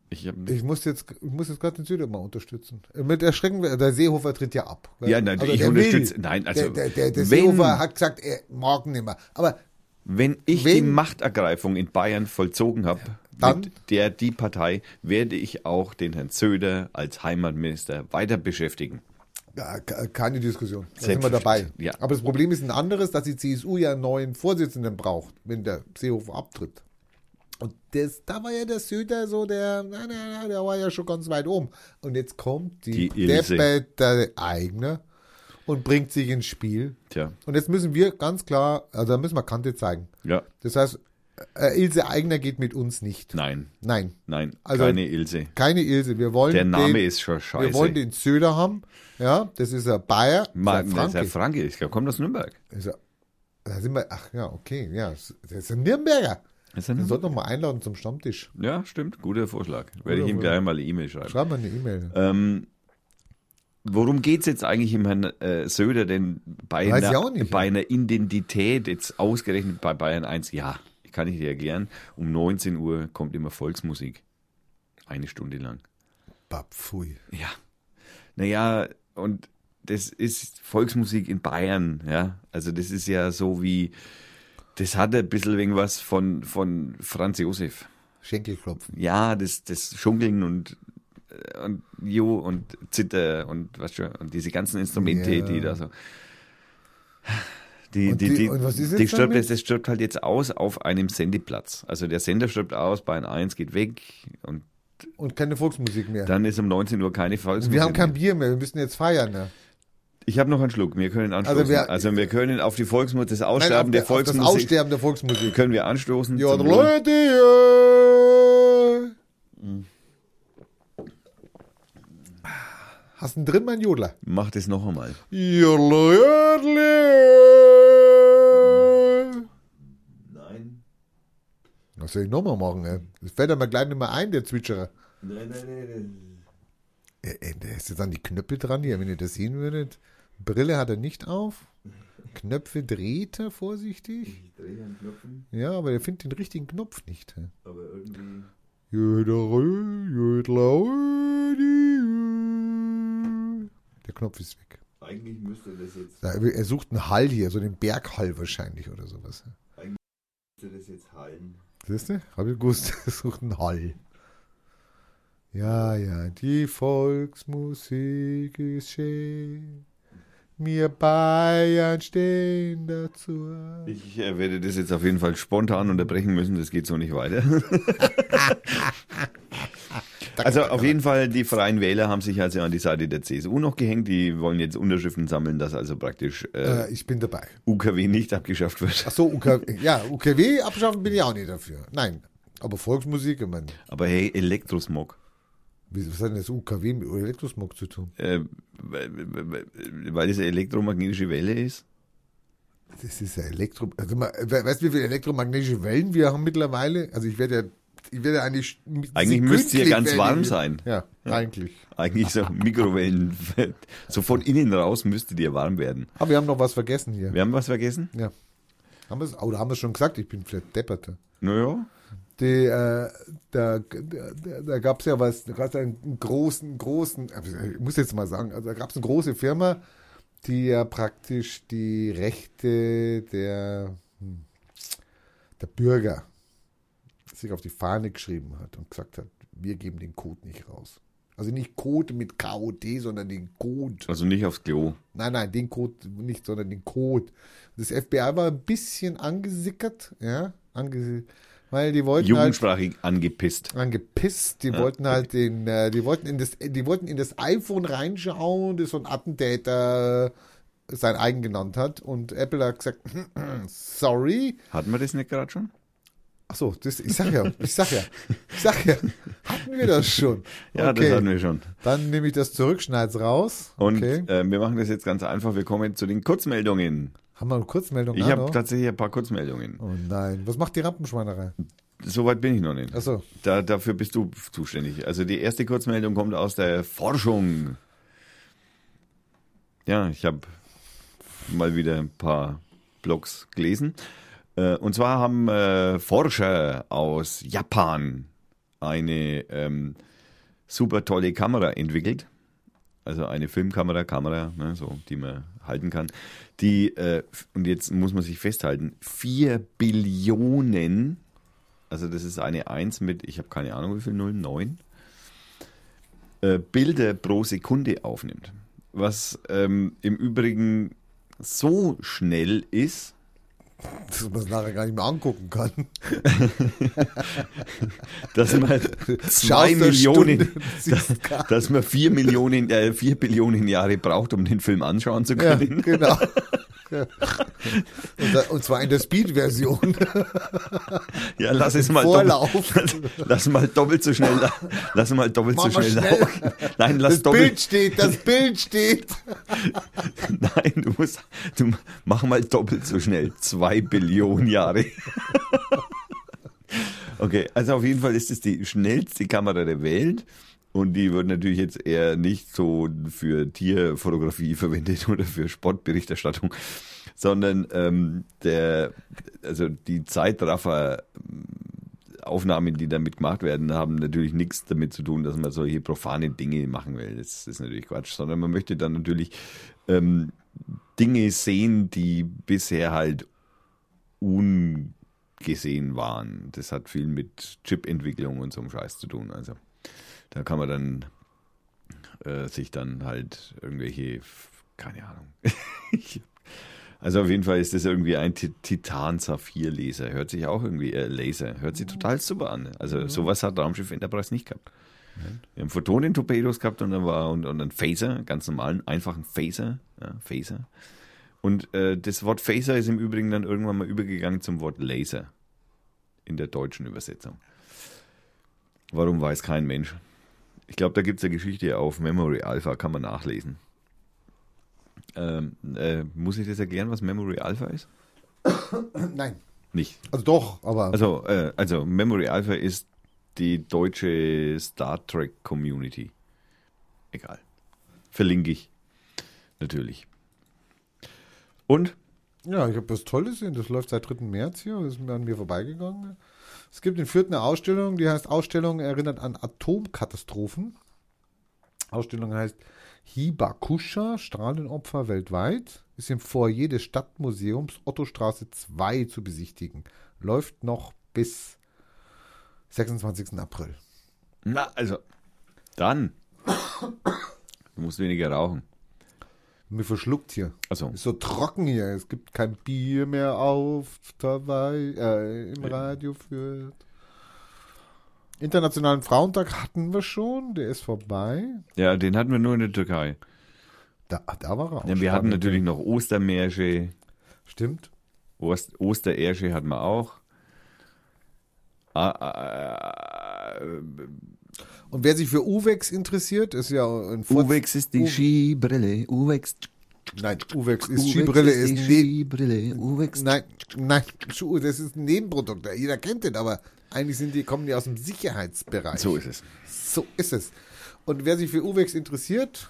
[SPEAKER 1] Ich hab,
[SPEAKER 2] Ich muss jetzt, ich muss jetzt gerade den Söder mal unterstützen. Mit Erschrecken, der Seehofer tritt ja ab.
[SPEAKER 1] ja, nein,
[SPEAKER 2] Also
[SPEAKER 1] ich
[SPEAKER 2] der will.
[SPEAKER 1] unterstütze. Nein, also
[SPEAKER 2] der, der, der, der Seehofer
[SPEAKER 1] wenn,
[SPEAKER 2] hat gesagt, er morgen nicht mehr. Aber
[SPEAKER 1] wenn ich die
[SPEAKER 2] wenn-
[SPEAKER 1] Machtergreifung in Bayern vollzogen habe,
[SPEAKER 2] Dann-
[SPEAKER 1] mit der die Partei, werde ich auch den Herrn Söder als Heimatminister weiter beschäftigen.
[SPEAKER 2] ja, ke- keine Diskussion. Da sind wir dabei.
[SPEAKER 1] Selbstverständlich, ja.
[SPEAKER 2] Aber das Problem ist ein anderes, dass die CSU ja einen neuen Vorsitzenden braucht, wenn der Seehofer abtritt. Und das, da war ja der Söder so, der, na, na, na, der war ja schon ganz weit oben. Und jetzt kommt die,
[SPEAKER 1] Die Ilse.
[SPEAKER 2] Deppe, der eigene, und bringt sich ins Spiel.
[SPEAKER 1] Tja,
[SPEAKER 2] Und jetzt müssen wir ganz klar, also da müssen wir Kante zeigen.
[SPEAKER 1] ja,
[SPEAKER 2] Das heißt, äh, Ilse Eigner geht mit uns nicht.
[SPEAKER 1] nein,
[SPEAKER 2] Nein,
[SPEAKER 1] nein,
[SPEAKER 2] Also-
[SPEAKER 1] keine Ilse.
[SPEAKER 2] keine Ilse. Wir wollen
[SPEAKER 1] Der Name
[SPEAKER 2] den,
[SPEAKER 1] ist schon scheiße.
[SPEAKER 2] wir wollen den Söder haben. Ja, das ist ein Bayer.
[SPEAKER 1] Ma,
[SPEAKER 2] das ist ein
[SPEAKER 1] Franke.
[SPEAKER 2] Franke.
[SPEAKER 1] Der Franke ist, kommt aus Nürnberg.
[SPEAKER 2] Ist ein- da sind wir, ach ja, okay, ja, das ist ein Nürnberger.
[SPEAKER 1] Ist er
[SPEAKER 2] Den
[SPEAKER 1] Nürnberg?
[SPEAKER 2] sollten wir mal einladen zum Stammtisch.
[SPEAKER 1] Ja, stimmt, guter Vorschlag. Werde
[SPEAKER 2] Guter
[SPEAKER 1] ich ihm
[SPEAKER 2] Vorschlag.
[SPEAKER 1] gleich mal eine E-Mail schreiben.
[SPEAKER 2] Schreib mal eine E-Mail.
[SPEAKER 1] Ähm, worum geht es jetzt eigentlich im Herrn äh, Söder denn bei,
[SPEAKER 2] Weiß
[SPEAKER 1] einer,
[SPEAKER 2] ich auch nicht.
[SPEAKER 1] bei einer Identität, jetzt ausgerechnet bei Bayern 1? Ja, ich kann ich dir erklären. Um 19 Uhr kommt immer Volksmusik. Eine Stunde lang.
[SPEAKER 2] Bapfui.
[SPEAKER 1] Ja. Naja, und das ist Volksmusik in Bayern, ja. Also das ist ja so wie, das hat ein bisschen wegen was von, von Franz Josef.
[SPEAKER 2] Schenkelklopfen.
[SPEAKER 1] Ja, das, das Schunkeln und, äh, und Jo und Zitter und was schon, und diese ganzen Instrumente,
[SPEAKER 2] Ja.
[SPEAKER 1] die da so. Die,
[SPEAKER 2] Und
[SPEAKER 1] die,
[SPEAKER 2] die-
[SPEAKER 1] die,
[SPEAKER 2] und was ist
[SPEAKER 1] die
[SPEAKER 2] jetzt
[SPEAKER 1] stirbt,
[SPEAKER 2] damit?
[SPEAKER 1] das, das stirbt halt jetzt aus auf einem Sendeplatz. Also der Sender stirbt aus, Bayern 1 geht weg und
[SPEAKER 2] Und keine Volksmusik mehr.
[SPEAKER 1] dann ist um 19 Uhr keine Volksmusik.
[SPEAKER 2] wir haben
[SPEAKER 1] mehr.
[SPEAKER 2] kein Bier mehr, wir müssen jetzt feiern. Ne?
[SPEAKER 1] Ich habe noch einen Schluck. Wir können anstoßen. Also
[SPEAKER 2] Also
[SPEAKER 1] wir,
[SPEAKER 2] wir-
[SPEAKER 1] können auf die Volksmusik, das
[SPEAKER 2] Nein,
[SPEAKER 1] Aussterben
[SPEAKER 2] auf
[SPEAKER 1] der,
[SPEAKER 2] auf
[SPEAKER 1] Volksmusik,
[SPEAKER 2] Das Aussterben der Volksmusik.
[SPEAKER 1] können wir anstoßen.
[SPEAKER 2] Ja,
[SPEAKER 1] zum Wohl.
[SPEAKER 2] Leute, Mm. ja. Hast du einen drin, mein Jodler?
[SPEAKER 1] Mach das noch einmal.
[SPEAKER 2] Ja, Leute.
[SPEAKER 1] Nein,
[SPEAKER 2] Was soll ich nochmal machen, ey? Das fällt mir gleich nicht mehr ein, der Zwitscherer.
[SPEAKER 1] nein, nein, nein.
[SPEAKER 2] Ey, ey, der ist jetzt an die Knöpfe dran hier, wenn ihr das sehen würdet. Brille hat er nicht auf. Knöpfe dreht er vorsichtig.
[SPEAKER 1] Ich drehe einen Knopfen,
[SPEAKER 2] Ja, aber der findet den richtigen Knopf nicht. ey.
[SPEAKER 1] aber irgendwie.
[SPEAKER 2] Jödlerö, Jödlerö, Der Knopf ist weg.
[SPEAKER 1] Eigentlich müsste das jetzt,
[SPEAKER 2] Da- Er sucht einen Hall hier, so den Berghall wahrscheinlich oder sowas.
[SPEAKER 1] müsste das jetzt heilen.
[SPEAKER 2] Siehst du? Hab ich gewusst, er sucht einen Hall. Ja, ja, die Volksmusik ist schön. Wir Bayern stehen dazu.
[SPEAKER 1] Ich äh, werde das jetzt auf jeden Fall spontan unterbrechen müssen. Das geht so nicht weiter. also auf jeden Fall, die Freien Wähler haben sich also an die Seite der CSU noch gehängt. Die wollen jetzt Unterschriften sammeln, dass also praktisch äh,
[SPEAKER 2] Äh, ich bin dabei.
[SPEAKER 1] UKW nicht abgeschafft wird.
[SPEAKER 2] Ach so, UKW, ja, UKW abschaffen bin ich auch nicht dafür. Nein, aber Volksmusik, ich meine,
[SPEAKER 1] Aber hey, Elektrosmog.
[SPEAKER 2] Wie- Was hat denn das UKW mit Elektrosmog zu tun?
[SPEAKER 1] Äh, weil weil- weil es eine elektromagnetische Welle ist.
[SPEAKER 2] Das ist ja Elektro. Also mal, we- weißt du, wie viele elektromagnetische Wellen wir haben mittlerweile? Also ich werde ja, ich werde ja eigentlich.
[SPEAKER 1] Eigentlich müsste ihr
[SPEAKER 2] sekündlich
[SPEAKER 1] ganz
[SPEAKER 2] werde
[SPEAKER 1] warm
[SPEAKER 2] ich-
[SPEAKER 1] sein.
[SPEAKER 2] Ja, eigentlich.
[SPEAKER 1] Eigentlich so Mikrowellen. so von innen raus müsstet ihr warm werden.
[SPEAKER 2] Aber wir haben noch was vergessen hier.
[SPEAKER 1] Wir haben was vergessen?
[SPEAKER 2] Ja. Haben wir es? Oder haben wir es schon gesagt? Ich bin vielleicht depperte.
[SPEAKER 1] Naja.
[SPEAKER 2] Die, äh, da da, da gab es ja was, da gab es einen großen, großen, also ich muss jetzt mal sagen, also da gab es eine große Firma, die ja praktisch die Rechte der, hm, der Bürger sich auf die Fahne geschrieben hat und gesagt hat, wir geben den Code nicht raus. Also nicht Code mit K-O-D, sondern den Code.
[SPEAKER 1] Also nicht aufs Klo.
[SPEAKER 2] Nein, nein, den Code nicht, sondern den Code. Das FBI war ein bisschen angesickert, ja, angesickert, weil die wollten halt
[SPEAKER 1] Jugendsprachig angepisst.
[SPEAKER 2] angepisst, die wollten halt den, äh, die wollten in das, die wollten in das iPhone reinschauen, das so ein Attentäter sein eigen genannt hat und Apple hat gesagt, sorry,
[SPEAKER 1] Hatten wir das nicht gerade schon?
[SPEAKER 2] ach so, das, ich sag ja, ich sag ja, ich sag ja, hatten wir das schon?
[SPEAKER 1] Ja, das hatten wir schon.
[SPEAKER 2] Dann nehme ich das zurück, schneid's raus.
[SPEAKER 1] Und
[SPEAKER 2] okay.
[SPEAKER 1] äh, wir machen das jetzt ganz einfach. Wir kommen zu den Kurzmeldungen.
[SPEAKER 2] Haben wir eine Kurzmeldung?
[SPEAKER 1] Ich
[SPEAKER 2] Nano?
[SPEAKER 1] habe tatsächlich ein paar Kurzmeldungen.
[SPEAKER 2] Oh nein, was macht die Rampenschweinerei?
[SPEAKER 1] Soweit bin ich noch nicht.
[SPEAKER 2] Achso,
[SPEAKER 1] Da, dafür bist du zuständig. Also die erste Kurzmeldung kommt aus der Forschung. Ja, ich habe mal wieder ein paar Blogs gelesen. Äh, Und zwar haben äh, Forscher aus Japan eine ähm, super tolle Kamera entwickelt. Also eine Filmkamera, Kamera, ne, so, die man halten kann. Die, äh, f- und jetzt muss man sich festhalten, 4 Billionen also das ist eine 1 mit, ich habe keine Ahnung wie viel, 09, äh, Bilder pro Sekunde aufnimmt. Was ähm, im Übrigen so schnell ist,
[SPEAKER 2] dass man es nachher gar nicht mehr angucken kann.
[SPEAKER 1] dass man zwei
[SPEAKER 2] Schaust du
[SPEAKER 1] Millionen,
[SPEAKER 2] Stunde,
[SPEAKER 1] dass,
[SPEAKER 2] siehst gar
[SPEAKER 1] dass man vier Millionen, äh, vier Billionen Jahre braucht, um den Film anschauen zu
[SPEAKER 2] Ja,
[SPEAKER 1] können.
[SPEAKER 2] genau. Und da- Und zwar in der Speed-Version.
[SPEAKER 1] Ja, lass es mal
[SPEAKER 2] Vorlauf.
[SPEAKER 1] doppelt, lass mal doppelt so schnell, la- lass mal doppelt so
[SPEAKER 2] Mach mal
[SPEAKER 1] schnell,
[SPEAKER 2] schnell.
[SPEAKER 1] laufen. Nein, lass
[SPEAKER 2] Das Bild
[SPEAKER 1] doppelt,
[SPEAKER 2] steht, das Bild steht.
[SPEAKER 1] nein, du musst, du mach mal doppelt so schnell, zwei Billionen Jahre. Okay, also auf jeden Fall ist es die schnellste Kamera der Welt und die wird natürlich jetzt eher nicht so für Tierfotografie verwendet oder für Sportberichterstattung, sondern ähm, der, also die Zeitraffer Aufnahmen, die damit gemacht werden, haben natürlich nichts damit zu tun, dass man solche profane Dinge machen will. Das ist natürlich Quatsch, sondern man möchte dann natürlich ähm, Dinge sehen, die bisher halt ungesehen waren. Das hat viel mit Chip-Entwicklung und so einem Scheiß zu tun. Also da kann man dann äh, sich dann halt irgendwelche, keine Ahnung. Ich- also auf jeden Fall ist das irgendwie ein Ti- Titan-Saphir-Laser. Hört sich auch irgendwie, äh, Laser, hört sich total super an. Also sowas hat Raumschiff Enterprise nicht gehabt. Wir haben Photonen-Torpedos gehabt und dann war und, und einen Phaser, ganz normalen, einfachen Phaser. Ja, Phaser. Und äh, das Wort Phaser ist im Übrigen dann irgendwann mal übergegangen zum Wort Laser in der deutschen Übersetzung. Warum weiß kein Mensch. Ich glaube, da gibt es eine Geschichte auf Memory Alpha, kann man nachlesen. Ähm, äh, muss ich das erklären, was Memory Alpha ist?
[SPEAKER 2] Nein.
[SPEAKER 1] Nicht.
[SPEAKER 2] Also doch, aber
[SPEAKER 1] Also, äh, also Memory Alpha ist die deutsche Star Trek Community. Egal. Verlinke ich. Natürlich. Und?
[SPEAKER 2] ja, ich habe was Tolles sehen. Das läuft seit 3. März hier, ist mir an mir vorbeigegangen. Es gibt in Fürth eine Ausstellung, die heißt Ausstellung erinnert an Atomkatastrophen. Ausstellung heißt Hibakusha, Strahlenopfer weltweit. Ist im Foyer des Stadtmuseums Ottostraße 2 zu besichtigen. Läuft noch bis 26. April.
[SPEAKER 1] Na, also. Dann. Du musst weniger rauchen.
[SPEAKER 2] Mir verschluckt hier.
[SPEAKER 1] Also,
[SPEAKER 2] Ist so trocken hier. Es gibt kein Bier mehr auf dabei, äh, im Radio für. Internationalen Frauentag hatten wir schon, der ist vorbei.
[SPEAKER 1] ja, den hatten wir nur in der Türkei.
[SPEAKER 2] Da, ah, da war er auch.
[SPEAKER 1] Ja, wir
[SPEAKER 2] schon.
[SPEAKER 1] hatten natürlich noch Ostermärsche.
[SPEAKER 2] Stimmt.
[SPEAKER 1] Ost Osterärsche hatten wir auch. Ah, ah, ah,
[SPEAKER 2] Und wer sich für Uwex interessiert, ist ja ein Vor
[SPEAKER 1] Uwex ist die
[SPEAKER 2] Uwe-
[SPEAKER 1] Skibrille. Uwex
[SPEAKER 2] Nein, Uwex ist
[SPEAKER 1] Uwex
[SPEAKER 2] Skibrille,
[SPEAKER 1] ist
[SPEAKER 2] ist,
[SPEAKER 1] die
[SPEAKER 2] ne
[SPEAKER 1] Skibrille. Uwex.
[SPEAKER 2] Nein, nein, Schuhe, das ist ein Nebenprodukt. Jeder kennt den, aber eigentlich sind die, kommen die aus dem Sicherheitsbereich.
[SPEAKER 1] So ist es.
[SPEAKER 2] So ist es. Und wer sich für Uwex interessiert,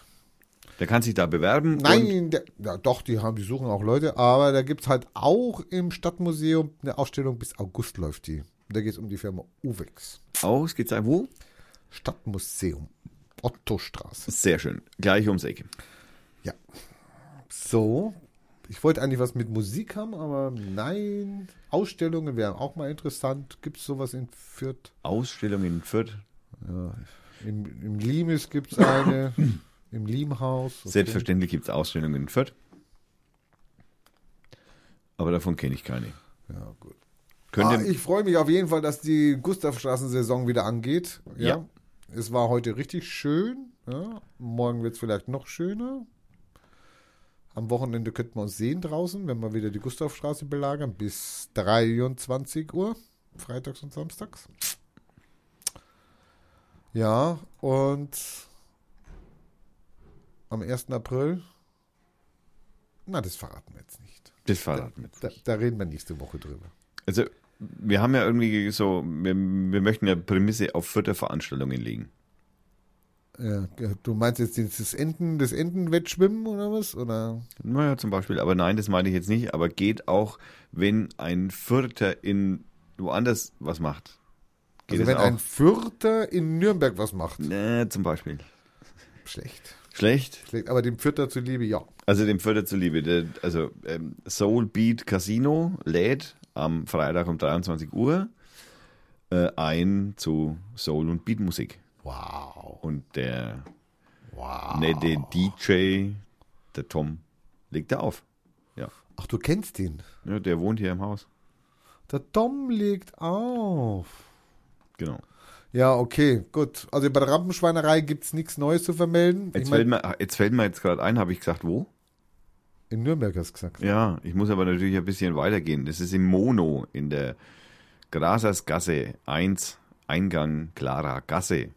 [SPEAKER 1] Der kann sich da bewerben. Und
[SPEAKER 2] Nein, der, ja, doch, die haben, die suchen auch Leute, aber da gibt es halt auch im Stadtmuseum eine Ausstellung, bis August läuft die. Da geht es um die Firma Uwex.
[SPEAKER 1] ausgezeichnet. Wo?
[SPEAKER 2] Stadtmuseum. Ottostraße.
[SPEAKER 1] Sehr schön. Gleich ums Eck.
[SPEAKER 2] Ja. So. Ich wollte eigentlich was mit Musik haben, aber nein. Ausstellungen wären auch mal interessant. Gibt es sowas in Fürth?
[SPEAKER 1] Ausstellung in Fürth.
[SPEAKER 2] Im, im Limes gibt es eine. Im Limhaus. Okay.
[SPEAKER 1] Selbstverständlich gibt es Ausstellungen in Fürth. Aber davon kenne ich keine.
[SPEAKER 2] Ja, gut.
[SPEAKER 1] Könnt
[SPEAKER 2] ah,
[SPEAKER 1] ihr,
[SPEAKER 2] ich freue mich auf jeden Fall, dass die Gustavstraßensaison wieder angeht. Ja.
[SPEAKER 1] Ja.
[SPEAKER 2] Es war heute richtig schön. Ja. Morgen wird es vielleicht noch schöner. Am Wochenende könnten wir uns sehen draußen, wenn wir wieder die Gustavstraße belagern, bis 23 Uhr, freitags und samstags. Ja, und am 1. April, na, das verraten wir jetzt nicht.
[SPEAKER 1] das Fahrrad mit.
[SPEAKER 2] Da, da reden wir nächste Woche drüber.
[SPEAKER 1] Also, wir haben ja irgendwie so, wir, wir möchten ja Prämisse auf Fürther Veranstaltungen legen.
[SPEAKER 2] Ja, du meinst jetzt dieses Enten, das Entenwettschwimmen oder was? Oder?
[SPEAKER 1] Naja, zum Beispiel. Aber nein, das meine ich jetzt nicht. Aber geht auch, wenn ein Fürther in woanders was macht. Geht
[SPEAKER 2] Also wenn
[SPEAKER 1] das
[SPEAKER 2] ein Fürther in Nürnberg was macht.
[SPEAKER 1] auch? Nee, zum Beispiel.
[SPEAKER 2] Schlecht.
[SPEAKER 1] Schlecht.
[SPEAKER 2] Schlecht. Aber dem Fürther zuliebe, ja.
[SPEAKER 1] Also dem Fürther zuliebe. Der, also ähm, Soul Beat Casino lädt am Freitag um 23 Uhr äh, ein zu Soul- und Beatmusik.
[SPEAKER 2] Wow.
[SPEAKER 1] Und der
[SPEAKER 2] Wow.
[SPEAKER 1] nette DJ, der Tom, legt da auf. Ja.
[SPEAKER 2] Ach, du kennst den.
[SPEAKER 1] Ja, der wohnt hier im Haus.
[SPEAKER 2] Der Dom legt auf.
[SPEAKER 1] Genau.
[SPEAKER 2] Ja, okay, gut. Also bei der Rampenschweinerei gibt es nichts Neues zu vermelden.
[SPEAKER 1] Jetzt,
[SPEAKER 2] ich
[SPEAKER 1] fällt,
[SPEAKER 2] mein,
[SPEAKER 1] mir, ah, jetzt fällt mir jetzt gerade ein, habe ich gesagt, wo?
[SPEAKER 2] in Nürnberg hast du gesagt.
[SPEAKER 1] Ja, ich muss aber natürlich ein bisschen weitergehen. Das ist im Mono in der Grasersgasse 1, Eingang Clara Gasse.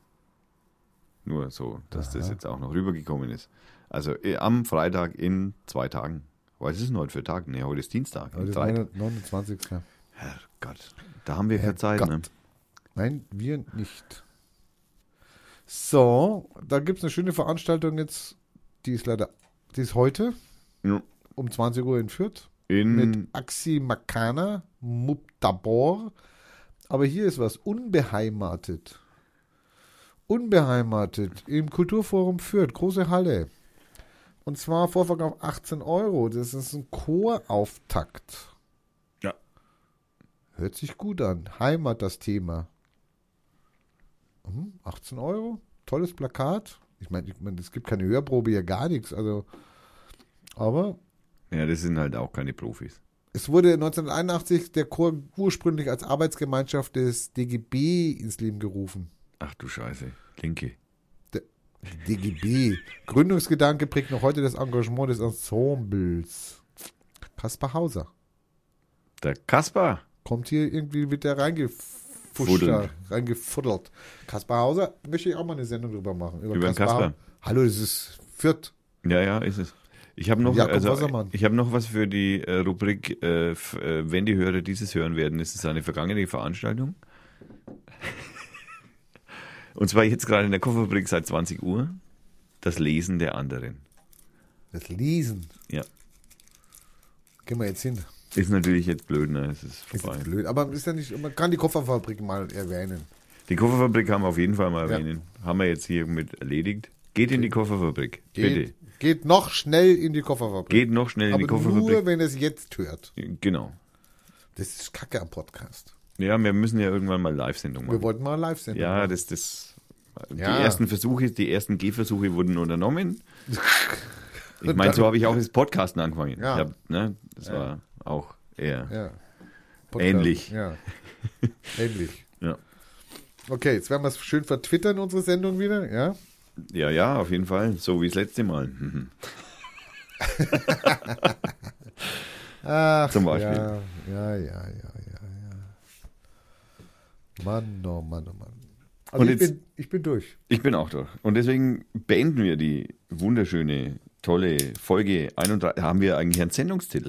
[SPEAKER 1] Nur so, dass das jetzt auch noch rübergekommen ist. Also äh, am Freitag in zwei Tagen. Was ist denn heute für Tag? Ne, heute ist Dienstag.
[SPEAKER 2] Heute
[SPEAKER 1] in
[SPEAKER 2] ist
[SPEAKER 1] drei,
[SPEAKER 2] Also meine 29.
[SPEAKER 1] Herrgott, da haben wir ja Zeit, ne?
[SPEAKER 2] Gott. Nein, wir nicht. So, da gibt es eine schöne Veranstaltung jetzt. Die ist leider, die ist heute
[SPEAKER 1] Ja.
[SPEAKER 2] um 20 Uhr in Fürth mit
[SPEAKER 1] In,
[SPEAKER 2] Axi Makana, Mubtabor. Aber hier ist was, unbeheimatet. Unbeheimatet im Kulturforum Fürth, große Halle. Und zwar Vorverkauf 18 Euro. Das ist ein Chorauftakt.
[SPEAKER 1] Ja.
[SPEAKER 2] Hört sich gut an. Heimat das Thema. Hm, 18 Euro. Tolles Plakat. Ich meine, ich mein, es gibt keine Hörprobe, ja gar nichts. Also, aber
[SPEAKER 1] ja, das sind halt auch keine Profis.
[SPEAKER 2] es wurde 1981 der Chor ursprünglich als Arbeitsgemeinschaft des DGB ins Leben gerufen.
[SPEAKER 1] Ach du Scheiße, Linke.
[SPEAKER 2] DGB. Gründungsgedanke prägt noch heute das Engagement des Ensembles. Kaspar Hauser.
[SPEAKER 1] Der Kasper.
[SPEAKER 2] Kommt hier irgendwie mit der reingefuscht,
[SPEAKER 1] Fuddelnd.
[SPEAKER 2] reingefuddelt. Kaspar Hauser, möchte ich auch mal eine Sendung drüber machen.
[SPEAKER 1] Über den Kaspar.
[SPEAKER 2] Hallo, das ist Fürth.
[SPEAKER 1] Ja, ja, ist es. Ich habe noch,
[SPEAKER 2] Jakob
[SPEAKER 1] also,
[SPEAKER 2] Wassermann.
[SPEAKER 1] ich hab noch was für die äh, Rubrik, äh, f- äh, wenn die Hörer dieses hören werden, ist es eine vergangene Veranstaltung. Und zwar jetzt gerade in der Kofferfabrik seit 20 Uhr. Das Lesen der anderen.
[SPEAKER 2] Das Lesen.
[SPEAKER 1] Ja.
[SPEAKER 2] Gehen wir jetzt hin.
[SPEAKER 1] Ist natürlich jetzt blöd, ne? Es ist
[SPEAKER 2] Ist
[SPEAKER 1] vorbei.
[SPEAKER 2] jetzt blöd. Aber ist ja nicht, man kann die Kofferfabrik mal erwähnen.
[SPEAKER 1] Die Kofferfabrik haben wir auf jeden Fall mal
[SPEAKER 2] Ja.
[SPEAKER 1] erwähnen. Haben wir jetzt hiermit erledigt. Geht in die Kofferfabrik. Bitte.
[SPEAKER 2] Geht, geht noch schnell in die Kofferfabrik.
[SPEAKER 1] Geht noch schnell in die
[SPEAKER 2] Aber nur,
[SPEAKER 1] Kofferfabrik.
[SPEAKER 2] wenn es jetzt hört.
[SPEAKER 1] Genau.
[SPEAKER 2] Das ist Kacke am Podcast.
[SPEAKER 1] Ja, wir müssen ja irgendwann mal Live-Sendung machen.
[SPEAKER 2] Wir wollten mal live senden.
[SPEAKER 1] Ja, das, das.
[SPEAKER 2] Ja.
[SPEAKER 1] Die ersten Versuche, die ersten Gehversuche wurden unternommen. Ich meine, so habe ich auch das Podcasten angefangen.
[SPEAKER 2] Ja.
[SPEAKER 1] Ich hab, ne, das war auch eher.
[SPEAKER 2] Ja.
[SPEAKER 1] Ähnlich.
[SPEAKER 2] Ja. Ähnlich.
[SPEAKER 1] Ja.
[SPEAKER 2] Okay, jetzt werden wir es schön vertwittern, unsere Sendung wieder. Ja.
[SPEAKER 1] ja, ja, auf jeden Fall. So wie das letzte Mal. Mhm.
[SPEAKER 2] Ach,
[SPEAKER 1] Zum Beispiel.
[SPEAKER 2] Ja, ja, ja, ja, ja. ja. Mann, oh Mann, oh Mann. Also
[SPEAKER 1] Und
[SPEAKER 2] ich,
[SPEAKER 1] jetzt-
[SPEAKER 2] bin, ich bin durch.
[SPEAKER 1] Ich bin auch durch. Und deswegen beenden wir die wunderschöne, tolle Folge 31. Haben wir eigentlich einen Sendungstitel?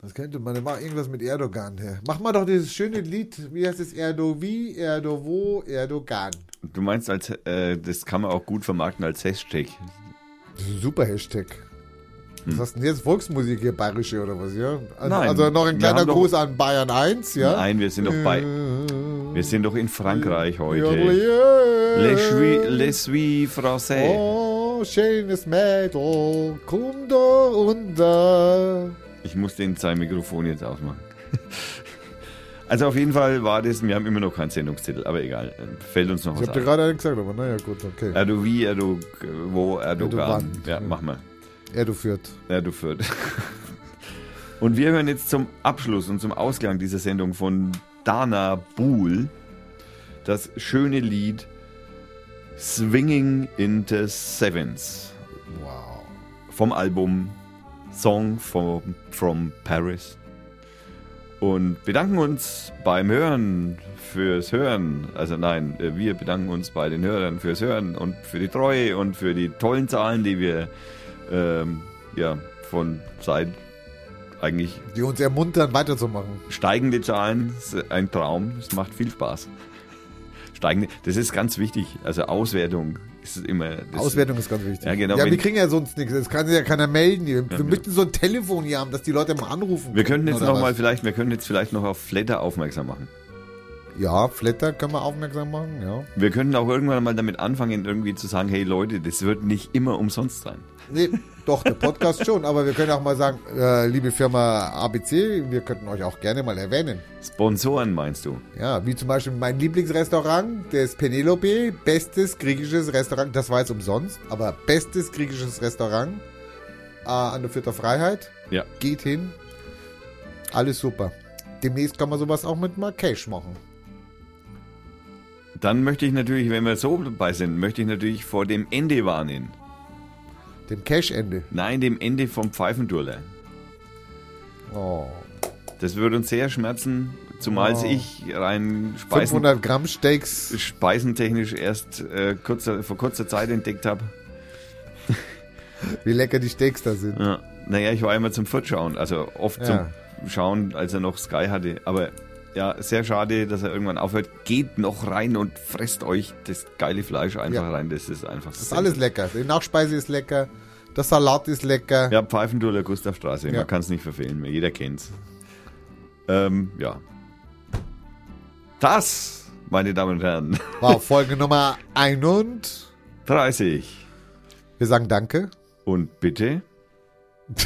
[SPEAKER 2] Das könnte man, mach irgendwas mit Erdogan her. Mach mal doch dieses schöne Lied. Wie heißt es? Erdo wie, Erdo wo, Erdogan.
[SPEAKER 1] Du meinst, als, äh, das kann man auch gut vermarkten als Hashtag.
[SPEAKER 2] Das ist ein super Hashtag. Was hast du denn jetzt? Volksmusik hier, bayerische oder was, ja? Also,
[SPEAKER 1] Hm. Nein.
[SPEAKER 2] also noch ein
[SPEAKER 1] Wir
[SPEAKER 2] kleiner
[SPEAKER 1] haben doch-
[SPEAKER 2] Gruß an Bayern 1, ja? Äh.
[SPEAKER 1] Nein, wir sind doch bei. Wir sind doch in Frankreich heute. Le suis,
[SPEAKER 2] Le
[SPEAKER 1] le suis français.
[SPEAKER 2] Oh, schönes Mädel, komm da runter.
[SPEAKER 1] Ich musste ihn sein Mikrofon jetzt ausmachen. Also auf jeden Fall war das, wir haben immer noch keinen Sendungstitel, aber egal, ähm, fällt uns noch
[SPEAKER 2] Ich
[SPEAKER 1] was
[SPEAKER 2] hab dir
[SPEAKER 1] ein.
[SPEAKER 2] gerade einen gesagt, aber naja, gut, okay.
[SPEAKER 1] Erdogan, Erdogan, wo Erdogan.
[SPEAKER 2] Erdogan.
[SPEAKER 1] Ja, mach mal.
[SPEAKER 2] Er, du führt.
[SPEAKER 1] Erdogan führt. Und wir hören jetzt zum Abschluss und zum Ausgang dieser Sendung von Dana Buhl das schöne Lied Swinging in the Sevens
[SPEAKER 2] Wow.
[SPEAKER 1] vom Album Song from, from Paris. Und bedanken uns beim Hören fürs Hören. Also nein, äh, wir bedanken uns bei den Hörern fürs Hören und für die Treue und für die tollen Zahlen, die wir ähm, ja, von seit eigentlich
[SPEAKER 2] Die uns ermuntern, weiterzumachen.
[SPEAKER 1] steigende Zahlen, ist ein Traum, es macht viel Spaß. Steigende, das ist ganz wichtig. Also Auswertung ist immer. Das
[SPEAKER 2] Auswertung ist ganz wichtig.
[SPEAKER 1] Ja, genau,
[SPEAKER 2] Ja,
[SPEAKER 1] wenn-
[SPEAKER 2] wir kriegen ja sonst nichts. Das kann sich ja keiner melden. Wir, wir müssten so ein Telefon hier haben, dass die Leute mal anrufen.
[SPEAKER 1] Wir könnten jetzt
[SPEAKER 2] oder
[SPEAKER 1] nochmal
[SPEAKER 2] was.
[SPEAKER 1] vielleicht, wir können jetzt vielleicht noch auf Flatter aufmerksam machen.
[SPEAKER 2] Ja, Flatter können wir aufmerksam machen, ja.
[SPEAKER 1] Wir könnten auch irgendwann mal damit anfangen, irgendwie zu sagen, hey Leute, das wird nicht immer umsonst sein.
[SPEAKER 2] Nee, doch, der Podcast schon, aber wir können auch mal sagen, äh, liebe Firma ABC, wir könnten euch auch gerne mal erwähnen.
[SPEAKER 1] Sponsoren meinst du?
[SPEAKER 2] Ja, wie zum Beispiel mein Lieblingsrestaurant, das Penelope, bestes griechisches Restaurant, das war jetzt umsonst, aber bestes griechisches Restaurant äh, an der Vierter Freiheit.
[SPEAKER 1] Ja.
[SPEAKER 2] Geht hin. Alles super. Demnächst kann man sowas auch mit Marrakesch machen.
[SPEAKER 1] Dann möchte ich natürlich, wenn wir so dabei sind, möchte ich natürlich vor dem Ende warnen.
[SPEAKER 2] Dem Cash-Ende.
[SPEAKER 1] Nein, dem Ende vom Pfeifendurler.
[SPEAKER 2] Oh.
[SPEAKER 1] Das würde uns sehr schmerzen, zumal
[SPEAKER 2] Oh.
[SPEAKER 1] ich rein speisen,
[SPEAKER 2] 500 Gramm Steaks.
[SPEAKER 1] speisentechnisch erst äh, kurzer, vor kurzer Zeit entdeckt habe.
[SPEAKER 2] Wie lecker die Steaks da sind.
[SPEAKER 1] Ja. Naja, ich war immer zum Fortschauen, also oft
[SPEAKER 2] Ja.
[SPEAKER 1] zum Schauen, als er noch Sky hatte. Aber ja, sehr schade, dass er irgendwann aufhört. Geht noch rein und fresst euch das geile Fleisch einfach
[SPEAKER 2] Ja.
[SPEAKER 1] rein. Das ist einfach. Das
[SPEAKER 2] Ist alles lecker. Die Nachspeise ist lecker. Das Salat ist lecker.
[SPEAKER 1] Ja, Pfeifenduller Gustavstraße.
[SPEAKER 2] Ja.
[SPEAKER 1] Man kann es nicht verfehlen mehr. Jeder kennt's. Ähm, ja. Das, meine Damen und Herren,
[SPEAKER 2] Wow, Folge Nummer 1 und
[SPEAKER 1] 30.
[SPEAKER 2] wir sagen Danke.
[SPEAKER 1] Und bitte.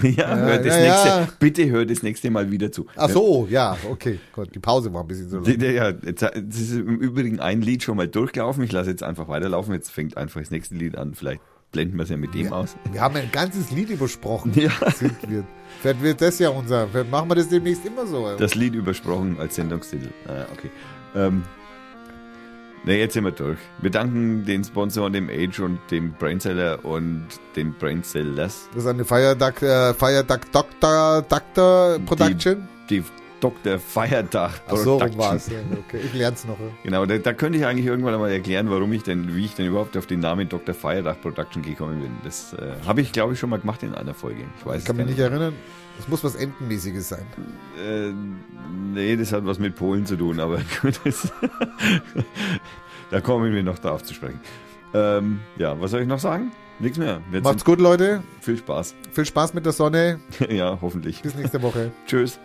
[SPEAKER 1] Ja, hört das
[SPEAKER 2] ja,
[SPEAKER 1] nächste,
[SPEAKER 2] ja.
[SPEAKER 1] bitte hört das nächste Mal wieder zu.
[SPEAKER 2] Ach so, ja, okay. Gott, die Pause war ein bisschen so
[SPEAKER 1] Ja,
[SPEAKER 2] lang.
[SPEAKER 1] ja, jetzt, jetzt ist im Übrigen ein Lied schon mal durchgelaufen. Ich lasse jetzt einfach weiterlaufen. Jetzt fängt einfach das nächste Lied an. Vielleicht blenden wir es ja mit dem aus.
[SPEAKER 2] Wir haben ein ganzes Lied übersprochen.
[SPEAKER 1] Ja.
[SPEAKER 2] Sind wir. Vielleicht wird das ja unser. Vielleicht machen wir das demnächst immer so.
[SPEAKER 1] Das Lied übersprochen als Sendungstitel. Ah, okay. Ähm, na, jetzt sind wir durch. Wir danken den Sponsoren, dem Age und dem Brainseller und den Brainsellers.
[SPEAKER 2] Das ist eine Feierduck, äh, Feierduck Doctor, Doctor Production.
[SPEAKER 1] Die Dr. Feiertag
[SPEAKER 2] Ach so, rum war es. Ja, okay. Ich lerne es noch. ja.
[SPEAKER 1] Genau, da, da könnte ich eigentlich irgendwann mal erklären, warum ich denn, wie ich denn überhaupt auf den Namen Dr. Feiertag Production gekommen bin. Das äh, habe ich, glaube ich, schon mal gemacht in einer Folge. Ich weiß
[SPEAKER 2] Ich kann
[SPEAKER 1] es
[SPEAKER 2] mich
[SPEAKER 1] gar
[SPEAKER 2] nicht erinnern. Es muss was Entenmäßiges sein.
[SPEAKER 1] Äh, nee, das hat was mit Polen zu tun, aber gut, das, da kommen wir noch drauf zu sprechen. Ähm, ja, was soll ich noch sagen? Nichts mehr. Jetzt
[SPEAKER 2] Macht's gut, Leute.
[SPEAKER 1] viel Spaß.
[SPEAKER 2] Viel Spaß mit der Sonne.
[SPEAKER 1] ja, hoffentlich.
[SPEAKER 2] Bis nächste Woche.
[SPEAKER 1] Tschüss.